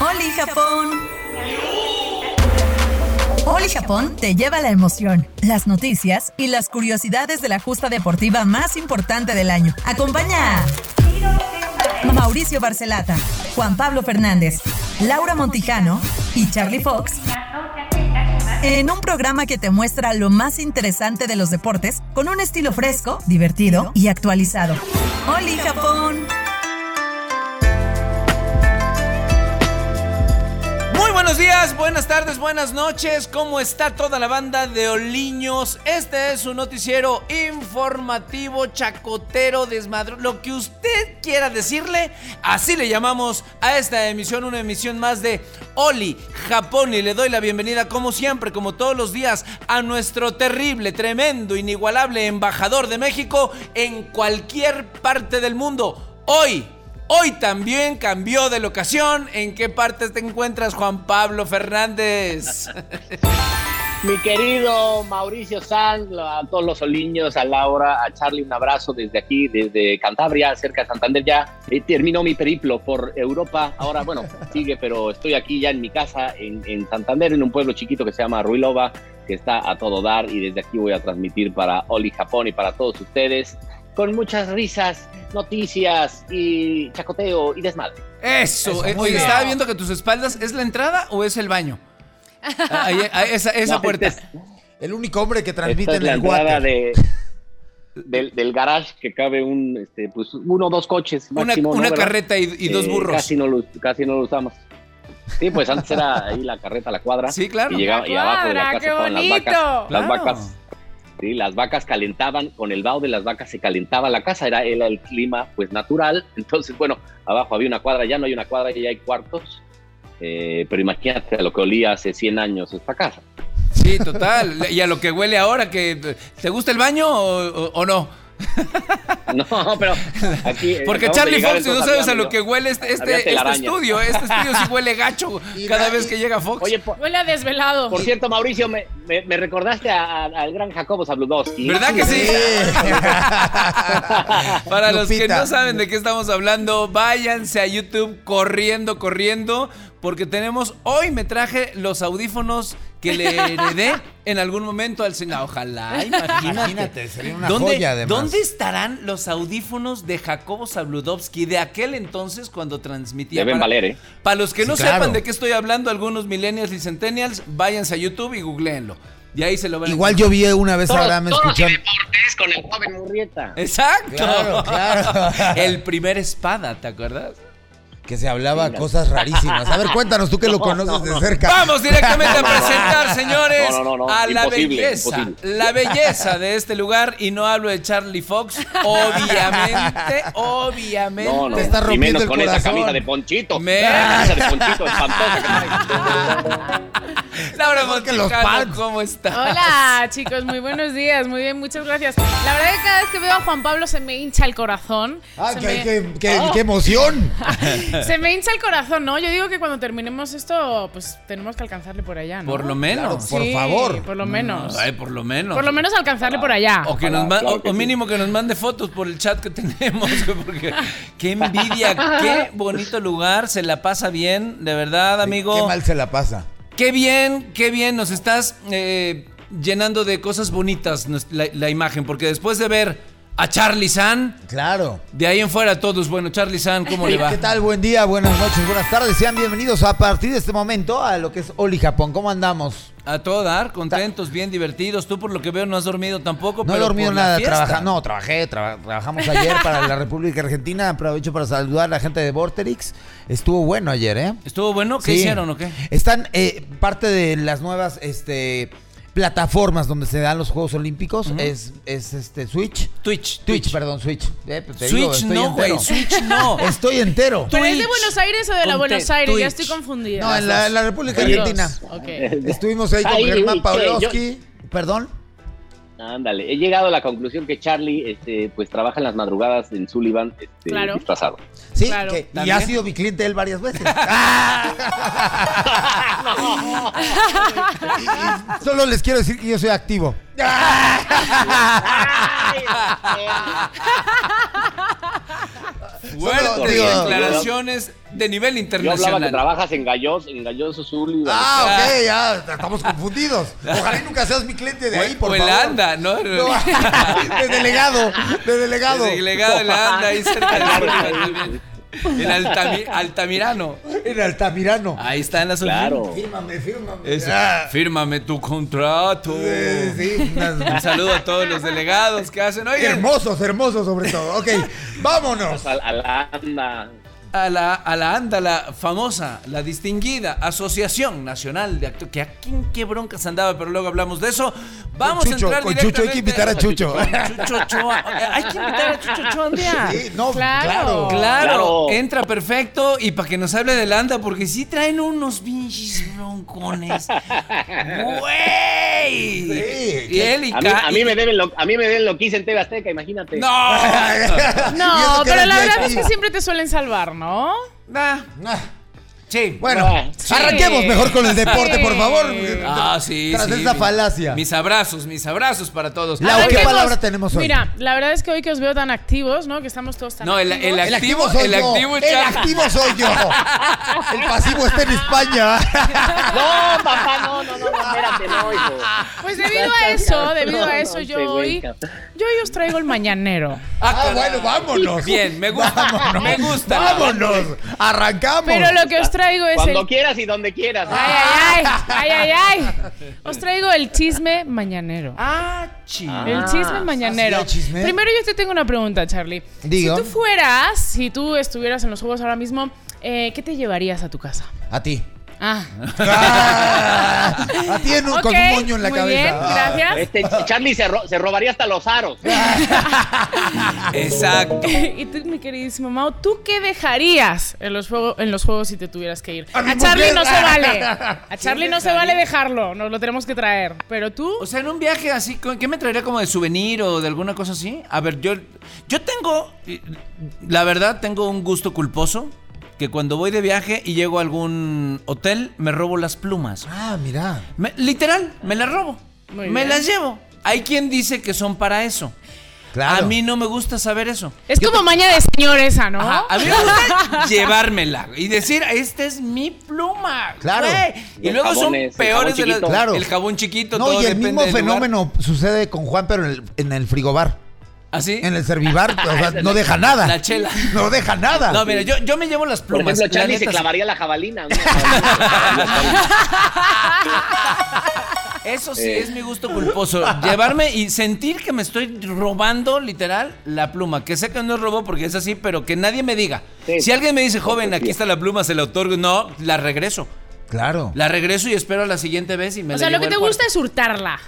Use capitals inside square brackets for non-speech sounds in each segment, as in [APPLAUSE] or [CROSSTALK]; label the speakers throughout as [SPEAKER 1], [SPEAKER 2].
[SPEAKER 1] ¡Oli Japón! Oli Japón te lleva la emoción, las noticias y las curiosidades de la justa deportiva más importante del año. Acompaña a Mauricio Barcelata, Juan Pablo Fernández, Laura Montijano y Charlie Fox en un programa que te muestra lo más interesante de los deportes con un estilo fresco, divertido y actualizado. ¡Oli Japón!
[SPEAKER 2] Muy buenos días, buenas tardes, buenas noches. ¿Cómo está toda la banda de Oliños? Este es su noticiero informativo, chacotero, desmadro, lo que usted quiera decirle. Así le llamamos a esta emisión, una emisión más de Oli Japón. Y le doy la bienvenida, como siempre, como todos los días, a nuestro terrible, tremendo, inigualable embajador de México en cualquier parte del mundo. Hoy. Hoy también cambió de locación. ¿En qué partes te encuentras, Juan Pablo Fernández?
[SPEAKER 3] Mi querido Mauricio Sanz, a todos los oliños, a Laura, a Charlie, un abrazo desde aquí, desde Cantabria, cerca de Santander. Ya eh, terminó mi periplo por Europa. Ahora, bueno, [LAUGHS] sigue, pero estoy aquí ya en mi casa, en, en Santander, en un pueblo chiquito que se llama Ruilova, que está a todo dar. Y desde aquí voy a transmitir para Oli Japón y para todos ustedes, con muchas risas, noticias y chacoteo y desmadre.
[SPEAKER 2] [LAUGHS] Eso, eh, oye, estaba viendo que tus espaldas, ¿es la entrada o es el baño? Ah, ahí, ahí, esa esa
[SPEAKER 3] No,
[SPEAKER 2] puerta.
[SPEAKER 3] esta es-
[SPEAKER 4] El único hombre que
[SPEAKER 3] esta
[SPEAKER 4] transmite
[SPEAKER 3] es
[SPEAKER 4] en
[SPEAKER 3] la
[SPEAKER 4] el
[SPEAKER 3] entrada
[SPEAKER 4] water.
[SPEAKER 2] [LAUGHS]
[SPEAKER 3] de, del, del garage que cabe un, este, pues, uno o dos coches
[SPEAKER 2] Una,
[SPEAKER 3] máximo. ¿no?
[SPEAKER 2] una
[SPEAKER 3] ¿Verdad?
[SPEAKER 2] carreta y, y dos
[SPEAKER 3] Eh,
[SPEAKER 2] burros.
[SPEAKER 3] Casi no, lo, casi no lo usamos. Sí, pues antes era ahí la carreta, la cuadra.
[SPEAKER 2] Sí, claro.
[SPEAKER 3] Y llegaba y abajo de la
[SPEAKER 5] Cuadra,
[SPEAKER 3] casa
[SPEAKER 5] qué
[SPEAKER 3] estaban las
[SPEAKER 5] bonito.
[SPEAKER 3] vacas. Las
[SPEAKER 2] Claro.
[SPEAKER 3] vacas. Sí, las vacas calentaban, con el vaho de las vacas se calentaba la casa, era, era el clima pues natural. [LAUGHS] Entonces, bueno, abajo había una cuadra, ya no hay una cuadra, ya hay cuartos. Eh, pero imagínate lo que olía hace 100 años esta casa.
[SPEAKER 2] Sí, total. Y a lo que huele ahora, que ¿te gusta el baño o, o- o no?
[SPEAKER 3] [LAUGHS] No, pero aquí... eh,
[SPEAKER 2] Porque
[SPEAKER 3] acabamos de
[SPEAKER 2] Charlie
[SPEAKER 3] llegar,
[SPEAKER 2] Fox, si no
[SPEAKER 3] entonces
[SPEAKER 2] sabes a
[SPEAKER 3] había-
[SPEAKER 2] lo que huele este, este-
[SPEAKER 3] había
[SPEAKER 2] este
[SPEAKER 3] telaraña.
[SPEAKER 2] estudio. Este estudio sí huele gacho [LAUGHS]
[SPEAKER 4] Y
[SPEAKER 2] cada
[SPEAKER 4] nadie-
[SPEAKER 2] vez que llega Fox.
[SPEAKER 3] Oye, por,
[SPEAKER 5] Huele a desvelado.
[SPEAKER 3] por cierto, Mauricio, me, me- me recordaste a- a- al gran Jacobo Zabludowski.
[SPEAKER 2] ¿Verdad que sí? Para los que
[SPEAKER 4] Lupita.
[SPEAKER 2] no saben de qué estamos hablando, váyanse a YouTube corriendo, corriendo, porque tenemos, hoy me traje los audífonos que le
[SPEAKER 4] [LAUGHS]
[SPEAKER 2] heredé en algún momento al señor. Ojalá, imagínate.
[SPEAKER 4] [LAUGHS] Imagínate, sería una
[SPEAKER 2] ¿Dónde,
[SPEAKER 4] joya además.
[SPEAKER 2] dónde estarán los audífonos de Jacobo Zabludovsky de aquel entonces cuando transmitía?
[SPEAKER 3] Deben
[SPEAKER 2] Para-
[SPEAKER 3] valer, ¿eh?
[SPEAKER 2] Para los que
[SPEAKER 4] Sí,
[SPEAKER 2] no
[SPEAKER 4] claro.
[SPEAKER 2] sepan de qué estoy hablando, algunos millennials y centennials, váyanse a YouTube y googleenlo. Y ahí se lo van a
[SPEAKER 4] Igual yo vi una vez a
[SPEAKER 3] Toros-
[SPEAKER 4] Abraham
[SPEAKER 3] toros y
[SPEAKER 4] escuchando.
[SPEAKER 3] deportes con el joven Murrieta.
[SPEAKER 2] Exacto.
[SPEAKER 4] Claro, claro.
[SPEAKER 2] [LAUGHS] El primer espada, ¿te acuerdas?
[SPEAKER 4] Que se hablaba cosas rarísimas. A ver, cuéntanos tú que lo conoces de cerca.
[SPEAKER 2] Vamos directamente a presentar,
[SPEAKER 4] [LAUGHS]
[SPEAKER 3] no.
[SPEAKER 2] señores,
[SPEAKER 3] No, no, no, no.
[SPEAKER 2] a la
[SPEAKER 3] Imposible,
[SPEAKER 2] belleza,
[SPEAKER 3] imposible.
[SPEAKER 2] la belleza de este lugar y no hablo de Charlie Fox,
[SPEAKER 4] [LAUGHS]
[SPEAKER 2] obviamente, obviamente.
[SPEAKER 3] No, no.
[SPEAKER 4] Te está
[SPEAKER 3] y
[SPEAKER 4] rompiendo
[SPEAKER 3] menos
[SPEAKER 4] el
[SPEAKER 3] con esa
[SPEAKER 4] corazón.
[SPEAKER 3] camisa de ponchito. Ah,
[SPEAKER 2] Me-
[SPEAKER 3] Esa camisa de ponchito espantosa que trae.
[SPEAKER 2] Laura
[SPEAKER 4] Mejor que los
[SPEAKER 2] Montijano,
[SPEAKER 4] Pats.
[SPEAKER 2] ¿cómo estás?
[SPEAKER 5] Hola chicos, muy buenos días, muy bien, muchas gracias. La verdad que cada vez que veo a Juan Pablo se me hincha el corazón.
[SPEAKER 4] Ah,
[SPEAKER 5] se,
[SPEAKER 4] qué,
[SPEAKER 5] me, Oh.
[SPEAKER 4] qué- qué- qué emoción.
[SPEAKER 5] [LAUGHS] se me hincha el corazón, ¿no? Yo digo que cuando terminemos esto, pues tenemos que alcanzarle por allá, ¿no?
[SPEAKER 2] Por lo menos. Mm,
[SPEAKER 4] por favor.
[SPEAKER 5] Por lo menos.
[SPEAKER 2] Ay, por lo menos.
[SPEAKER 5] por lo menos alcanzarle por allá.
[SPEAKER 2] O, que nos
[SPEAKER 3] Ojalá,
[SPEAKER 2] ma-
[SPEAKER 3] claro
[SPEAKER 2] o-
[SPEAKER 3] que
[SPEAKER 2] o
[SPEAKER 3] sí.
[SPEAKER 2] mínimo que nos mande fotos por el chat que tenemos. [LAUGHS] Porque qué envidia, qué bonito lugar, se la pasa bien, de verdad, amigo.
[SPEAKER 4] Qué mal se la pasa.
[SPEAKER 2] Qué bien, qué bien, nos estás eh, llenando de cosas bonitas nos- la, la imagen, porque después de ver a Charlie San,
[SPEAKER 4] Claro.
[SPEAKER 2] de ahí en fuera todos, bueno, Charlie San, ¿cómo le va?
[SPEAKER 4] ¿Qué tal? Buen día, buenas noches, buenas tardes. Sean bienvenidos a partir de este momento a lo que es Oli Japón. ¿Cómo andamos?
[SPEAKER 2] A todo dar, contentos, bien divertidos. Tú por lo que veo no has dormido tampoco.
[SPEAKER 4] No he
[SPEAKER 2] pero
[SPEAKER 4] dormido
[SPEAKER 2] por la
[SPEAKER 4] nada,
[SPEAKER 2] fiesta.
[SPEAKER 4] trabaja, no, trabajé, traba- trabajamos ayer para la República Argentina. Aprovecho para saludar a la gente de Vorterix. Estuvo bueno ayer, ¿eh?
[SPEAKER 2] ¿Estuvo bueno? ¿Qué
[SPEAKER 4] Sí.
[SPEAKER 2] hicieron o qué?
[SPEAKER 4] Están eh, parte de las nuevas este, plataformas donde se dan los Juegos Olímpicos. es, es este Switch.
[SPEAKER 2] Twitch.
[SPEAKER 4] Twitch, perdón, Switch. Eh, pues te digo,
[SPEAKER 2] Switch
[SPEAKER 4] estoy
[SPEAKER 2] no,
[SPEAKER 4] entero.
[SPEAKER 2] güey. Switch no.
[SPEAKER 4] [LAUGHS] Estoy entero.
[SPEAKER 5] ¿Pero es de
[SPEAKER 2] Twitch.
[SPEAKER 5] Buenos Aires o de la
[SPEAKER 2] Ponte
[SPEAKER 5] Buenos Aires? Ya
[SPEAKER 2] Twitch.
[SPEAKER 5] estoy confundida.
[SPEAKER 4] No, en la, en la República
[SPEAKER 3] Oye,
[SPEAKER 4] Argentina. [LAUGHS]
[SPEAKER 5] Ok.
[SPEAKER 4] Estuvimos ahí con
[SPEAKER 3] Ay,
[SPEAKER 4] Germán
[SPEAKER 3] che,
[SPEAKER 4] Pavlovsky. Perdón.
[SPEAKER 3] Ándale, he llegado a la conclusión que Charlie este, pues trabaja en las madrugadas en Sullivan este,
[SPEAKER 5] Claro.
[SPEAKER 3] disfrazado.
[SPEAKER 4] Sí,
[SPEAKER 5] Claro.
[SPEAKER 4] que- y
[SPEAKER 2] ¿También?
[SPEAKER 4] ha sido mi cliente él varias [LAUGHS] veces. ¡Ah! Y- y [LAUGHS] Solo les quiero decir que yo soy activo. Solo
[SPEAKER 2] Fuertes
[SPEAKER 4] digo-
[SPEAKER 2] declaraciones de nivel
[SPEAKER 3] Yo hablaba que
[SPEAKER 2] internacional.
[SPEAKER 3] trabajas en Gallos, en Gallos Azul.
[SPEAKER 4] Ah, ok, ya estamos confundidos. Ojalá y nunca seas mi cliente de ahí,
[SPEAKER 2] O-
[SPEAKER 4] por
[SPEAKER 2] o el
[SPEAKER 4] favor.
[SPEAKER 2] anda, ¿no?
[SPEAKER 4] [LAUGHS] No, de delegado, de delegado.
[SPEAKER 2] El delegado el anda ahí cerca de
[SPEAKER 3] [LAUGHS]
[SPEAKER 2] Puebla también. En Altami- Altamirano.
[SPEAKER 4] En Altamirano.
[SPEAKER 2] Ahí están las
[SPEAKER 3] Claro.
[SPEAKER 4] Fírmame, fírmame.
[SPEAKER 2] Eso.
[SPEAKER 4] Ah,
[SPEAKER 2] Fírmame tu contrato.
[SPEAKER 4] sí, sí,
[SPEAKER 2] Un
[SPEAKER 4] [LAUGHS] unas-
[SPEAKER 2] saludo a todos los delegados que hacen. Oigan,
[SPEAKER 4] hermosos, hermosos sobre todo. Ok, vámonos.
[SPEAKER 3] Al, al anda.
[SPEAKER 2] a la, a la ANDA, la famosa, la distinguida Asociación Nacional de Actores, que a quién qué broncas andaba, pero luego hablamos de eso. Vamos
[SPEAKER 4] Chucho,
[SPEAKER 2] a entrar
[SPEAKER 4] con Chucho, hay que
[SPEAKER 2] directamente-
[SPEAKER 4] invitar a Chucho.
[SPEAKER 2] Chucho Ochoa. Oiga, Hay que invitar a Chucho Ochoa un día.
[SPEAKER 4] Sí, no,
[SPEAKER 5] Ah, Claro.
[SPEAKER 4] claro.
[SPEAKER 2] Claro,
[SPEAKER 3] Claro.
[SPEAKER 2] entra perfecto y para que nos hable de la ANDA, porque sí traen unos pinches
[SPEAKER 4] [LAUGHS]
[SPEAKER 2] broncones. ¡Güey!
[SPEAKER 4] Sí,
[SPEAKER 2] y él y
[SPEAKER 3] A mí,
[SPEAKER 2] Ca-
[SPEAKER 3] a mí me deben lo, a mí me deben lo que hice en TV Azteca, imagínate.
[SPEAKER 4] [LAUGHS]
[SPEAKER 2] ¡No!
[SPEAKER 4] [LAUGHS] Y eso
[SPEAKER 5] No,
[SPEAKER 4] que
[SPEAKER 5] pero
[SPEAKER 4] era
[SPEAKER 5] la verdad
[SPEAKER 4] VIP.
[SPEAKER 5] es que siempre te suelen salvar, ¿no?
[SPEAKER 2] Nah,
[SPEAKER 4] Ah,
[SPEAKER 2] Ah, sí.
[SPEAKER 4] Bueno,
[SPEAKER 5] Sí.
[SPEAKER 4] arranquemos mejor con el deporte, por favor.
[SPEAKER 2] Ah, sí,
[SPEAKER 4] Tras
[SPEAKER 2] sí,
[SPEAKER 4] esta
[SPEAKER 2] mi-
[SPEAKER 4] falacia.
[SPEAKER 2] Mis abrazos, mis abrazos para todos. Ah,
[SPEAKER 4] Lau, ¿qué
[SPEAKER 5] Arranquemos.
[SPEAKER 4] palabra tenemos hoy?
[SPEAKER 5] Mira, la verdad es que hoy que os veo tan activos, ¿no? Que estamos todos tan
[SPEAKER 2] No, el-
[SPEAKER 5] activos.
[SPEAKER 2] el-
[SPEAKER 4] El activo,
[SPEAKER 2] activo-
[SPEAKER 4] soy
[SPEAKER 2] el
[SPEAKER 4] yo.
[SPEAKER 2] activo es
[SPEAKER 4] el
[SPEAKER 2] Chava.
[SPEAKER 4] activo soy
[SPEAKER 2] [LAUGHS]
[SPEAKER 4] yo. El pasivo está en España.
[SPEAKER 3] No, papá, no, no, no, no, espérate, no, hijo.
[SPEAKER 5] Pues debido
[SPEAKER 3] [LAUGHS]
[SPEAKER 5] a eso, debido a eso,
[SPEAKER 3] No,
[SPEAKER 5] yo
[SPEAKER 3] no,
[SPEAKER 5] hoy,
[SPEAKER 3] güey,
[SPEAKER 5] yo hoy os traigo
[SPEAKER 4] [LAUGHS]
[SPEAKER 5] el mañanero.
[SPEAKER 4] Ah, bueno, vámonos.
[SPEAKER 2] Bien, me gusta. Me gusta.
[SPEAKER 4] Vámonos. Arrancamos.
[SPEAKER 5] Pero lo que os traigo es
[SPEAKER 3] Cuando
[SPEAKER 5] Pues el...
[SPEAKER 3] quieras y donde quieras.
[SPEAKER 5] Ay, ay, ay, ay, ay, ay. Os traigo el chisme mañanero.
[SPEAKER 2] Ah, chi.
[SPEAKER 5] El chisme
[SPEAKER 3] Ah,
[SPEAKER 5] mañanero.
[SPEAKER 4] ¿sí hay chisme?
[SPEAKER 5] Primero yo te tengo una pregunta, Charlie.
[SPEAKER 4] Diga.
[SPEAKER 5] Si tú fueras, si tú estuvieras en los juegos ahora mismo, eh, ¿qué te llevarías a tu casa?
[SPEAKER 4] A ti.
[SPEAKER 5] Ah,
[SPEAKER 4] Ah, a ti en un- [LAUGHS] con un
[SPEAKER 5] ok,
[SPEAKER 4] moño en la
[SPEAKER 5] muy
[SPEAKER 4] cabeza.
[SPEAKER 5] bien,
[SPEAKER 4] Ah.
[SPEAKER 5] gracias.
[SPEAKER 3] Este Charlie se, ro- se robaría hasta los aros.
[SPEAKER 2] Exacto.
[SPEAKER 5] [LAUGHS] y tú, mi queridísimo Mau, ¿tú qué dejarías en los, juego- en los juegos si te tuvieras que ir?
[SPEAKER 4] ¡A mi
[SPEAKER 5] A Charlie no
[SPEAKER 4] mujer!
[SPEAKER 5] se
[SPEAKER 2] [LAUGHS]
[SPEAKER 5] vale. A Charlie no se vale dejarlo. Nos lo tenemos que traer. Pero tú,
[SPEAKER 2] O sea, en un viaje así, ¿con- ¿qué me traería como de souvenir o de alguna cosa así? A ver, yo, yo tengo, eh, la verdad, tengo un gusto culposo que cuando voy de viaje y llego a algún hotel, me robo las plumas.
[SPEAKER 4] Ah, mira.
[SPEAKER 2] Me- literal, me las robo.
[SPEAKER 5] Muy
[SPEAKER 2] me
[SPEAKER 5] bien.
[SPEAKER 2] las llevo. Hay quien dice que son para eso.
[SPEAKER 4] Claro.
[SPEAKER 2] A mí no me gusta saber eso.
[SPEAKER 5] es como maña de señor esa, ¿no?
[SPEAKER 2] Ajá, a mí me
[SPEAKER 5] [LAUGHS]
[SPEAKER 2] gusta llevármela y decir, esta es mi pluma.
[SPEAKER 4] Claro.
[SPEAKER 2] güey". Y
[SPEAKER 3] Los
[SPEAKER 2] luego
[SPEAKER 3] jabones,
[SPEAKER 2] son
[SPEAKER 3] el
[SPEAKER 2] peores
[SPEAKER 3] jabón
[SPEAKER 2] de las-
[SPEAKER 3] chiquito.
[SPEAKER 4] Claro.
[SPEAKER 2] El jabón chiquito,
[SPEAKER 4] No,
[SPEAKER 2] todo
[SPEAKER 4] y el
[SPEAKER 2] depende
[SPEAKER 4] mismo
[SPEAKER 2] del lugar.
[SPEAKER 4] fenómeno sucede con Juan, pero en el, en el frigobar.
[SPEAKER 2] ¿Así?
[SPEAKER 4] En el servibar, o
[SPEAKER 2] [LAUGHS]
[SPEAKER 4] sea, no deja nada.
[SPEAKER 2] La chela.
[SPEAKER 4] No deja nada.
[SPEAKER 2] No, mira, yo, yo me llevo las
[SPEAKER 3] Por
[SPEAKER 2] plumas.
[SPEAKER 3] ejemplo,
[SPEAKER 2] la
[SPEAKER 3] Charlie se
[SPEAKER 2] neta,
[SPEAKER 3] clavaría la
[SPEAKER 2] [LAUGHS]
[SPEAKER 3] jabalina. ¿no? Jabalina.
[SPEAKER 2] Eso sí
[SPEAKER 3] Eh.
[SPEAKER 2] es mi gusto culposo. [LAUGHS] Llevarme y sentir que me estoy robando, literal, la pluma. Que sé que no es robo porque es así, pero que nadie me diga.
[SPEAKER 3] Sí.
[SPEAKER 2] Si alguien me dice, joven, aquí
[SPEAKER 3] Sí.
[SPEAKER 2] está la pluma, se la otorgo. No, la regreso.
[SPEAKER 4] Claro.
[SPEAKER 2] La regreso y espero a la siguiente vez y me
[SPEAKER 5] o
[SPEAKER 2] la
[SPEAKER 5] sea, lo
[SPEAKER 2] llevo
[SPEAKER 5] que
[SPEAKER 2] al
[SPEAKER 5] te
[SPEAKER 2] cuarto.
[SPEAKER 5] gusta es hurtarla.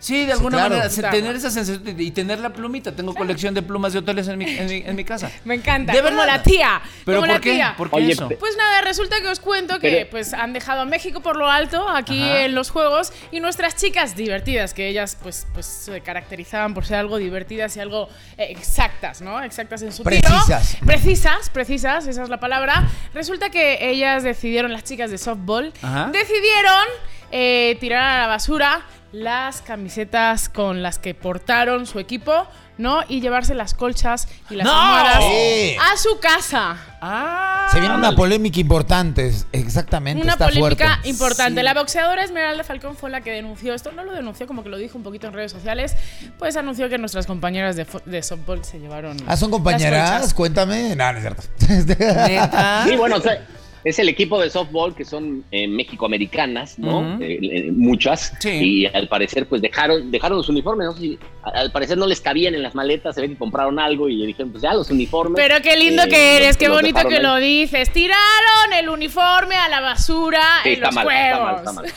[SPEAKER 2] Sí, de alguna
[SPEAKER 4] claro.
[SPEAKER 2] manera, se- tener esa sensación de- y tener la plumita. Tengo colección de plumas de hoteles en mi, en mi- en mi casa.
[SPEAKER 5] [LAUGHS] Me encanta.
[SPEAKER 2] De
[SPEAKER 5] como
[SPEAKER 2] verdad.
[SPEAKER 5] la tía.
[SPEAKER 2] ¿Pero
[SPEAKER 5] como
[SPEAKER 2] por
[SPEAKER 5] la
[SPEAKER 2] qué?
[SPEAKER 5] tía.
[SPEAKER 2] ¿Por qué
[SPEAKER 3] Oye,
[SPEAKER 2] eso?
[SPEAKER 3] pe-
[SPEAKER 5] Pues nada, resulta que os cuento que
[SPEAKER 3] Pero-
[SPEAKER 5] pues han dejado a México por lo alto aquí
[SPEAKER 2] Ajá.
[SPEAKER 5] en los juegos y nuestras chicas divertidas, que ellas pues, pues se caracterizaban por ser algo divertidas y algo eh, exactas, ¿no? Exactas en su tiro.
[SPEAKER 4] Precisas.
[SPEAKER 5] Precisas, precisas, esa es la palabra. Resulta que ellas decidieron, las chicas de softball,
[SPEAKER 2] Ajá.
[SPEAKER 5] decidieron eh, tirar a la basura las camisetas con las que portaron su equipo, ¿no? Y llevarse las colchas y las
[SPEAKER 2] ¡No!
[SPEAKER 5] almohadas
[SPEAKER 4] Sí.
[SPEAKER 5] a su casa.
[SPEAKER 2] Ah.
[SPEAKER 4] Se viene una polémica importante, es- exactamente.
[SPEAKER 5] Una
[SPEAKER 4] está
[SPEAKER 5] polémica
[SPEAKER 4] fuerte.
[SPEAKER 5] importante. La boxeadora Esmeralda Falcón fue la que denunció esto. No lo denunció, como que lo dijo un poquito en redes sociales. Pues anunció que nuestras compañeras de, fo- de softball se llevaron.
[SPEAKER 4] Ah, son
[SPEAKER 5] las
[SPEAKER 4] compañeras,
[SPEAKER 5] colchas.
[SPEAKER 4] cuéntame. No, no es cierto. [LAUGHS]
[SPEAKER 2] Neta.
[SPEAKER 3] [LAUGHS] Sí, bueno, o sea, es el equipo de softball que son eh, mexicoamericanas, ¿no?
[SPEAKER 2] Ujú.
[SPEAKER 3] Eh, eh, muchas.
[SPEAKER 2] Sí.
[SPEAKER 3] Y al parecer, pues dejaron, dejaron los uniformes, ¿no? Sí, a- al parecer no les cabían en las maletas, se ve que compraron algo y dijeron, pues ya los uniformes.
[SPEAKER 5] Pero qué lindo
[SPEAKER 3] eh,
[SPEAKER 5] que eres,
[SPEAKER 3] los-
[SPEAKER 5] qué
[SPEAKER 3] los
[SPEAKER 5] bonito
[SPEAKER 3] dejaron
[SPEAKER 5] que
[SPEAKER 3] ahí.
[SPEAKER 5] lo dices. Tiraron el uniforme a la basura
[SPEAKER 3] Sí,
[SPEAKER 5] en los
[SPEAKER 3] está
[SPEAKER 5] juegos. [LAUGHS]
[SPEAKER 3] mal, está mal. Sí,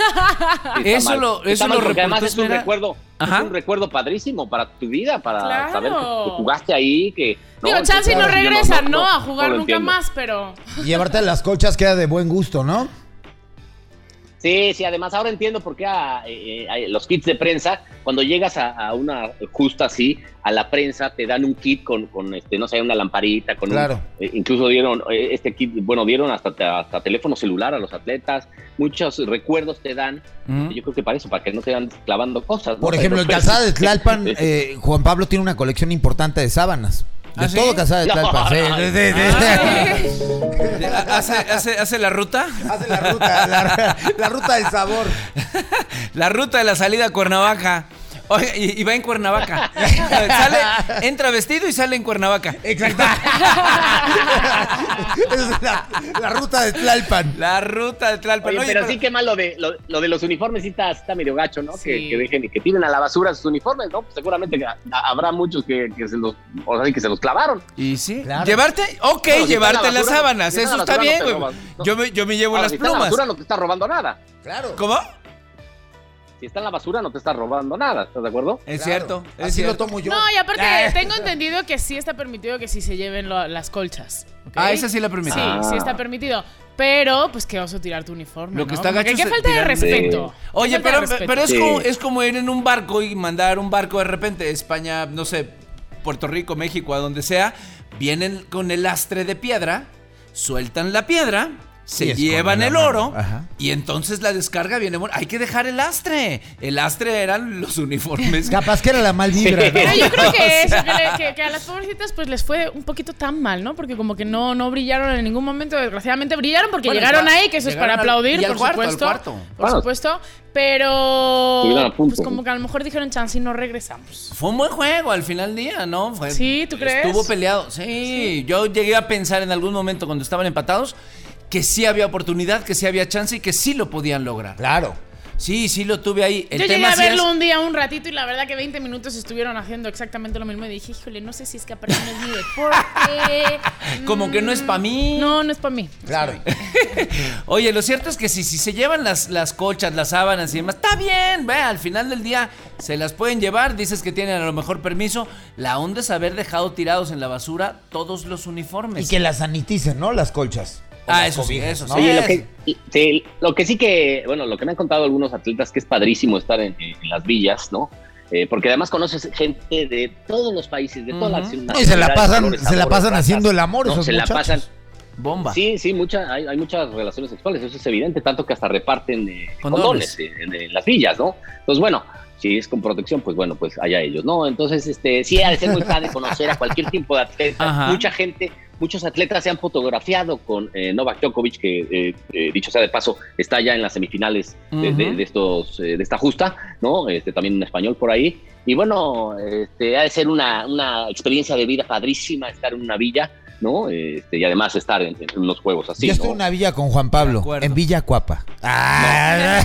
[SPEAKER 3] está
[SPEAKER 2] Eso
[SPEAKER 3] mal.
[SPEAKER 2] lo-
[SPEAKER 3] Está
[SPEAKER 2] eso
[SPEAKER 3] mal
[SPEAKER 2] lo
[SPEAKER 3] porque además
[SPEAKER 2] reportó
[SPEAKER 3] es un
[SPEAKER 2] Esmera.
[SPEAKER 3] recuerdo,
[SPEAKER 2] Ajá.
[SPEAKER 3] es un recuerdo padrísimo para tu vida, para
[SPEAKER 5] Claro.
[SPEAKER 3] saber que, que jugaste ahí, que
[SPEAKER 5] Digo, chance
[SPEAKER 3] entonces,
[SPEAKER 5] no
[SPEAKER 3] yo
[SPEAKER 5] regresan, ¿no? A
[SPEAKER 3] no
[SPEAKER 5] jugar
[SPEAKER 3] lo
[SPEAKER 5] nunca
[SPEAKER 3] entiendo.
[SPEAKER 5] más, pero.
[SPEAKER 4] Llevarte las colchas queda de buen gusto, ¿no?
[SPEAKER 3] Sí, sí, además ahora entiendo por qué a, eh, eh, a los kits de prensa, cuando llegas a, a una justa así, a la prensa te dan un kit con, con este, no sé, una lamparita, con un-
[SPEAKER 4] Claro.
[SPEAKER 3] eh, incluso dieron eh, este kit, bueno, dieron hasta, hasta teléfono celular a los atletas, muchos recuerdos te dan,
[SPEAKER 2] Ujú.
[SPEAKER 3] yo creo que para eso, para que no te van clavando cosas. ¿no?
[SPEAKER 4] Por ejemplo, en
[SPEAKER 3] Pero- [LAUGHS]
[SPEAKER 4] eh, Calzada de Tlalpan, eh, Juan Pablo tiene una colección importante de sábanas. De
[SPEAKER 2] ¿Ah, sí?
[SPEAKER 4] todo Casa de
[SPEAKER 3] No,
[SPEAKER 4] Tlalpan. sí,
[SPEAKER 3] no.
[SPEAKER 4] sí, sí, sí.
[SPEAKER 2] ¿Hace, hace- hace la ruta?
[SPEAKER 4] [LAUGHS] Hace la ruta, la, la ruta del sabor.
[SPEAKER 2] La ruta de la salida a Cuernavaca. Oye, y, y va en Cuernavaca. [LAUGHS] Sale, entra vestido y sale en Cuernavaca.
[SPEAKER 4] Exacto. [LAUGHS] Esa es la, la ruta de Tlalpan.
[SPEAKER 2] La ruta de Tlalpan.
[SPEAKER 3] Oye,
[SPEAKER 2] Oye,
[SPEAKER 3] pero,
[SPEAKER 2] pero-
[SPEAKER 3] sí que mal lo de, lo, lo de los uniformes sí está, está medio gacho, ¿no?
[SPEAKER 5] Sí.
[SPEAKER 3] Que, que dejen y que tiren a la basura sus uniformes, ¿no? Pues seguramente que ha- habrá muchos que, que se los, o sea, que se los clavaron.
[SPEAKER 2] Y sí.
[SPEAKER 4] Claro.
[SPEAKER 2] Llevarte, ok,
[SPEAKER 3] Pero si está
[SPEAKER 2] llevarte
[SPEAKER 3] en la
[SPEAKER 2] las
[SPEAKER 3] basura,
[SPEAKER 2] sábanas.
[SPEAKER 3] si está
[SPEAKER 2] Eso
[SPEAKER 3] en la
[SPEAKER 2] está
[SPEAKER 3] basura,
[SPEAKER 2] bien,
[SPEAKER 3] no te
[SPEAKER 2] güey.
[SPEAKER 3] robas, no.
[SPEAKER 2] Yo me, yo me llevo
[SPEAKER 3] Ahora,
[SPEAKER 2] las
[SPEAKER 3] si está en la
[SPEAKER 2] plumas.
[SPEAKER 3] basura no te está robando nada.
[SPEAKER 4] Claro.
[SPEAKER 2] ¿Cómo?
[SPEAKER 3] Si está en la basura no te está robando nada, ¿estás de acuerdo?
[SPEAKER 2] Es
[SPEAKER 4] Claro.
[SPEAKER 2] cierto. Es
[SPEAKER 4] Así lo
[SPEAKER 2] cierto.
[SPEAKER 4] tomo yo.
[SPEAKER 5] No,
[SPEAKER 4] [LAUGHS]
[SPEAKER 5] y aparte
[SPEAKER 2] Ah.
[SPEAKER 5] tengo entendido que sí está permitido que sí se lleven lo- las colchas. ¿ok?
[SPEAKER 2] Ah, esa sí la permití.
[SPEAKER 5] Sí,
[SPEAKER 3] Ah.
[SPEAKER 5] sí está permitido. Pero, pues qué oso tirar tu uniforme.
[SPEAKER 2] Lo que
[SPEAKER 5] ¿no?
[SPEAKER 2] está
[SPEAKER 5] Como que
[SPEAKER 2] gacho
[SPEAKER 5] Qué
[SPEAKER 2] es
[SPEAKER 5] falta de
[SPEAKER 2] tirar-
[SPEAKER 5] respeto. Qué
[SPEAKER 2] Oye,
[SPEAKER 5] falta de
[SPEAKER 2] pero,
[SPEAKER 5] respeto.
[SPEAKER 2] pero es,
[SPEAKER 3] Sí.
[SPEAKER 2] como, es como ir en un barco y mandar un barco de repente, España, no sé, Puerto Rico, México, a donde sea, vienen con el lastre de piedra, sueltan la piedra, se
[SPEAKER 4] Y es con
[SPEAKER 2] llevan
[SPEAKER 4] la
[SPEAKER 2] el
[SPEAKER 4] mano.
[SPEAKER 2] oro
[SPEAKER 4] Ajá.
[SPEAKER 2] y entonces la descarga viene... bueno, Hay que dejar el lastre. El lastre eran los uniformes.
[SPEAKER 4] [LAUGHS] Capaz que era la mal vibra,
[SPEAKER 3] Sí.
[SPEAKER 2] [LAUGHS]
[SPEAKER 4] ¿no?
[SPEAKER 5] Pero yo creo que eso, que, le- que- que a las pobrecitas pues les fue un poquito tan mal, ¿no? Porque como que no, no brillaron en ningún momento, desgraciadamente brillaron porque
[SPEAKER 2] Bueno,
[SPEAKER 5] llegaron
[SPEAKER 2] ya-
[SPEAKER 5] ahí, que eso es para
[SPEAKER 2] llegaron al-
[SPEAKER 5] aplaudir,
[SPEAKER 2] y al
[SPEAKER 5] por
[SPEAKER 2] cuarto, al
[SPEAKER 5] supuesto.
[SPEAKER 2] cuarto.
[SPEAKER 5] Por
[SPEAKER 3] Claro.
[SPEAKER 5] supuesto, pero
[SPEAKER 3] Estuvieron a punto.
[SPEAKER 5] pues como que a lo mejor dijeron, chance, no regresamos.
[SPEAKER 2] Fue un buen juego al final del día, ¿no? Fue-
[SPEAKER 5] Sí, ¿tú crees?
[SPEAKER 2] Estuvo peleado. Sí, yo llegué a pensar en algún momento cuando estaban empatados que sí había oportunidad, que sí había chance y que sí lo podían lograr.
[SPEAKER 4] Claro.
[SPEAKER 2] Sí, sí lo tuve ahí. El
[SPEAKER 5] Yo llegué
[SPEAKER 2] tema
[SPEAKER 5] a
[SPEAKER 2] sí
[SPEAKER 5] verlo
[SPEAKER 2] es-
[SPEAKER 5] un día, un ratito, y la verdad que 20 minutos estuvieron haciendo exactamente lo mismo. Y dije, híjole, no sé si es que aparte no es mi deporte.
[SPEAKER 2] [LAUGHS]
[SPEAKER 5] Mm,
[SPEAKER 2] Como que no es pa' mí.
[SPEAKER 5] No, no
[SPEAKER 2] [LAUGHS]
[SPEAKER 5] es para mí.
[SPEAKER 4] Claro.
[SPEAKER 2] Oye, lo cierto es que si, si se llevan las, las colchas, las sábanas y demás, está bien, ve, al final del día se las pueden llevar, dices que tienen a lo mejor permiso. La onda es haber dejado tirados en la basura todos los uniformes.
[SPEAKER 4] Y que las saniticen, ¿no? Las colchas. O
[SPEAKER 2] Ah,
[SPEAKER 4] las
[SPEAKER 2] eso sí, eso sí.
[SPEAKER 3] Oye,
[SPEAKER 2] es.
[SPEAKER 3] lo que, sí, lo que sí que, bueno, lo que me han contado algunos atletas que es padrísimo estar en, en las villas, ¿no? Eh, porque además conoces gente de todos los países, de todas
[SPEAKER 2] Ujú.
[SPEAKER 3] las
[SPEAKER 4] Y se la
[SPEAKER 3] nacionalidades,
[SPEAKER 4] pasan,
[SPEAKER 3] colores,
[SPEAKER 4] se la
[SPEAKER 3] sabores,
[SPEAKER 4] pasan
[SPEAKER 3] razas,
[SPEAKER 4] haciendo el amor
[SPEAKER 3] ¿no?
[SPEAKER 4] esos
[SPEAKER 3] se la
[SPEAKER 4] muchachos.
[SPEAKER 3] pasan.
[SPEAKER 2] Bomba.
[SPEAKER 3] Sí, sí, mucha, hay, hay muchas relaciones sexuales, eso es evidente, tanto que hasta reparten eh,
[SPEAKER 2] Condones.
[SPEAKER 3] condones, en, en- en las villas, ¿no? Entonces, bueno, si es con protección, pues bueno, pues allá ellos, ¿no? Entonces, este, sí, ha de ser muy padre conocer a cualquier tipo de
[SPEAKER 2] [LAUGHS]
[SPEAKER 3] atleta.
[SPEAKER 2] Ajá.
[SPEAKER 3] Mucha gente, muchos atletas se han fotografiado con eh, Novak Djokovic, que eh, eh, dicho sea de paso, está ya en las semifinales de, de-
[SPEAKER 2] Ujú.
[SPEAKER 3] de estos, eh, de esta justa, ¿no? Este, también un español por ahí. Y bueno, este, ha de ser una, una experiencia de vida padrísima estar en una villa, ¿no? Este, y además estar en, en unos juegos así.
[SPEAKER 4] Yo estoy
[SPEAKER 3] ¿no?
[SPEAKER 4] en una villa con Juan
[SPEAKER 2] De
[SPEAKER 4] Pablo,
[SPEAKER 2] acuerdo.
[SPEAKER 4] en Villa Cuapa. Ah,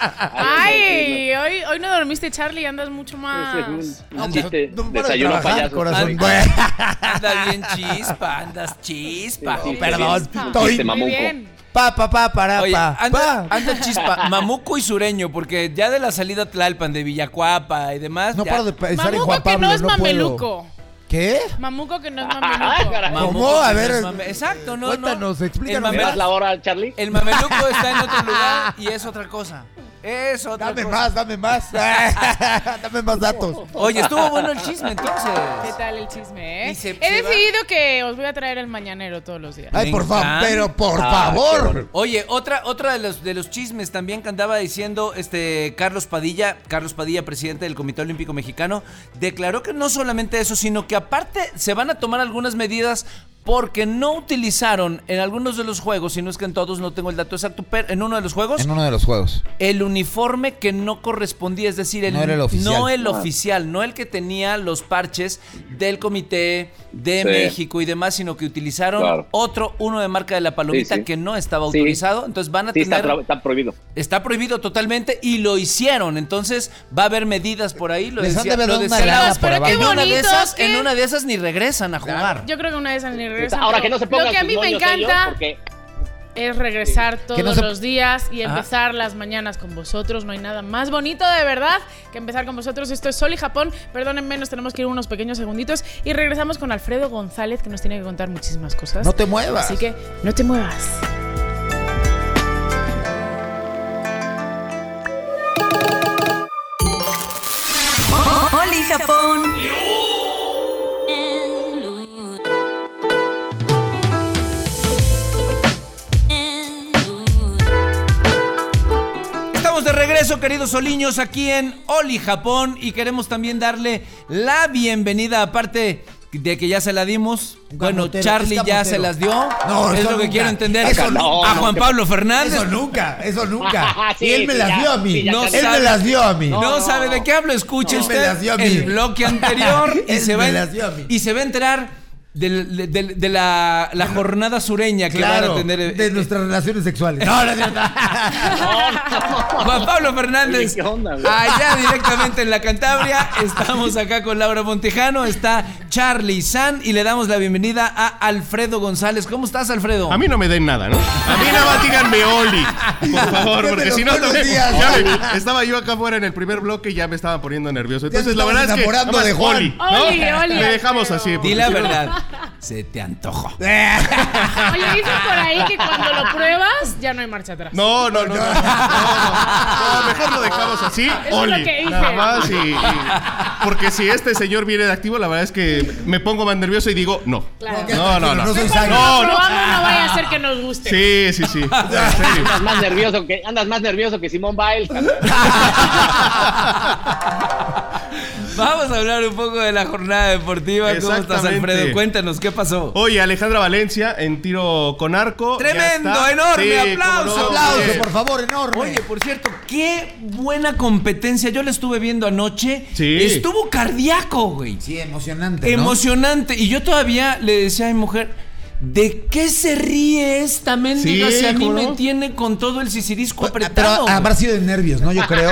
[SPEAKER 5] Ay, hoy, hoy no dormiste, Charlie, andas mucho
[SPEAKER 3] Ese es un-
[SPEAKER 5] más.
[SPEAKER 3] un
[SPEAKER 2] No, pues,
[SPEAKER 3] chiste,
[SPEAKER 4] no puedo
[SPEAKER 3] desayuno
[SPEAKER 4] trabajar,
[SPEAKER 3] payaso.
[SPEAKER 4] corazón.
[SPEAKER 3] Ay,
[SPEAKER 4] Bueno,
[SPEAKER 2] Anda bien chispa, andas chispa.
[SPEAKER 3] Sí, sí,
[SPEAKER 4] perdón,
[SPEAKER 5] Chispa.
[SPEAKER 4] estoy-
[SPEAKER 3] Este
[SPEAKER 5] Muy
[SPEAKER 3] mamuco.
[SPEAKER 5] bien.
[SPEAKER 4] [LAUGHS] pa, pa, pa, para,
[SPEAKER 2] Oye,
[SPEAKER 4] pa,
[SPEAKER 2] anda,
[SPEAKER 4] pa.
[SPEAKER 2] anda chispa, mamuco y sureño, porque ya de la salida a Tlalpan, de Villacuapa y demás.
[SPEAKER 4] No
[SPEAKER 2] ya-
[SPEAKER 4] paro de pensar en
[SPEAKER 5] Mamuco
[SPEAKER 4] Juan
[SPEAKER 5] que
[SPEAKER 4] Pablo,
[SPEAKER 5] no es
[SPEAKER 4] puedo.
[SPEAKER 5] mameluco.
[SPEAKER 4] ¿Qué?
[SPEAKER 5] Mamuco que
[SPEAKER 3] [LAUGHS]
[SPEAKER 5] no es
[SPEAKER 3] Ah,
[SPEAKER 5] mameluco.
[SPEAKER 3] caray.
[SPEAKER 2] Mamuco
[SPEAKER 4] ¿Cómo? A
[SPEAKER 2] que no
[SPEAKER 4] ver,
[SPEAKER 2] es mame- Exacto, no, no.
[SPEAKER 4] cuéntanos, explícanos
[SPEAKER 2] El
[SPEAKER 3] ¿Me
[SPEAKER 2] mameluco,
[SPEAKER 3] das la hora, Charlie?
[SPEAKER 2] el mameluco está en otro lugar y es otra cosa. Es otra
[SPEAKER 4] Dame
[SPEAKER 2] cosa.
[SPEAKER 4] más,
[SPEAKER 2] [LAUGHS]
[SPEAKER 4] dame más. [LAUGHS] dame más datos.
[SPEAKER 2] Oye, estuvo bueno el chisme entonces.
[SPEAKER 5] ¿Qué tal el chisme, eh?
[SPEAKER 2] Y se-
[SPEAKER 5] He
[SPEAKER 2] se va.
[SPEAKER 5] decidido que os voy a traer el mañanero todos los días.
[SPEAKER 4] Ay, por favor,
[SPEAKER 2] encanta.
[SPEAKER 4] pero por
[SPEAKER 3] Ah, qué
[SPEAKER 4] favor.
[SPEAKER 3] bueno.
[SPEAKER 2] Oye, otra, otra de los de los chismes también que andaba diciendo este Carlos Padilla, Carlos Padilla, presidente del Comité Olímpico Mexicano, declaró que no solamente eso, sino que aparte se van a tomar algunas medidas porque no utilizaron en algunos de los juegos, si no es que en todos, no tengo el dato exacto, pero en uno de los juegos,
[SPEAKER 4] En uno de los juegos.
[SPEAKER 2] el uniforme que no correspondía, es decir, el,
[SPEAKER 4] No era el oficial.
[SPEAKER 2] no
[SPEAKER 3] Ah.
[SPEAKER 2] el oficial, no el que tenía los parches del Comité de
[SPEAKER 3] Sí.
[SPEAKER 2] México y demás, sino que utilizaron
[SPEAKER 3] Claro.
[SPEAKER 2] otro, uno de marca de la palomita
[SPEAKER 3] Sí, sí.
[SPEAKER 2] que no estaba
[SPEAKER 3] Sí.
[SPEAKER 2] autorizado, entonces van a
[SPEAKER 3] Sí, está,
[SPEAKER 2] tener...
[SPEAKER 3] pro- está prohibido.
[SPEAKER 2] Está prohibido totalmente y lo hicieron, entonces va a haber medidas por ahí, lo
[SPEAKER 4] Les han
[SPEAKER 2] decía,
[SPEAKER 4] de haber
[SPEAKER 2] lo
[SPEAKER 4] dado una
[SPEAKER 2] decía-
[SPEAKER 4] lana
[SPEAKER 5] Dios,
[SPEAKER 4] por
[SPEAKER 5] pero qué
[SPEAKER 2] en
[SPEAKER 4] abajo.
[SPEAKER 2] una de
[SPEAKER 5] bonito, ¿eh?
[SPEAKER 2] esas,
[SPEAKER 5] ¿qué?
[SPEAKER 2] en una de esas ni regresan a jugar.
[SPEAKER 5] Yo creo que una de esas ni regresan.
[SPEAKER 3] Ahora
[SPEAKER 5] pero
[SPEAKER 3] que no se pongan
[SPEAKER 5] Lo que a
[SPEAKER 3] sus
[SPEAKER 5] mí me
[SPEAKER 3] moños ellos,
[SPEAKER 5] encanta
[SPEAKER 3] porque
[SPEAKER 5] es regresar todos
[SPEAKER 4] Que no se-
[SPEAKER 5] los días y
[SPEAKER 2] Ajá.
[SPEAKER 5] empezar las mañanas con vosotros. No hay nada más bonito de verdad que empezar con vosotros. Esto es Sol y Japón. Perdónenme, nos tenemos que ir unos pequeños segunditos y regresamos con Alfredo González que nos tiene que contar muchísimas cosas.
[SPEAKER 4] No te muevas.
[SPEAKER 5] Así que no te muevas.
[SPEAKER 4] [LAUGHS]
[SPEAKER 1] Oli Japón.
[SPEAKER 2] Estamos de regreso, queridos oliños, aquí en Oli Japón y queremos también darle la bienvenida, aparte de que ya se la dimos.
[SPEAKER 4] Un
[SPEAKER 2] Bueno,
[SPEAKER 4] camotero,
[SPEAKER 2] Charlie
[SPEAKER 4] es
[SPEAKER 2] ya
[SPEAKER 4] camotero.
[SPEAKER 2] se las dio.
[SPEAKER 6] No,
[SPEAKER 2] es
[SPEAKER 6] eso
[SPEAKER 2] lo que
[SPEAKER 6] nunca.
[SPEAKER 2] quiero entender.
[SPEAKER 6] Eso
[SPEAKER 3] no,
[SPEAKER 2] a
[SPEAKER 3] no,
[SPEAKER 2] Juan
[SPEAKER 3] que-
[SPEAKER 2] Pablo Fernández.
[SPEAKER 6] Eso nunca, eso
[SPEAKER 2] [LAUGHS]
[SPEAKER 6] nunca.
[SPEAKER 3] Sí,
[SPEAKER 6] y él me
[SPEAKER 3] sí,
[SPEAKER 6] las
[SPEAKER 3] ya,
[SPEAKER 6] dio a mí.
[SPEAKER 3] sí, ya
[SPEAKER 2] No
[SPEAKER 6] él me
[SPEAKER 2] sabe.
[SPEAKER 6] las dio a mí.
[SPEAKER 2] No,
[SPEAKER 3] No,
[SPEAKER 2] sabe
[SPEAKER 3] no,
[SPEAKER 2] de qué hablo, escuche
[SPEAKER 6] No, me
[SPEAKER 2] usted
[SPEAKER 6] las dio a mí. [LAUGHS]
[SPEAKER 2] el bloque anterior y
[SPEAKER 6] Él
[SPEAKER 2] se va
[SPEAKER 6] me las dio a mí.
[SPEAKER 2] y se va a enterar del- de, de- de la,
[SPEAKER 6] [LAUGHS]
[SPEAKER 2] la jornada sureña que van
[SPEAKER 6] claro,
[SPEAKER 2] a tener eh,
[SPEAKER 6] de
[SPEAKER 2] eh,
[SPEAKER 6] nuestras relaciones sexuales. No, no, [LAUGHS] no, no.
[SPEAKER 2] Juan Pablo Fernández.
[SPEAKER 3] Oye, ¿qué onda, güey?
[SPEAKER 2] allá directamente en la Cantabria. Estamos acá con Laura Montejano. Está Charlie San y le damos la bienvenida a Alfredo González. ¿Cómo estás, Alfredo?
[SPEAKER 7] A mí no me den nada, ¿no? A mí nada más díganme Oli,
[SPEAKER 6] [LAUGHS]
[SPEAKER 7] por favor, porque
[SPEAKER 6] Dímelo,
[SPEAKER 7] si no
[SPEAKER 6] buenos
[SPEAKER 7] también-
[SPEAKER 6] días,
[SPEAKER 7] ya me- estaba yo acá afuera en el primer bloque y ya me estaba poniendo nervioso.
[SPEAKER 6] te
[SPEAKER 7] Entonces la
[SPEAKER 6] estabas
[SPEAKER 7] verdad es que
[SPEAKER 6] enamorando
[SPEAKER 7] nada más
[SPEAKER 6] de Juan.
[SPEAKER 7] Oli, ¿no?
[SPEAKER 5] Oli, Oli,
[SPEAKER 7] Le dejamos
[SPEAKER 5] Alfredo.
[SPEAKER 7] así. porque
[SPEAKER 2] Di la
[SPEAKER 7] si no-
[SPEAKER 2] verdad. Se te
[SPEAKER 7] [LAUGHS]
[SPEAKER 2] antojó.
[SPEAKER 5] Oye, dicen por ahí que cuando lo pruebas ya no hay marcha atrás.
[SPEAKER 7] No, no, no. no, no, no, no, mejor lo dejamos así.
[SPEAKER 5] es lo
[SPEAKER 7] Oli.
[SPEAKER 5] que hice.
[SPEAKER 7] Nada más y, y- Porque si este señor viene de activo, la verdad es que me pongo más nervioso y digo, no.
[SPEAKER 5] Claro.
[SPEAKER 7] No, no, no.
[SPEAKER 6] No soy sangre.
[SPEAKER 5] Cuando
[SPEAKER 7] No,
[SPEAKER 5] lo
[SPEAKER 7] no.
[SPEAKER 5] probamos no vaya a ser que nos guste.
[SPEAKER 7] Sí, sí, sí. En serio.
[SPEAKER 3] Andas más nervioso que, andas más nervioso que Simón
[SPEAKER 5] [LAUGHS]
[SPEAKER 3] Biles. cabrón.
[SPEAKER 2] Vamos a hablar un poco de la jornada deportiva. ¿Cómo estás,
[SPEAKER 7] Exactamente.
[SPEAKER 2] Alfredo? Cuéntanos, ¿qué pasó?
[SPEAKER 7] Oye, Alejandra Valencia en tiro con arco. Ya
[SPEAKER 2] Tremendo,
[SPEAKER 7] está.
[SPEAKER 2] enorme,
[SPEAKER 7] Sí, cómo
[SPEAKER 2] aplauso,
[SPEAKER 7] no,
[SPEAKER 6] Aplauso,
[SPEAKER 7] oye.
[SPEAKER 6] por favor, enorme.
[SPEAKER 2] Oye, por cierto, qué buena competencia. Yo la estuve viendo anoche.
[SPEAKER 7] Sí.
[SPEAKER 2] Estuvo cardíaco, güey.
[SPEAKER 6] sí, emocionante. ¿no?
[SPEAKER 2] Emocionante. Y yo todavía le decía a mi mujer, ¿de qué se ríe esta mendiga
[SPEAKER 7] Sí,
[SPEAKER 2] si a mí
[SPEAKER 7] ¿cómo
[SPEAKER 2] me
[SPEAKER 7] no?
[SPEAKER 2] tiene con todo el sisirisco
[SPEAKER 6] Pero, pero
[SPEAKER 2] apretado?
[SPEAKER 6] habrá sido de nervios, ¿no? Yo creo.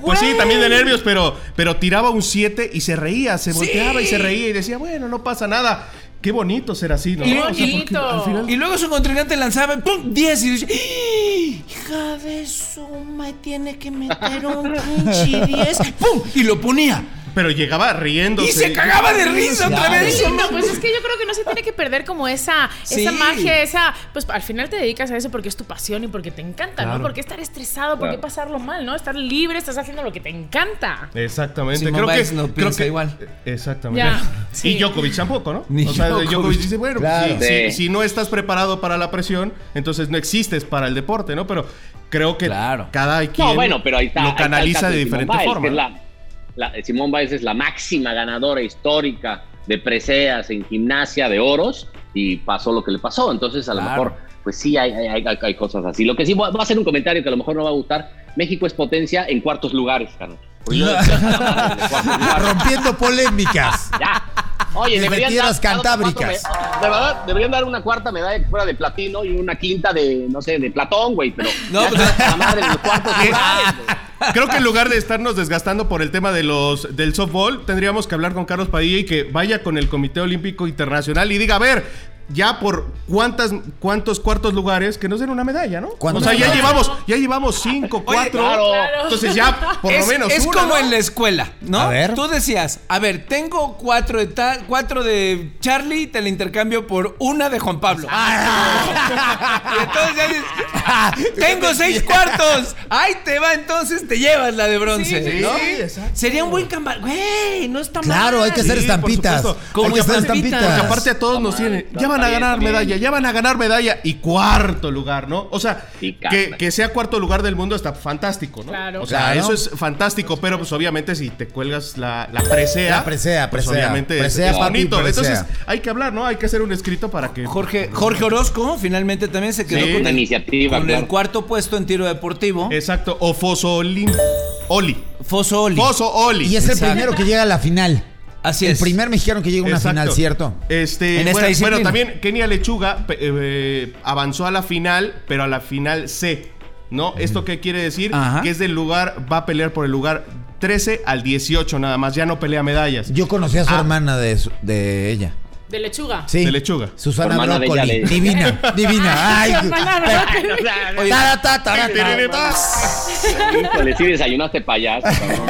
[SPEAKER 7] Pues sí,
[SPEAKER 2] Güey.
[SPEAKER 7] también de nervios, pero, pero tiraba un 7 y se reía, se
[SPEAKER 2] Sí.
[SPEAKER 7] volteaba y se reía y decía, bueno, no pasa nada. Qué bonito ser así, ¿no?
[SPEAKER 2] Y-
[SPEAKER 7] porque
[SPEAKER 5] bonito.
[SPEAKER 7] al final-
[SPEAKER 2] Y luego su contrincante lanzaba, ¡pum! 10 y dice, "¡Ah! hija de su me tiene que meter un pinche 10, ¡pum! Y lo ponía.
[SPEAKER 7] pero llegaba riéndose.
[SPEAKER 2] Y se cagaba de risa otra
[SPEAKER 6] Claro.
[SPEAKER 2] vez.
[SPEAKER 5] Sí, no, pues es que yo creo que no se tiene que perder como esa,
[SPEAKER 2] Sí.
[SPEAKER 5] esa magia, esa. Pues al final te dedicas a eso porque es tu pasión y porque te encanta, ¿no?
[SPEAKER 7] Claro.
[SPEAKER 5] Porque estar estresado, porque
[SPEAKER 3] Claro.
[SPEAKER 5] pasarlo mal, ¿no? Estar libre, estás haciendo lo que te encanta.
[SPEAKER 7] Exactamente,
[SPEAKER 2] Simone
[SPEAKER 7] creo que,
[SPEAKER 2] Biles no
[SPEAKER 7] creo
[SPEAKER 2] piensa
[SPEAKER 7] que-
[SPEAKER 2] igual.
[SPEAKER 7] Exactamente.
[SPEAKER 5] Ya, sí.
[SPEAKER 7] Y Djokovic tampoco, ¿no?
[SPEAKER 2] Ni
[SPEAKER 7] o sea,
[SPEAKER 2] Djokovic.
[SPEAKER 7] Djokovic, dice, bueno, pues,
[SPEAKER 6] Claro.
[SPEAKER 7] si, si-
[SPEAKER 3] Sí.
[SPEAKER 7] si no estás preparado para la presión, entonces no existes para el deporte, ¿no? Pero creo que
[SPEAKER 2] Claro.
[SPEAKER 7] cada quien
[SPEAKER 3] No, bueno, pero ahí está. ahí
[SPEAKER 7] lo
[SPEAKER 3] está el
[SPEAKER 7] canaliza
[SPEAKER 3] caso
[SPEAKER 7] de
[SPEAKER 3] Simone
[SPEAKER 7] diferente
[SPEAKER 3] Biles,
[SPEAKER 7] forma.
[SPEAKER 3] que es la- la- Simone Biles es la máxima ganadora histórica de preseas en gimnasia de oros y pasó lo que le pasó. Entonces, a lo
[SPEAKER 2] Claro.
[SPEAKER 3] mejor, pues sí, hay, hay- hay- hay- hay cosas así. Lo que sí, voy voy a hacer un comentario que a lo mejor no va a gustar. México es potencia en cuartos lugares, Carlos. Porque yo- [LAUGHS]
[SPEAKER 6] Rompiendo polémicas.
[SPEAKER 3] Ya. Oye,
[SPEAKER 6] Desde
[SPEAKER 3] deberían
[SPEAKER 6] tierras
[SPEAKER 3] dar- dar otra
[SPEAKER 6] cantábricas.
[SPEAKER 3] cuarta me- de verdad, deberían dar una cuarta medalla que fuera de platino y una quinta de, no sé, de Platón, güey. Pero
[SPEAKER 2] No,
[SPEAKER 3] ya
[SPEAKER 2] pues-
[SPEAKER 3] está la madre de los cuartos lugares, güey.
[SPEAKER 7] Creo que en lugar de estarnos desgastando por el tema de los del softball, tendríamos que hablar con Carlos Padilla y que vaya con el Comité Olímpico Internacional y diga, a ver, ya por cuántas, cuántos cuartos lugares que nos den una medalla, ¿no? O
[SPEAKER 6] ¿Cuántos?
[SPEAKER 7] sea, ya llevamos, ya llevamos cinco, cuatro.
[SPEAKER 3] claro.
[SPEAKER 7] Entonces ya, por
[SPEAKER 2] es,
[SPEAKER 7] lo menos.
[SPEAKER 2] es
[SPEAKER 7] una,
[SPEAKER 2] como
[SPEAKER 7] ¿no?
[SPEAKER 2] en la escuela, ¿no?
[SPEAKER 6] A ver.
[SPEAKER 2] Tú decías, a ver, tengo cuatro de, ta- cuatro de Charlie, te la intercambio por una de Juan Pablo. y [LAUGHS] entonces ya dices, "Ah, tengo seis cuartos. Ahí te va, entonces te llevas la de bronce.
[SPEAKER 7] Sí,
[SPEAKER 2] ¿no?
[SPEAKER 7] sí, exacto.
[SPEAKER 2] Sería un buen cambal. Güey, no está mal.
[SPEAKER 6] Claro, hay que hacer
[SPEAKER 7] Sí, por
[SPEAKER 6] estampitas.
[SPEAKER 7] supuesto.
[SPEAKER 6] Hay
[SPEAKER 2] Como
[SPEAKER 6] que hacer
[SPEAKER 2] estampitas.
[SPEAKER 6] estampitas.
[SPEAKER 7] Porque aparte a todos nos tienen.
[SPEAKER 3] está-
[SPEAKER 7] Ya van a
[SPEAKER 3] está bien,
[SPEAKER 7] ganar
[SPEAKER 3] está bien.
[SPEAKER 7] medalla, ya van a ganar medalla y cuarto lugar, ¿no? O sea,
[SPEAKER 3] Sí,
[SPEAKER 7] que,
[SPEAKER 3] carnal.
[SPEAKER 7] que sea cuarto lugar del mundo está fantástico, ¿no?
[SPEAKER 5] Claro.
[SPEAKER 7] O sea,
[SPEAKER 6] Claro.
[SPEAKER 7] eso es fantástico, pero pues obviamente si te cuelgas la, la presea.
[SPEAKER 6] La presea,
[SPEAKER 7] pues,
[SPEAKER 6] presea.
[SPEAKER 7] obviamente es-
[SPEAKER 6] Presea,
[SPEAKER 7] es,
[SPEAKER 6] papi,
[SPEAKER 7] bonito.
[SPEAKER 6] presea.
[SPEAKER 7] Entonces hay que hablar, ¿no? Hay que hacer un escrito para que.
[SPEAKER 2] Jorge, Jorge Orozco finalmente también se quedó
[SPEAKER 7] Sí.
[SPEAKER 2] con,
[SPEAKER 3] Una
[SPEAKER 2] el,
[SPEAKER 3] iniciativa,
[SPEAKER 2] con el
[SPEAKER 3] claro.
[SPEAKER 2] cuarto puesto en tiro deportivo.
[SPEAKER 7] Exacto. O Fosolín. Oli.
[SPEAKER 2] Foso Oli.
[SPEAKER 7] Foso Oli.
[SPEAKER 6] Y es el
[SPEAKER 2] Exacto.
[SPEAKER 6] primero que llega a la final.
[SPEAKER 2] Así
[SPEAKER 6] el
[SPEAKER 2] es.
[SPEAKER 6] primer mexicano que llega a una
[SPEAKER 7] Exacto.
[SPEAKER 6] final, ¿cierto?
[SPEAKER 7] Este,
[SPEAKER 2] En esta
[SPEAKER 7] bueno,
[SPEAKER 2] disciplina.
[SPEAKER 7] bueno, también Kenia Lechuga pe- eh, avanzó a la final, pero a la final C. ¿No? ¿Esto qué quiere decir?
[SPEAKER 2] Ajá.
[SPEAKER 7] Que es del lugar, va a pelear por el lugar 13 al 18 nada más, ya no pelea medallas.
[SPEAKER 6] Yo conocí a su
[SPEAKER 7] Ah.
[SPEAKER 6] hermana de, su- de ella.
[SPEAKER 5] De lechuga.
[SPEAKER 6] Sí.
[SPEAKER 7] De lechuga.
[SPEAKER 6] Susana
[SPEAKER 3] Hermana de ella,
[SPEAKER 6] Brócoli.
[SPEAKER 3] de-
[SPEAKER 6] Divina,
[SPEAKER 5] [LAUGHS]
[SPEAKER 6] divina. Ay,
[SPEAKER 3] Ay,
[SPEAKER 6] ta, ta, ta, ta, ta.
[SPEAKER 3] Híjole, sí desayunaste payaso, cabrón.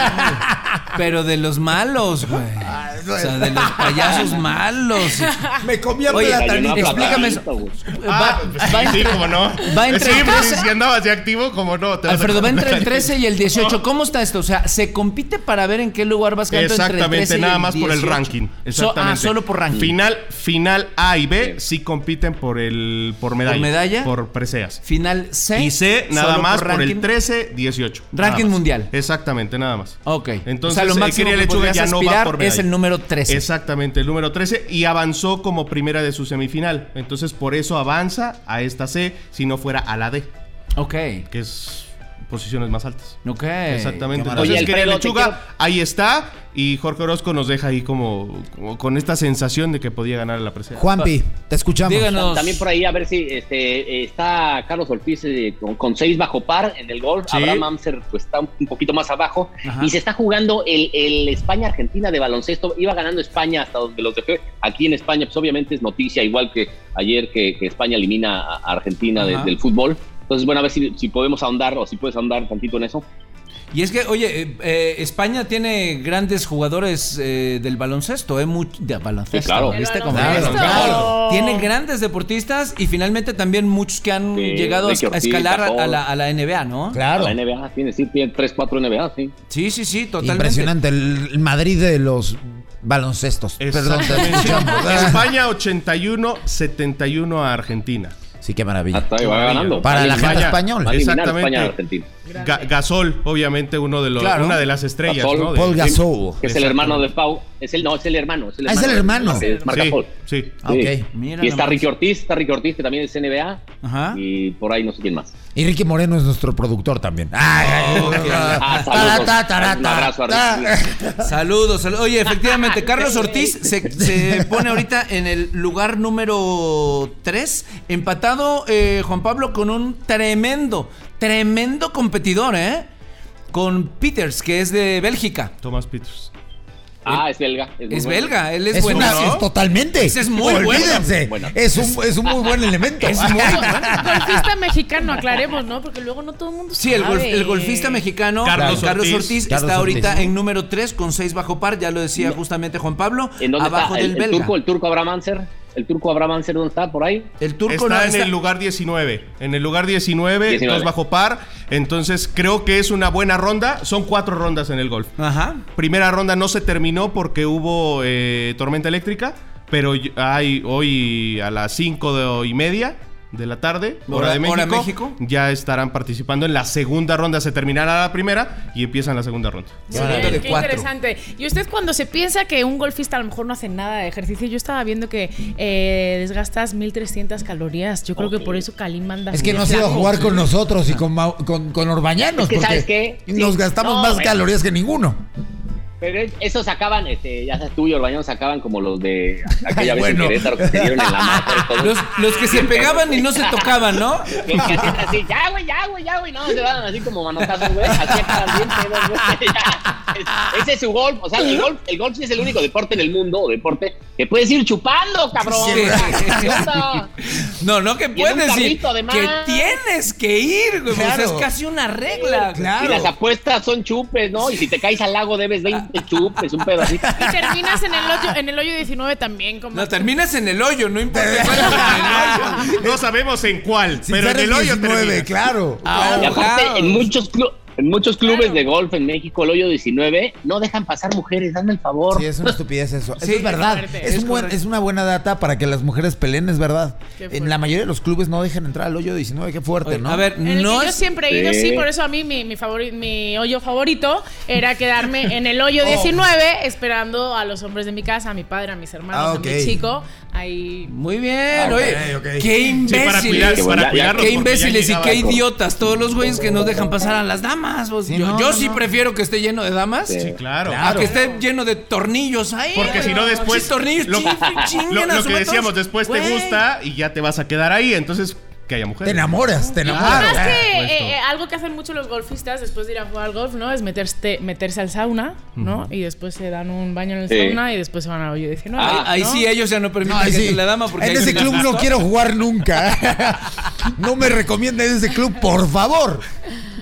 [SPEAKER 2] Pero de los malos, güey.
[SPEAKER 7] Ah,
[SPEAKER 2] O sea, de los payasos malos.
[SPEAKER 6] Me comí a
[SPEAKER 2] Oye,
[SPEAKER 6] platanito.
[SPEAKER 3] Desayunó
[SPEAKER 2] explícame
[SPEAKER 3] platanito, güey.
[SPEAKER 7] Ah, pues, sí, como no.
[SPEAKER 2] va en
[SPEAKER 7] Sí,
[SPEAKER 2] tres
[SPEAKER 7] pues,
[SPEAKER 2] casas.
[SPEAKER 7] si andabas de activo, como no. te vas a
[SPEAKER 2] Alfredo, va entre el
[SPEAKER 7] acordar.
[SPEAKER 2] 13 y el
[SPEAKER 7] [LAUGHS]
[SPEAKER 2] 18. ¿Cómo está esto? O sea, se compite para ver en qué lugar vas quedando entre el
[SPEAKER 7] Exactamente,
[SPEAKER 2] 13 y
[SPEAKER 7] nada
[SPEAKER 2] el
[SPEAKER 7] más por el
[SPEAKER 2] 18?
[SPEAKER 7] ranking.
[SPEAKER 2] So- ah,
[SPEAKER 7] Exactamente.
[SPEAKER 2] solo por ranking.
[SPEAKER 7] Final final, final A y B sí compiten por el por medalla.
[SPEAKER 2] medalla?
[SPEAKER 7] Por preseas.
[SPEAKER 2] Final C.
[SPEAKER 7] Y C nada
[SPEAKER 2] solo
[SPEAKER 7] más por,
[SPEAKER 2] ranking.
[SPEAKER 7] el 13, 18. nada
[SPEAKER 2] Ranking
[SPEAKER 7] más.
[SPEAKER 2] mundial.
[SPEAKER 7] Exactamente, nada más.
[SPEAKER 2] Ok.
[SPEAKER 7] Entonces,
[SPEAKER 2] o sea, lo
[SPEAKER 7] eh,
[SPEAKER 2] máximo
[SPEAKER 7] Kenia
[SPEAKER 2] que
[SPEAKER 7] Lechuga
[SPEAKER 2] podrías
[SPEAKER 7] ya no va
[SPEAKER 2] aspirar
[SPEAKER 7] por
[SPEAKER 2] es
[SPEAKER 7] medalla.
[SPEAKER 2] el número 13.
[SPEAKER 7] Exactamente, el número 13 y avanzó como primera de su semifinal. Entonces, por eso avanza a esta C si no fuera a la D,
[SPEAKER 2] Ok.
[SPEAKER 7] que es posiciones más altas.
[SPEAKER 2] Ok.
[SPEAKER 7] Exactamente.
[SPEAKER 6] Qué
[SPEAKER 7] Entonces,
[SPEAKER 6] maravilla.
[SPEAKER 3] Oye,
[SPEAKER 7] Kenia
[SPEAKER 3] Alfredo, te
[SPEAKER 7] Lechuga,
[SPEAKER 3] quiero-
[SPEAKER 7] ahí está. Y Jorge Orozco nos deja ahí como, como con esta sensación de que podía ganar la presea.
[SPEAKER 6] Juanpi, te escuchamos.
[SPEAKER 2] Díganos.
[SPEAKER 3] También por ahí a ver si este, eh, está Carlos Ortiz eh, con, con seis bajo par en el golf.
[SPEAKER 2] Sí.
[SPEAKER 3] Abraham Amser pues, está un, un poquito más abajo.
[SPEAKER 2] Ajá.
[SPEAKER 3] Y se está jugando el, el España-Argentina de baloncesto. Iba ganando España hasta donde los dejé. Aquí en España, pues obviamente es noticia, igual que ayer que, que España elimina a a Argentina de-
[SPEAKER 2] Ajá.
[SPEAKER 3] del fútbol. Entonces, bueno, a ver si, si podemos ahondar o si puedes ahondar un tantito en eso.
[SPEAKER 2] Y es que, oye, eh, eh, España tiene grandes jugadores eh, del baloncesto, ¿eh? Much- de baloncesto.
[SPEAKER 3] Sí, claro.
[SPEAKER 2] ¿viste
[SPEAKER 5] Del
[SPEAKER 2] cómo
[SPEAKER 5] baloncesto.
[SPEAKER 2] es?
[SPEAKER 5] Claro, claro.
[SPEAKER 2] Tiene grandes deportistas y finalmente también muchos que han
[SPEAKER 3] Sí,
[SPEAKER 2] llegado a,
[SPEAKER 3] Ricky
[SPEAKER 2] a
[SPEAKER 3] Ortiz,
[SPEAKER 2] escalar a,
[SPEAKER 3] Gasol.
[SPEAKER 2] a la, a la NBA, ¿no?
[SPEAKER 4] Claro.
[SPEAKER 3] La NBA, tiene, sí, tiene 3-4 NBA, sí.
[SPEAKER 2] Sí, sí, sí, totalmente.
[SPEAKER 6] Impresionante, el el Madrid de los baloncestos. Perdón, te
[SPEAKER 7] Exactamente.
[SPEAKER 6] escuchamos.
[SPEAKER 2] [LAUGHS]
[SPEAKER 7] España 81, 71 a Argentina.
[SPEAKER 6] Sí, qué maravilla.
[SPEAKER 3] Hasta ahí va ganando.
[SPEAKER 6] Para
[SPEAKER 3] Va a
[SPEAKER 6] la gente
[SPEAKER 3] eliminar-
[SPEAKER 6] española.
[SPEAKER 3] va a eliminar
[SPEAKER 7] Exactamente.
[SPEAKER 3] España a Argentina.
[SPEAKER 7] Ga- Gasol, obviamente, uno de los,
[SPEAKER 2] Claro.
[SPEAKER 7] una de las estrellas,
[SPEAKER 3] Gasol,
[SPEAKER 7] ¿no? De-
[SPEAKER 6] Paul
[SPEAKER 3] Sí,
[SPEAKER 6] Gasol.
[SPEAKER 3] Que es el hermano de Pau. Es el, no, es el hermano. Es el
[SPEAKER 6] Ah,
[SPEAKER 3] hermano.
[SPEAKER 6] es el hermano.
[SPEAKER 3] Sí, es marca
[SPEAKER 7] sí,
[SPEAKER 3] Paul.
[SPEAKER 7] sí.
[SPEAKER 6] Ah, ok.
[SPEAKER 2] Mira
[SPEAKER 3] Y está
[SPEAKER 2] nomás. Ah.
[SPEAKER 3] Ricky Ortiz, está Ricky Ortiz, que también es NBA.
[SPEAKER 2] Ajá.
[SPEAKER 3] Y por ahí no sé quién más.
[SPEAKER 6] Y Ricky Moreno es nuestro productor también.
[SPEAKER 2] Oh,
[SPEAKER 6] Ay, ay, ay.
[SPEAKER 3] Ah,
[SPEAKER 6] Tarata,
[SPEAKER 3] saludos.
[SPEAKER 6] tarata,
[SPEAKER 3] Un abrazo a Ricky.
[SPEAKER 6] tarata.
[SPEAKER 2] Ah. Saludos, saludos. Oye,
[SPEAKER 3] [LAUGHS]
[SPEAKER 2] efectivamente, Carlos Ortiz se, se pone ahorita en el lugar número 3, empatado eh, Juan Pablo con un tremendo, tremendo competidor, ¿eh? Con Peters, que es de Bélgica.
[SPEAKER 7] Thomas Peters.
[SPEAKER 3] Ah, es belga. muy
[SPEAKER 2] Es
[SPEAKER 3] bueno.
[SPEAKER 2] belga, él es,
[SPEAKER 6] Es,
[SPEAKER 2] bueno.
[SPEAKER 6] una, es totalmente.
[SPEAKER 2] Ese es muy bueno.
[SPEAKER 6] Olvídense.
[SPEAKER 3] Bueno.
[SPEAKER 6] Es, un, es un muy buen elemento.
[SPEAKER 2] [LAUGHS] Es muy bueno.
[SPEAKER 5] Golfista mexicano, aclaremos, ¿no? Porque luego no todo el mundo
[SPEAKER 2] Sí, el, golf-
[SPEAKER 5] sabe.
[SPEAKER 2] el golfista mexicano
[SPEAKER 7] Carlos
[SPEAKER 2] Carlos, Ortiz,
[SPEAKER 7] Ortiz.
[SPEAKER 2] está
[SPEAKER 6] Carlos
[SPEAKER 2] ahorita
[SPEAKER 6] Ortiz.
[SPEAKER 2] en número 3 con 6 bajo par, ya lo decía justamente Juan Pablo,
[SPEAKER 3] ¿En dónde
[SPEAKER 2] abajo
[SPEAKER 3] está?
[SPEAKER 2] del
[SPEAKER 3] El, el
[SPEAKER 2] belga.
[SPEAKER 3] turco, el turco Abraham Anser. El turco Abraham Anser, ¿dónde está? Por ahí.
[SPEAKER 2] El turco
[SPEAKER 7] está
[SPEAKER 2] no
[SPEAKER 7] en
[SPEAKER 2] está-
[SPEAKER 7] el lugar 19. En el lugar 19,
[SPEAKER 3] 19.
[SPEAKER 7] dos bajo par. Entonces creo que es una buena ronda. Son cuatro rondas en el golf.
[SPEAKER 2] Ajá.
[SPEAKER 7] Primera ronda no se terminó porque hubo eh, tormenta eléctrica, pero y- hay hoy a las 5 de- y media de la tarde, hora,
[SPEAKER 2] Hora-
[SPEAKER 7] de México,
[SPEAKER 2] hora México.
[SPEAKER 7] ya estarán participando en la segunda ronda. Se terminará la primera y empiezan la segunda
[SPEAKER 2] [LAUGHS]
[SPEAKER 7] ronda.
[SPEAKER 5] Sí,
[SPEAKER 2] Yo hablando de
[SPEAKER 5] qué
[SPEAKER 2] cuatro.
[SPEAKER 5] interesante. Y usted cuando se piensa que un golfista a lo mejor no hace nada de ejercicio, yo estaba viendo que eh, desgastas 1300 calorías. Yo creo que por eso Kalim manda.
[SPEAKER 6] Es que no se iba a jugar con nosotros
[SPEAKER 2] Ah.
[SPEAKER 6] y con, Mau- con, con Orbañanos.
[SPEAKER 3] Es que,
[SPEAKER 6] porque
[SPEAKER 3] ¿sabes qué? Sí.
[SPEAKER 6] Nos gastamos
[SPEAKER 3] No,
[SPEAKER 6] más
[SPEAKER 3] bueno.
[SPEAKER 6] calorías que ninguno.
[SPEAKER 3] Pero es- esos sacaban, este, ya sabes tú y Orbañón sacaban como los de aquella vez
[SPEAKER 6] Bueno.
[SPEAKER 3] en Querétaro que se dieron en la mata y todo.
[SPEAKER 2] Los, los que se pegaban y no se tocaban, ¿no?
[SPEAKER 3] [LAUGHS] Que que hacían así, ya, güey, ya, güey, ya, güey. No, se daban así como manotazos, güey. Así acaban bien pedos, güey. [LAUGHS] Ya. Ese es su golf. O sea, el golf, el golf sí es el único deporte en el mundo, o deporte, que puedes ir chupando, cabrón.
[SPEAKER 2] Sí.
[SPEAKER 3] O sea, ¿qué onda?
[SPEAKER 2] No, no que puedes ir.
[SPEAKER 3] carrito, además.
[SPEAKER 2] Que tienes que ir, güey.
[SPEAKER 6] Claro.
[SPEAKER 2] O sea, es casi una regla.
[SPEAKER 3] Y las apuestas son chupes, ¿no? Y si te caes al lago debes 20 chupes, un pedacito.
[SPEAKER 5] Y terminas en el hoyo, en el hoyo 19 también. Como
[SPEAKER 2] No, terminas en el hoyo, no importa. [LAUGHS] cuál es el hoyo.
[SPEAKER 7] No sabemos en cuál, pero en el hoyo
[SPEAKER 6] 9,
[SPEAKER 7] termina.
[SPEAKER 6] claro.
[SPEAKER 2] Ah,
[SPEAKER 3] Y aparte, en muchos clubes. En muchos clubes
[SPEAKER 5] Claro.
[SPEAKER 3] de golf en México, el hoyo 19, no dejan pasar mujeres, dame el favor.
[SPEAKER 6] Sí, es una estupidez eso.
[SPEAKER 2] Sí,
[SPEAKER 6] eso es verdad.
[SPEAKER 5] es
[SPEAKER 6] Es, un buen-
[SPEAKER 2] correcto.
[SPEAKER 6] es una buena data para que las mujeres peleen, es verdad.
[SPEAKER 5] Qué fuerte.
[SPEAKER 6] En la mayoría de los clubes no dejan entrar al hoyo 19, qué fuerte,
[SPEAKER 2] Oye,
[SPEAKER 6] ¿no?
[SPEAKER 2] A ver,
[SPEAKER 5] En el
[SPEAKER 2] no
[SPEAKER 5] que yo
[SPEAKER 2] es-
[SPEAKER 5] siempre he ido,
[SPEAKER 3] Sí.
[SPEAKER 5] sí, por eso a mí mi, mi, favori- mi hoyo favorito era quedarme en el
[SPEAKER 6] [LAUGHS] Oh.
[SPEAKER 5] hoyo 19 esperando a los hombres de mi casa, a mi padre, a mis hermanos,
[SPEAKER 6] Ah,
[SPEAKER 5] a
[SPEAKER 6] ok.
[SPEAKER 5] mi chico. Ahí.
[SPEAKER 2] Muy bien,
[SPEAKER 3] Ah,
[SPEAKER 2] oye.
[SPEAKER 6] ok, ok.
[SPEAKER 2] Qué
[SPEAKER 7] Sí, para
[SPEAKER 2] imbéciles.
[SPEAKER 7] cuidar-
[SPEAKER 3] Qué bueno, ya-
[SPEAKER 7] para
[SPEAKER 3] ya-
[SPEAKER 7] cuidarlos,
[SPEAKER 2] Qué
[SPEAKER 7] porque ya
[SPEAKER 2] imbéciles y
[SPEAKER 7] llegaba
[SPEAKER 2] qué
[SPEAKER 7] el corte.
[SPEAKER 2] idiotas todos los güeyes que no dejan pasar a las damas. pues.
[SPEAKER 6] Sí,
[SPEAKER 2] yo
[SPEAKER 6] no,
[SPEAKER 2] yo
[SPEAKER 6] no,
[SPEAKER 2] sí
[SPEAKER 6] no.
[SPEAKER 2] prefiero que esté lleno de damas.
[SPEAKER 7] Sí, claro.
[SPEAKER 2] A que esté lleno de tornillos ahí.
[SPEAKER 7] Porque
[SPEAKER 2] güey.
[SPEAKER 7] si no después-
[SPEAKER 2] Sí, tornillos,
[SPEAKER 7] [LAUGHS] lo-
[SPEAKER 2] chin- chinguen
[SPEAKER 7] Lo,
[SPEAKER 2] a
[SPEAKER 7] lo
[SPEAKER 2] su
[SPEAKER 7] que
[SPEAKER 2] madre.
[SPEAKER 7] decíamos, después te
[SPEAKER 2] Güey.
[SPEAKER 7] gusta y ya te vas a quedar ahí. Entonces, que haya
[SPEAKER 6] Te
[SPEAKER 7] mujeres.
[SPEAKER 6] enamoras, te enamoras.
[SPEAKER 5] Además que
[SPEAKER 7] por
[SPEAKER 5] eh,
[SPEAKER 7] supuesto.
[SPEAKER 5] eh, algo que hacen mucho los golfistas después de ir a jugar al golf, ¿no? Es meterse, meterse al sauna, ¿no? Y después se dan un baño en el
[SPEAKER 3] Sí.
[SPEAKER 5] sauna y después se van al hoyo 19.
[SPEAKER 2] Ahí, Ah,
[SPEAKER 7] ah,
[SPEAKER 2] ahí
[SPEAKER 5] ¿no?
[SPEAKER 2] sí ellos ya no permiten
[SPEAKER 6] No, ahí
[SPEAKER 2] que
[SPEAKER 6] sí.
[SPEAKER 2] entre la dama porque
[SPEAKER 6] en
[SPEAKER 2] ahí
[SPEAKER 6] ese
[SPEAKER 2] sí les
[SPEAKER 6] club no
[SPEAKER 2] gustó.
[SPEAKER 6] [LAUGHS] quiero jugar nunca. no me recomienden ese club, por favor.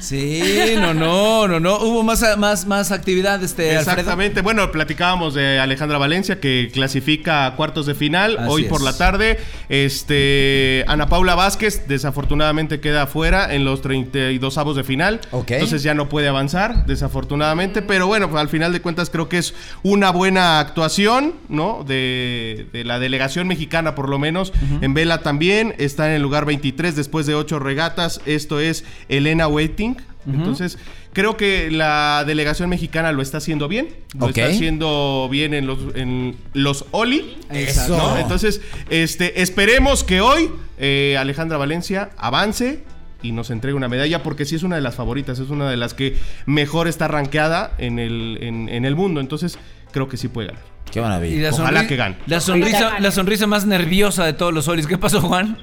[SPEAKER 2] Sí, no, no, no, no. Hubo más, más, más actividad, este, Alfredo.
[SPEAKER 7] Exactamente. Bueno, platicábamos de Alejandra Valencia que clasifica a cuartos de final
[SPEAKER 2] Así
[SPEAKER 7] hoy
[SPEAKER 2] es.
[SPEAKER 7] por la tarde. Este Ana Paula Vázquez desafortunadamente queda afuera en los 32 avos de final.
[SPEAKER 6] Ok.
[SPEAKER 7] Entonces ya no puede avanzar, desafortunadamente, pero bueno, pues, al final de cuentas creo que es una buena actuación, ¿no? De, de la delegación mexicana por lo menos. En vela también está en el lugar 23 después de ocho regatas. Esto es Elena Waiting. Entonces, creo que la delegación mexicana lo está haciendo bien. Lo
[SPEAKER 6] Ok.
[SPEAKER 7] está haciendo bien en los, en los Oli.
[SPEAKER 2] Exacto.
[SPEAKER 7] ¿no? Entonces, este, esperemos que hoy eh, Alejandra Valencia avance y nos entregue una medalla, porque sí es una de las favoritas, es una de las que mejor está rankeada en el, en, en el mundo. Entonces, creo que sí puede ganar.
[SPEAKER 6] Qué
[SPEAKER 2] Y
[SPEAKER 6] maravilla.
[SPEAKER 2] la
[SPEAKER 7] Ojalá
[SPEAKER 2] sonri-
[SPEAKER 7] que gane.
[SPEAKER 2] La sonrisa, la sonrisa más nerviosa de todos los solis. ¿Qué pasó, Juan?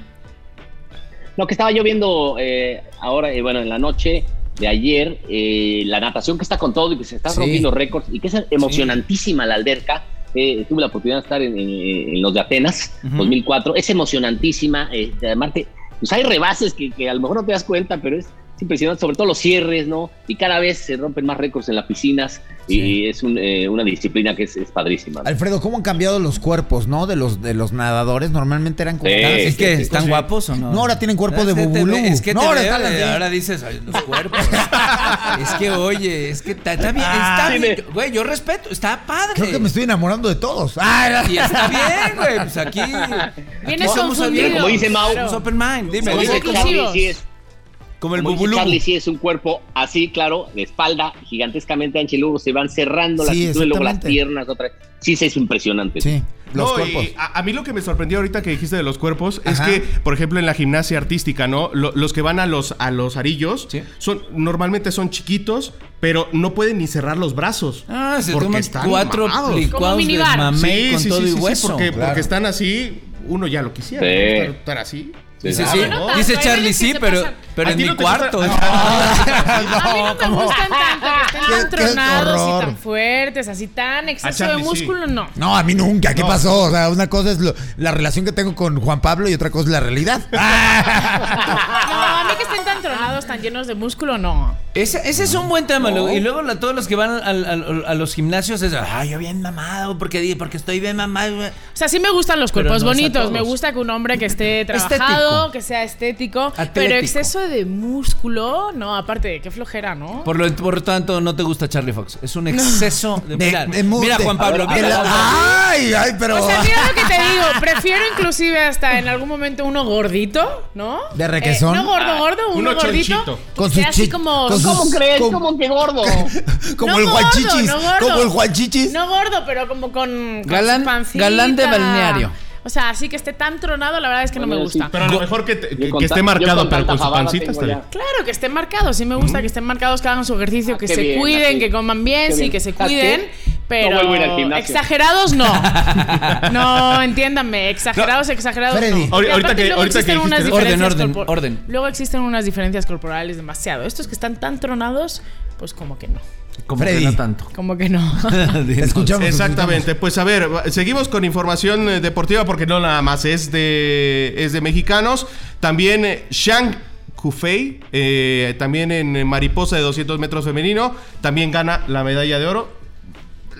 [SPEAKER 3] Lo que estaba yo viendo eh, ahora, eh, bueno, en la noche de ayer, eh, la natación que está con todo y que se está
[SPEAKER 6] Sí.
[SPEAKER 3] rompiendo récords y que es emocionantísima la alberca. Eh, tuve la oportunidad de estar en, en- en los de Atenas, 2004. Es emocionantísima. eh, además, te- pues hay rebases que, que a lo mejor no te das cuenta, pero es, es impresionante, sobre todo los cierres, ¿no? Y cada vez se rompen más récords en las piscinas
[SPEAKER 6] Sí.
[SPEAKER 3] y es un, eh, una disciplina que es, es padrísima. ¿no?
[SPEAKER 6] Alfredo, ¿cómo han cambiado los cuerpos, no? De los, de los nadadores, normalmente eran como...
[SPEAKER 3] Sí.
[SPEAKER 6] cada
[SPEAKER 2] ¿Es
[SPEAKER 6] siete,
[SPEAKER 2] que
[SPEAKER 6] cinco,
[SPEAKER 2] están
[SPEAKER 6] sí.
[SPEAKER 2] guapos o no? Ah,
[SPEAKER 6] No, ahora tienen cuerpo de
[SPEAKER 2] Es que te
[SPEAKER 6] bubulú.
[SPEAKER 2] ve- Es que
[SPEAKER 6] No,
[SPEAKER 2] te
[SPEAKER 6] ahora
[SPEAKER 2] veo,
[SPEAKER 6] están
[SPEAKER 2] y
[SPEAKER 6] así.
[SPEAKER 2] ahora dices, ay,
[SPEAKER 6] [LAUGHS]
[SPEAKER 2] los cuerpos. es que, oye, es que está, está bien. Está
[SPEAKER 3] sí,
[SPEAKER 2] bien.
[SPEAKER 3] me-
[SPEAKER 2] Güey, yo respeto. Está padre.
[SPEAKER 6] Ah, Creo que me estoy enamorando de todos. Ah,
[SPEAKER 2] Y está bien, güey. Pues aquí.
[SPEAKER 5] Vienes confundido.
[SPEAKER 3] abiertos. Como dice Mau.
[SPEAKER 2] Somos open mind. Dime,
[SPEAKER 3] Como
[SPEAKER 5] Somos
[SPEAKER 3] dice
[SPEAKER 2] dime.
[SPEAKER 5] inclusivos.
[SPEAKER 3] Charlie, sí es-
[SPEAKER 2] Como el
[SPEAKER 3] Como dice
[SPEAKER 2] bubulú.
[SPEAKER 3] Charlie, sí es un cuerpo así, claro, de espalda, gigantescamente ancha y luego se van cerrando las
[SPEAKER 6] Sí,
[SPEAKER 3] actitudes, luego las
[SPEAKER 6] exactamente.
[SPEAKER 3] piernas, otra vez. Sí, sí, es impresionante.
[SPEAKER 6] Sí, los
[SPEAKER 7] No, y
[SPEAKER 6] cuerpos.
[SPEAKER 7] a, a mí lo que me sorprendió ahorita que dijiste de los cuerpos es
[SPEAKER 6] Ajá.
[SPEAKER 7] que, por ejemplo, en la gimnasia artística, ¿no? Lo- los que van a los, a los arillos
[SPEAKER 2] Sí.
[SPEAKER 7] son, normalmente son chiquitos, pero no pueden ni cerrar los brazos.
[SPEAKER 2] Ah, se
[SPEAKER 7] porque
[SPEAKER 2] toman
[SPEAKER 7] están
[SPEAKER 2] cuatro
[SPEAKER 7] mamados.
[SPEAKER 5] Como
[SPEAKER 2] licuados de
[SPEAKER 5] minibar.
[SPEAKER 2] mamey con todo y hueso.
[SPEAKER 7] porque,
[SPEAKER 6] claro.
[SPEAKER 7] porque están así, uno ya lo quisiera.
[SPEAKER 3] Sí.
[SPEAKER 7] ¿no? Estar, estar así.
[SPEAKER 2] Dice,
[SPEAKER 7] Ah,
[SPEAKER 2] sí,
[SPEAKER 7] ¿no?
[SPEAKER 5] notas,
[SPEAKER 2] dice
[SPEAKER 5] hay
[SPEAKER 2] Charlie,
[SPEAKER 5] veces que
[SPEAKER 2] sí,
[SPEAKER 5] se
[SPEAKER 2] pero,
[SPEAKER 5] pasan.
[SPEAKER 2] pero
[SPEAKER 7] ¿A
[SPEAKER 2] en
[SPEAKER 7] ti
[SPEAKER 2] mi
[SPEAKER 7] no te gusta-
[SPEAKER 2] cuarto. [LAUGHS] Ah.
[SPEAKER 5] A mí no me gustan tanto que estén tan
[SPEAKER 6] Qué- qué
[SPEAKER 5] tronados
[SPEAKER 6] horror.
[SPEAKER 5] y tan fuertes, así tan exceso de
[SPEAKER 7] Charlie, sí.
[SPEAKER 2] [LAUGHS]
[SPEAKER 5] músculo, no.
[SPEAKER 6] No, a mí nunca. ¿Qué
[SPEAKER 7] No.
[SPEAKER 6] pasó? O sea, una cosa es lo- la relación que tengo con Juan Pablo y otra cosa es la
[SPEAKER 2] [LAUGHS]
[SPEAKER 6] realidad. [LAUGHS]
[SPEAKER 5] No, a mí que estén tan tronados, tan llenos de músculo, no.
[SPEAKER 2] Ese, ese es un buen tema. luego- Y luego la- todos los que van al- al- a los gimnasios es, ay, yo bien mamado, porque, di- porque estoy bien mamado.
[SPEAKER 5] O sea, sí me gustan los
[SPEAKER 2] Pero
[SPEAKER 5] cuerpos
[SPEAKER 2] no es a
[SPEAKER 5] bonitos.
[SPEAKER 2] todos.
[SPEAKER 5] Me gusta que un hombre que esté
[SPEAKER 2] Estético.
[SPEAKER 5] trabajado, que sea estético. Pero
[SPEAKER 2] Atlético.
[SPEAKER 5] exceso de músculo, no, aparte, qué flojera, ¿no?
[SPEAKER 2] Por lo por tanto, no te gusta Charlie Fox. Es un exceso de, mira,
[SPEAKER 6] De- de mu-
[SPEAKER 2] mira,
[SPEAKER 6] de-
[SPEAKER 2] Juan Pablo.
[SPEAKER 6] de
[SPEAKER 2] mira,
[SPEAKER 6] la-
[SPEAKER 2] Juan Pablo.
[SPEAKER 6] ay, ay, pero.
[SPEAKER 5] O sea, mira lo que te digo. Prefiero inclusive hasta en algún momento uno gordito, ¿no? Eh,
[SPEAKER 6] De requesón.
[SPEAKER 5] no gordo, gordo, uno,
[SPEAKER 7] uno
[SPEAKER 5] gordito.
[SPEAKER 7] chonchito.
[SPEAKER 5] que
[SPEAKER 6] Con
[SPEAKER 5] sea
[SPEAKER 6] sus
[SPEAKER 5] así
[SPEAKER 6] chi-
[SPEAKER 5] como.
[SPEAKER 6] con
[SPEAKER 5] como
[SPEAKER 3] ¿Cómo
[SPEAKER 6] sus-
[SPEAKER 3] crees?
[SPEAKER 6] ¿Cómo?
[SPEAKER 3] ¿Cómo
[SPEAKER 2] [LAUGHS]
[SPEAKER 3] que gordo?
[SPEAKER 6] como
[SPEAKER 5] no
[SPEAKER 6] el
[SPEAKER 5] gordo,
[SPEAKER 6] Juanchichis.
[SPEAKER 5] no gordo.
[SPEAKER 6] como el Juanchichis.
[SPEAKER 5] No gordo, pero como con. con
[SPEAKER 2] Galán-
[SPEAKER 5] su pancita.
[SPEAKER 2] galán de balneario.
[SPEAKER 5] O sea, así que esté tan tronado, la verdad es que no me
[SPEAKER 3] Bueno, sí,
[SPEAKER 5] gusta.
[SPEAKER 7] [LAUGHS] Pero a lo
[SPEAKER 2] Go-
[SPEAKER 7] mejor que, te-
[SPEAKER 3] Yo
[SPEAKER 7] que-
[SPEAKER 3] con
[SPEAKER 7] que
[SPEAKER 3] ta-
[SPEAKER 7] esté
[SPEAKER 3] yo
[SPEAKER 7] marcado, pero
[SPEAKER 3] tanta
[SPEAKER 7] con su
[SPEAKER 3] fabada
[SPEAKER 7] pancita
[SPEAKER 3] tengo
[SPEAKER 7] está bien.
[SPEAKER 3] ya.
[SPEAKER 5] Claro, que estén marcados. Sí me gusta que estén marcados, que hagan su
[SPEAKER 3] Mm.
[SPEAKER 5] ejercicio,
[SPEAKER 3] Ah,
[SPEAKER 5] que
[SPEAKER 3] qué
[SPEAKER 5] se
[SPEAKER 3] bien,
[SPEAKER 5] cuiden,
[SPEAKER 3] así.
[SPEAKER 5] que coman bien,
[SPEAKER 3] Qué
[SPEAKER 5] sí,
[SPEAKER 3] bien.
[SPEAKER 5] que se
[SPEAKER 3] ¿Sabes qué?
[SPEAKER 5] cuiden. Pero
[SPEAKER 3] No vuelvo a ir al gimnasio. [LAUGHS]
[SPEAKER 5] exagerados no. No, entiéndanme. Exagerados, exagerados
[SPEAKER 6] Freddy.
[SPEAKER 5] no.
[SPEAKER 7] Ahori-
[SPEAKER 5] Y
[SPEAKER 7] ahorita
[SPEAKER 5] aparte
[SPEAKER 7] que-
[SPEAKER 5] luego
[SPEAKER 7] ahorita que
[SPEAKER 5] existen unas
[SPEAKER 7] dijiste-
[SPEAKER 2] Orden,
[SPEAKER 5] diferencias
[SPEAKER 2] orden,
[SPEAKER 5] corpor-
[SPEAKER 2] orden.
[SPEAKER 5] Luego existen unas diferencias corporales demasiado. Estos que están tan tronados, pues como que no.
[SPEAKER 2] Como que
[SPEAKER 6] Freddy.
[SPEAKER 2] no
[SPEAKER 6] [LAUGHS]
[SPEAKER 2] tanto.
[SPEAKER 5] Como
[SPEAKER 2] [LAUGHS]
[SPEAKER 5] que no.
[SPEAKER 6] Te escuchamos. te
[SPEAKER 7] Exactamente, pues a ver, va- seguimos con información eh, deportiva porque no nada más es de, es de mexicanos. También eh, Shang Kufei, eh, también en eh, mariposa de 200 metros femenino, también gana la medalla de oro.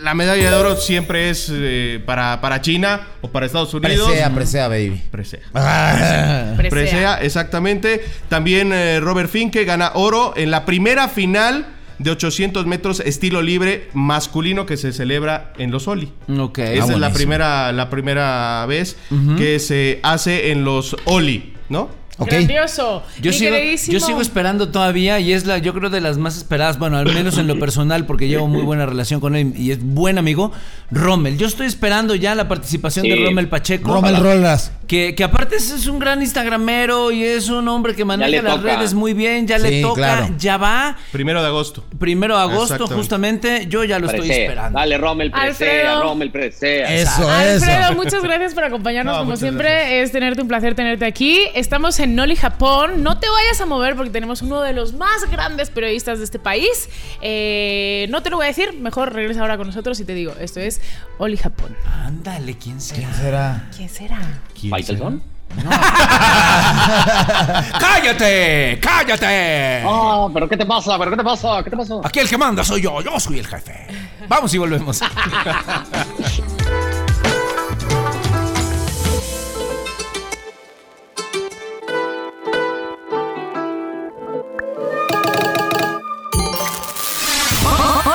[SPEAKER 7] La medalla de oro siempre es eh, para, para China o para Estados
[SPEAKER 6] escuchamos.
[SPEAKER 7] Unidos.
[SPEAKER 6] Presea, presea, baby.
[SPEAKER 7] Presea.
[SPEAKER 2] [LAUGHS]
[SPEAKER 6] Ah.
[SPEAKER 5] Presea.
[SPEAKER 7] Presea, exactamente. También eh, Robert Finke gana oro en la primera final de 800 metros estilo libre masculino que se celebra en los Oli.
[SPEAKER 6] Ah,
[SPEAKER 2] Ok.
[SPEAKER 7] Esa es la
[SPEAKER 6] buenísimo.
[SPEAKER 7] primera, la primera vez que se hace en los Oli, ¿no?
[SPEAKER 6] Ok.
[SPEAKER 5] Grandioso.
[SPEAKER 2] Yo
[SPEAKER 5] Mi
[SPEAKER 2] sigo,
[SPEAKER 5] queridísimo-
[SPEAKER 2] yo sigo esperando todavía y es la, yo creo de las más esperadas, bueno, al menos en lo personal, porque llevo muy buena relación con él y es buen amigo, Rommel. Yo estoy esperando ya la participación de
[SPEAKER 3] Sí.
[SPEAKER 2] Rommel Pacheco.
[SPEAKER 6] Rommel Rolas.
[SPEAKER 2] Que, que aparte es, es un gran instagramero y es un hombre que maneja
[SPEAKER 3] le
[SPEAKER 2] las
[SPEAKER 3] toca.
[SPEAKER 2] redes muy bien, ya le
[SPEAKER 6] Sí,
[SPEAKER 2] toca,
[SPEAKER 6] claro.
[SPEAKER 2] ya va.
[SPEAKER 7] Primero de agosto.
[SPEAKER 2] Primero de agosto,
[SPEAKER 7] Exactamente.
[SPEAKER 2] justamente, yo ya lo estoy
[SPEAKER 3] Presea.
[SPEAKER 2] esperando.
[SPEAKER 3] Dale, Rommel, presea,
[SPEAKER 5] Alfredo.
[SPEAKER 3] Rommel, presea.
[SPEAKER 6] Eso,
[SPEAKER 5] Alfredo,
[SPEAKER 6] eso.
[SPEAKER 5] muchas gracias por acompañarnos.
[SPEAKER 7] No,
[SPEAKER 5] Como
[SPEAKER 7] muchas
[SPEAKER 5] siempre,
[SPEAKER 7] gracias.
[SPEAKER 5] es tenerte un placer tenerte aquí. Estamos en Noli, Japón. No te vayas a mover porque tenemos uno de los más grandes periodistas de este país. Eh, no te lo voy a decir. Mejor regresa ahora con nosotros y te digo, esto es Oli Japón.
[SPEAKER 2] Ándale, ¿quién será?
[SPEAKER 6] Será.
[SPEAKER 5] ¿Quién será?
[SPEAKER 3] ¿Faitelson?
[SPEAKER 2] [LAUGHS] ¡Cállate! ¡Cállate!
[SPEAKER 3] Oh, pero ¿qué te pasa? ¿Pero qué te pasa? ¿Qué te pasa?
[SPEAKER 2] Aquí el que manda soy yo, yo soy el jefe. Vamos y volvemos.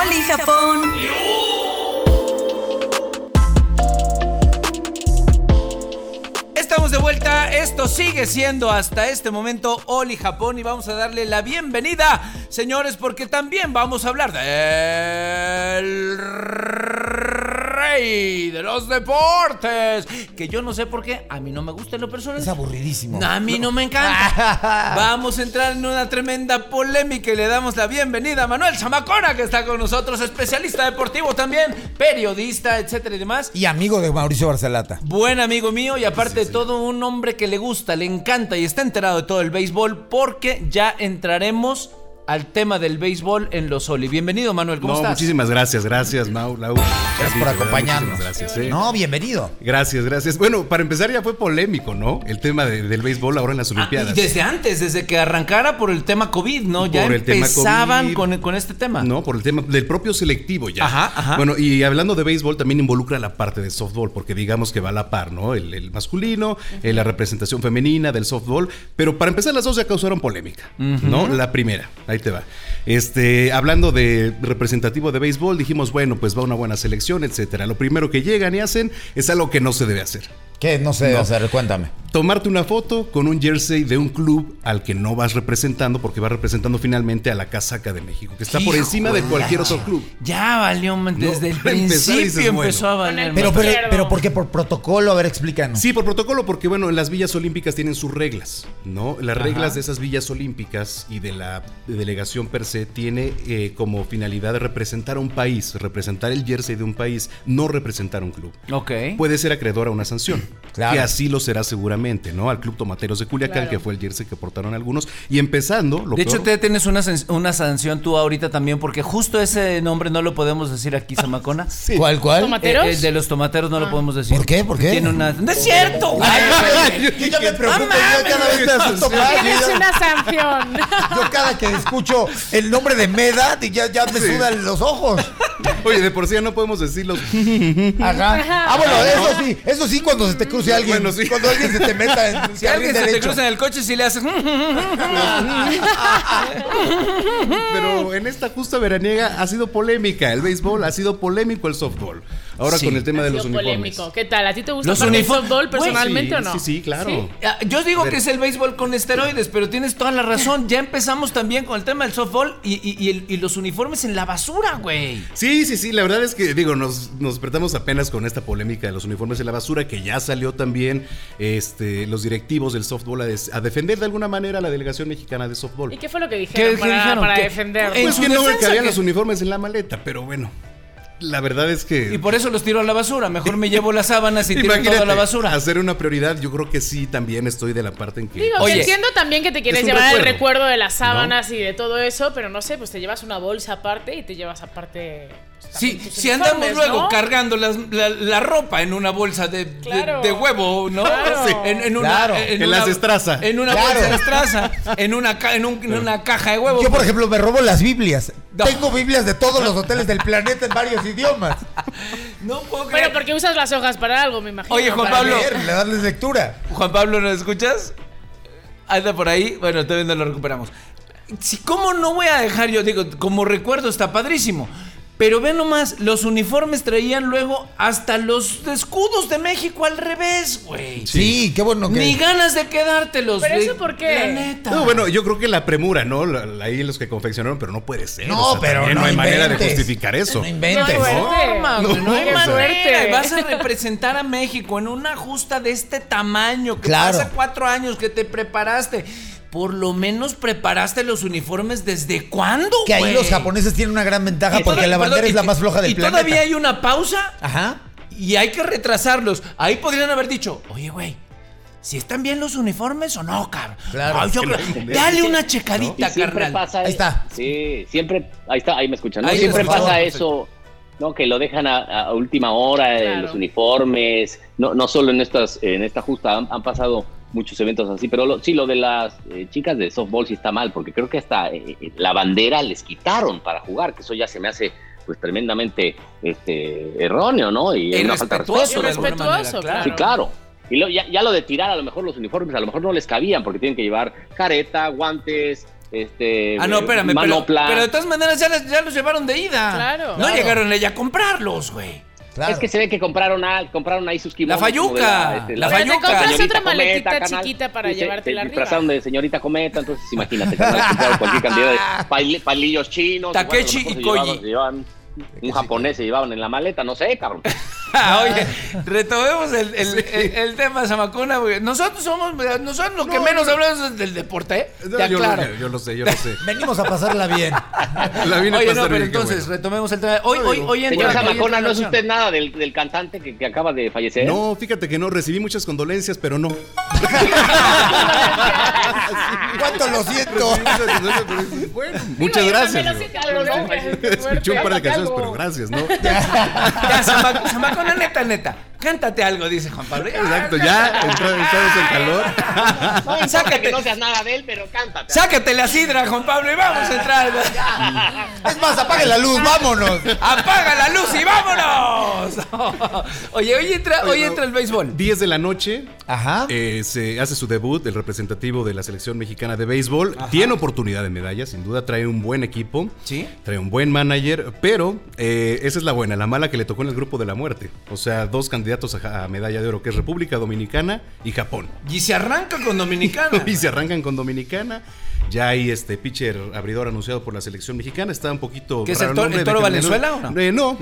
[SPEAKER 1] Oli Japón.
[SPEAKER 2] Estamos de vuelta, esto sigue siendo hasta este momento Oli Japón y vamos a darle la bienvenida, señores, porque también vamos a hablar del rey de los deportes, que yo no sé por qué, a mí no me gusta en lo personal.
[SPEAKER 8] Es aburridísimo.
[SPEAKER 2] A mí no me encanta. Vamos a entrar en una tremenda polémica y le damos la bienvenida a Manuel Chamacona, que está con nosotros, especialista deportivo también, periodista, etcétera y demás.
[SPEAKER 8] Y amigo de Mauricio Barcelata.
[SPEAKER 2] Buen amigo mío y aparte de todo un hombre que le gusta, le encanta y está enterado de todo el béisbol porque ya entraremos al tema del béisbol en los Oli. Bienvenido Manuel, ¿cómo
[SPEAKER 9] No,
[SPEAKER 2] estás? Ah,
[SPEAKER 9] muchísimas gracias, gracias, Mau, Lau.
[SPEAKER 8] Gracias por acompañarnos.
[SPEAKER 9] Gracias, sí.
[SPEAKER 8] No, bienvenido.
[SPEAKER 9] Gracias, gracias. Bueno, para empezar ya fue polémico, ¿no? El tema de- del béisbol ahora en las
[SPEAKER 2] Ah,
[SPEAKER 9] Olimpiadas.
[SPEAKER 2] y desde antes, desde que arrancara por el tema COVID, ¿no? Ya
[SPEAKER 9] Por el tema
[SPEAKER 2] empezaban
[SPEAKER 9] COVID.
[SPEAKER 2] con, con este tema.
[SPEAKER 9] No, por el tema del propio selectivo ya.
[SPEAKER 2] Ajá, ajá.
[SPEAKER 9] Bueno, y hablando de béisbol, también involucra la parte de softball, porque digamos que va a la par, ¿no? El, el masculino, eh, la representación femenina del softball. Pero para empezar, las dos ya causaron polémica, ¿no? La primera, ahí te va. Este, hablando de representativo de béisbol, dijimos, bueno, pues va una buena selección, etcétera. Lo primero que llegan y hacen es algo que no se debe hacer.
[SPEAKER 4] ¿Qué? No sé, o sea, cuéntame.
[SPEAKER 9] Tomarte una foto con un jersey de un club al que no vas representando, porque vas representando finalmente a la casaca de México, que está por
[SPEAKER 2] Hijo
[SPEAKER 9] encima de
[SPEAKER 2] de
[SPEAKER 9] cualquier
[SPEAKER 2] la
[SPEAKER 9] otro club.
[SPEAKER 2] Ya valió, man,
[SPEAKER 9] No,
[SPEAKER 2] desde el
[SPEAKER 9] para [LAUGHS] empezar
[SPEAKER 2] principio
[SPEAKER 9] dices,
[SPEAKER 2] empezó a valer.
[SPEAKER 5] Con el
[SPEAKER 2] man.
[SPEAKER 4] Pero, pero,
[SPEAKER 5] Pierdo.
[SPEAKER 4] pero ¿por qué? Por protocolo, a ver, explícanos.
[SPEAKER 9] Sí, por protocolo, porque bueno, en las villas olímpicas tienen sus reglas, ¿no? Las reglas de esas villas olímpicas y de la delegación per se tiene eh, como finalidad representar a un país, representar el jersey de un país, no representar un club.
[SPEAKER 2] Ok.
[SPEAKER 9] Puede ser acreedor a una sanción,
[SPEAKER 4] Claro.
[SPEAKER 9] que así lo será seguramente, ¿no? Al Club Tomateros de Culiacán,
[SPEAKER 5] Claro.
[SPEAKER 9] que fue el jersey que portaron algunos, y empezando, lo
[SPEAKER 2] de hecho,
[SPEAKER 9] peor-
[SPEAKER 2] te tienes una, san- una sanción tú ahorita también, porque justo ese nombre no lo podemos decir aquí,
[SPEAKER 9] [LAUGHS]
[SPEAKER 2] Zamacona.
[SPEAKER 4] ¿Cuál, cuál?
[SPEAKER 5] ¿Tomateros?
[SPEAKER 2] Eh, eh, de los tomateros no lo podemos decir.
[SPEAKER 4] ¿Por qué? ¿Por qué?
[SPEAKER 2] Tiene una. ¡No es cierto! güey!
[SPEAKER 4] Yo ya me preocupo,
[SPEAKER 2] mames,
[SPEAKER 4] yo cada vez te asusto más, yo
[SPEAKER 5] Tienes
[SPEAKER 4] ya-
[SPEAKER 5] una
[SPEAKER 9] [LAUGHS]
[SPEAKER 5] sanción.
[SPEAKER 4] Yo cada que escucho el nombre de Meda, ya, ya me
[SPEAKER 9] Sí.
[SPEAKER 4] sudan los ojos.
[SPEAKER 9] Oye, de por sí ya no podemos decirlo.
[SPEAKER 4] Ajá. Ah, bueno, eso sí, eso sí cuando se te cruce alguien.
[SPEAKER 9] Bueno, sí.
[SPEAKER 4] Cuando alguien se te meta en
[SPEAKER 2] [LAUGHS]
[SPEAKER 4] el
[SPEAKER 2] Si alguien se
[SPEAKER 4] carril
[SPEAKER 2] te
[SPEAKER 4] derecho.
[SPEAKER 2] cruza en el coche si le haces. "Mm,
[SPEAKER 9] Pero en esta justa veraniega ha sido polémica el béisbol, ha sido polémico el softball. Ahora
[SPEAKER 2] Sí.
[SPEAKER 9] con el tema de
[SPEAKER 5] Ha
[SPEAKER 9] los
[SPEAKER 5] sido
[SPEAKER 9] uniformes.
[SPEAKER 5] polémico. ¿Qué tal? ¿A ti te gusta
[SPEAKER 2] Los
[SPEAKER 5] más el
[SPEAKER 2] uniform-
[SPEAKER 5] softball
[SPEAKER 2] Güey,
[SPEAKER 5] personalmente
[SPEAKER 9] Sí,
[SPEAKER 5] o no?
[SPEAKER 9] Sí, sí, claro.
[SPEAKER 2] Ah, Yo digo que es el béisbol con esteroides, pero tienes toda la razón. Ya empezamos también con el tema del softball y, y- y el- y los uniformes en la basura, güey.
[SPEAKER 9] Sí, sí, sí, la verdad es que, digo, nos, nos despertamos apenas con esta polémica de los uniformes en la basura, que ya salió también este, los directivos del softball a, des- a defender de alguna manera a la delegación mexicana de softball.
[SPEAKER 5] ¿Y qué fue lo que
[SPEAKER 2] ¿Qué-
[SPEAKER 5] dijeron
[SPEAKER 2] qué
[SPEAKER 5] para,
[SPEAKER 2] dijeron?
[SPEAKER 5] para
[SPEAKER 2] ¿Qué?
[SPEAKER 5] defender?
[SPEAKER 2] En
[SPEAKER 9] Pues
[SPEAKER 2] su
[SPEAKER 9] que no
[SPEAKER 2] defensa,
[SPEAKER 9] cabían
[SPEAKER 2] que-
[SPEAKER 9] los uniformes en la maleta, pero bueno, la verdad es que...
[SPEAKER 2] Y por eso los tiro a la basura. Mejor me llevo las sábanas y tiro todo a
[SPEAKER 9] Imagínate,
[SPEAKER 2] la basura.
[SPEAKER 9] hacer una prioridad, yo creo que sí, también estoy de la parte en que...
[SPEAKER 5] Digo,
[SPEAKER 2] Oye,
[SPEAKER 5] que entiendo también que te quieres
[SPEAKER 9] un
[SPEAKER 5] llevar el
[SPEAKER 9] recuerdo.
[SPEAKER 5] recuerdo de las sábanas y de todo eso, pero no sé, pues te llevas una bolsa aparte y te llevas aparte. pues,
[SPEAKER 2] Sí,
[SPEAKER 5] también tus
[SPEAKER 2] si andamos
[SPEAKER 5] uniformes,
[SPEAKER 2] luego
[SPEAKER 5] ¿no?
[SPEAKER 2] cargando las- la, la ropa en una bolsa de, de-
[SPEAKER 5] Claro.
[SPEAKER 2] de huevo, ¿no?
[SPEAKER 5] Claro. Sí.
[SPEAKER 2] En, en una,
[SPEAKER 4] Claro.
[SPEAKER 2] en
[SPEAKER 9] Que
[SPEAKER 2] una-
[SPEAKER 9] las estraza.
[SPEAKER 2] En una
[SPEAKER 4] Claro.
[SPEAKER 2] bolsa de estraza, en una, ca- en un- en una caja de huevo. pues.
[SPEAKER 4] Yo, por ejemplo, me robo las Biblias.
[SPEAKER 2] No.
[SPEAKER 4] Tengo Biblias de todos los hoteles del planeta en varios idiomas.
[SPEAKER 2] No puedo creer.
[SPEAKER 5] Pero porque usas las hojas para algo, me imagino.
[SPEAKER 2] Oye, Juan
[SPEAKER 5] para
[SPEAKER 2] Pablo.
[SPEAKER 5] leer.
[SPEAKER 4] Leer, le darles lectura.
[SPEAKER 2] Juan Pablo, ¿nos escuchas? Anda por ahí. Bueno, todavía no lo recuperamos. Si, ¿Cómo no voy a dejar yo? Digo, como recuerdo está padrísimo. Pero ve nomás, los uniformes traían luego hasta los escudos de México al revés, güey.
[SPEAKER 4] Sí, qué bueno que.
[SPEAKER 2] Ni ganas de quedártelos.
[SPEAKER 5] ¿Pero
[SPEAKER 2] güey.
[SPEAKER 5] eso por qué?
[SPEAKER 2] La neta.
[SPEAKER 9] No, bueno, yo creo que la premura, ¿no? La- la- ahí los que confeccionaron, pero no puede ser.
[SPEAKER 4] No, pero
[SPEAKER 9] también
[SPEAKER 4] no
[SPEAKER 9] hay manera de
[SPEAKER 4] inventes.
[SPEAKER 9] justificar eso.
[SPEAKER 4] No
[SPEAKER 5] No,
[SPEAKER 4] inventes.
[SPEAKER 5] bueno.
[SPEAKER 2] forma,
[SPEAKER 9] No,
[SPEAKER 2] güey, no hay
[SPEAKER 9] qué
[SPEAKER 2] manera.
[SPEAKER 5] suerte.
[SPEAKER 2] Y Vas a representar a México en una justa de este tamaño que
[SPEAKER 4] Claro.
[SPEAKER 2] hace cuatro años que te preparaste. Por lo menos preparaste los uniformes desde cuándo,
[SPEAKER 4] Que ahí
[SPEAKER 2] güey?
[SPEAKER 4] los japoneses tienen una gran ventaja
[SPEAKER 2] Y
[SPEAKER 4] porque
[SPEAKER 2] toda-
[SPEAKER 4] la
[SPEAKER 2] perdón,
[SPEAKER 4] bandera
[SPEAKER 2] y
[SPEAKER 4] es la
[SPEAKER 2] te-
[SPEAKER 4] más floja del
[SPEAKER 2] y
[SPEAKER 4] planeta.
[SPEAKER 2] todavía hay una pausa
[SPEAKER 4] Ajá.
[SPEAKER 2] y hay que retrasarlos. Ahí podrían haber dicho, oye, güey. Si están bien los uniformes o no, cabrón.
[SPEAKER 4] Claro,
[SPEAKER 2] Ay, yo
[SPEAKER 9] es que
[SPEAKER 2] creo-
[SPEAKER 9] no hay manera.
[SPEAKER 2] dale una
[SPEAKER 3] Y
[SPEAKER 2] checadita,
[SPEAKER 3] siempre
[SPEAKER 2] carnal.
[SPEAKER 3] pasa
[SPEAKER 4] Ahí está.
[SPEAKER 3] Sí, siempre. Ahí está, ahí me escuchan. ¿no?
[SPEAKER 2] Ahí
[SPEAKER 3] siempre
[SPEAKER 2] está, por
[SPEAKER 3] pasa
[SPEAKER 2] favor,
[SPEAKER 3] eso, ¿no? Que lo dejan a, a última hora, eh, en
[SPEAKER 5] Claro.
[SPEAKER 3] los uniformes. No, no solo en estas, en esta justa, han, han pasado muchos eventos así, pero lo- sí, lo de las eh, chicas de softball sí está mal, porque creo que hasta eh, eh, la bandera les quitaron para jugar, que eso ya se me hace pues tremendamente este, erróneo, ¿no? Y es una falta de
[SPEAKER 2] Irrespetuoso, de
[SPEAKER 3] respeto,
[SPEAKER 2] alguna
[SPEAKER 5] Irrespetuoso,
[SPEAKER 2] manera,
[SPEAKER 5] claro.
[SPEAKER 3] Sí, claro. Y lo- ya, ya lo de tirar a lo mejor los uniformes, a lo mejor no les cabían porque tienen que llevar careta, guantes, este,
[SPEAKER 2] Ah, no,
[SPEAKER 3] eh,
[SPEAKER 2] espérame, pero,
[SPEAKER 3] manopla.
[SPEAKER 2] pero de todas maneras ya, las- ya los llevaron de ida.
[SPEAKER 5] Claro.
[SPEAKER 2] No
[SPEAKER 5] Claro.
[SPEAKER 2] llegaron ella a comprarlos, güey. [LAUGHS]
[SPEAKER 4] Claro.
[SPEAKER 3] Es que se ve que compraron, a- compraron ahí sus kimonos.
[SPEAKER 2] La fayuca,
[SPEAKER 3] como de este,
[SPEAKER 2] la
[SPEAKER 5] Pero te
[SPEAKER 2] Fayuca.
[SPEAKER 5] compras
[SPEAKER 3] señorita
[SPEAKER 5] otra
[SPEAKER 3] Cometa,
[SPEAKER 5] maletita
[SPEAKER 3] carnal.
[SPEAKER 5] chiquita para
[SPEAKER 3] Sí, se-
[SPEAKER 5] llevártela
[SPEAKER 3] se
[SPEAKER 5] arriba.
[SPEAKER 3] disfrazaron de señorita cometa, entonces imagínate, carnal, compraron cualquier cantidad de paili- palillos chinos. igual, a lo
[SPEAKER 2] Takeshi
[SPEAKER 3] mejor
[SPEAKER 2] y
[SPEAKER 3] se
[SPEAKER 2] Koji.
[SPEAKER 3] llevaban- se llevaban- Un japonés se llevaban en la maleta, no sé, cabrón.
[SPEAKER 2] Ah, Oye, retomemos el, el, el- el tema Zamacona, güey. Nosotros somos, nosotros lo que menos hablamos es del deporte, ¿eh?
[SPEAKER 7] No,
[SPEAKER 2] Ya,
[SPEAKER 7] yo,
[SPEAKER 2] claro.
[SPEAKER 7] lo, yo lo sé, yo lo sé.
[SPEAKER 6] Venimos a pasarla
[SPEAKER 2] [LAUGHS]
[SPEAKER 6] bien.
[SPEAKER 7] La vine a
[SPEAKER 2] Oye, no,
[SPEAKER 7] pasar
[SPEAKER 2] pero
[SPEAKER 7] bien, qué
[SPEAKER 2] entonces,
[SPEAKER 7] bueno.
[SPEAKER 2] retomemos el tema. Hoy, hoy, hoy entra-
[SPEAKER 3] Señor
[SPEAKER 2] hoy entra
[SPEAKER 3] Zamacona, ¿no es
[SPEAKER 2] en
[SPEAKER 3] usted nada del, del cantante que, que acaba de
[SPEAKER 2] ¿eh?
[SPEAKER 3] fallecer?
[SPEAKER 9] No, fíjate que no, recibí muchas condolencias, pero no.
[SPEAKER 4] ¿Cuánto lo siento?
[SPEAKER 9] [LAUGHS] Recibí muchas condolencias, pero dices, bueno, muchas
[SPEAKER 5] Digo, yo también
[SPEAKER 9] gracias.
[SPEAKER 5] lo siento, pero no, qué
[SPEAKER 9] Escuché un
[SPEAKER 5] fuerte.
[SPEAKER 9] par de canciones, pero
[SPEAKER 5] [LAUGHS]
[SPEAKER 9] gracias, ¿no?
[SPEAKER 2] acción. Ya, Zamac- Zamacona, neta, neta. Cántate algo, dice Juan Pablo. Ya,
[SPEAKER 9] Exacto, ya, entra- entramos en calor.
[SPEAKER 3] No importa
[SPEAKER 2] Ah, Sácate.
[SPEAKER 3] que no seas nada de él, pero cántate.
[SPEAKER 2] Sácate la sidra, Juan Pablo, y vamos a entrar.
[SPEAKER 4] Es más, apague la luz, vámonos.
[SPEAKER 2] ¡Apaga la luz y vámonos! [LAUGHS] Oye, hoy entra, [LAUGHS] hoy
[SPEAKER 9] Oye, no.
[SPEAKER 2] entra el béisbol.
[SPEAKER 9] 10 de la noche.
[SPEAKER 4] Ajá.
[SPEAKER 9] eh, se hace su debut, el representativo de la selección mexicana de béisbol. Tiene oportunidad de medalla, sin duda. Trae un buen equipo.
[SPEAKER 2] Sí.
[SPEAKER 9] Trae un buen manager. Pero eh, esa es la buena, la mala que le tocó en el grupo de la muerte. O sea, dos candidatos a, ja- a medalla de oro, que es República Dominicana y Japón.
[SPEAKER 2] Y se arranca con [LAUGHS] Dominicana.
[SPEAKER 9] [LAUGHS] y se arrancan con Dominicana. Ya hay este pitcher abridor anunciado por la selección mexicana. Está un poquito.
[SPEAKER 2] ¿Qué es
[SPEAKER 9] raro
[SPEAKER 2] el toro-
[SPEAKER 9] nombre,
[SPEAKER 2] el toro
[SPEAKER 9] déjenme-
[SPEAKER 2] Valenzuela o [LAUGHS] no?
[SPEAKER 9] Eh, no,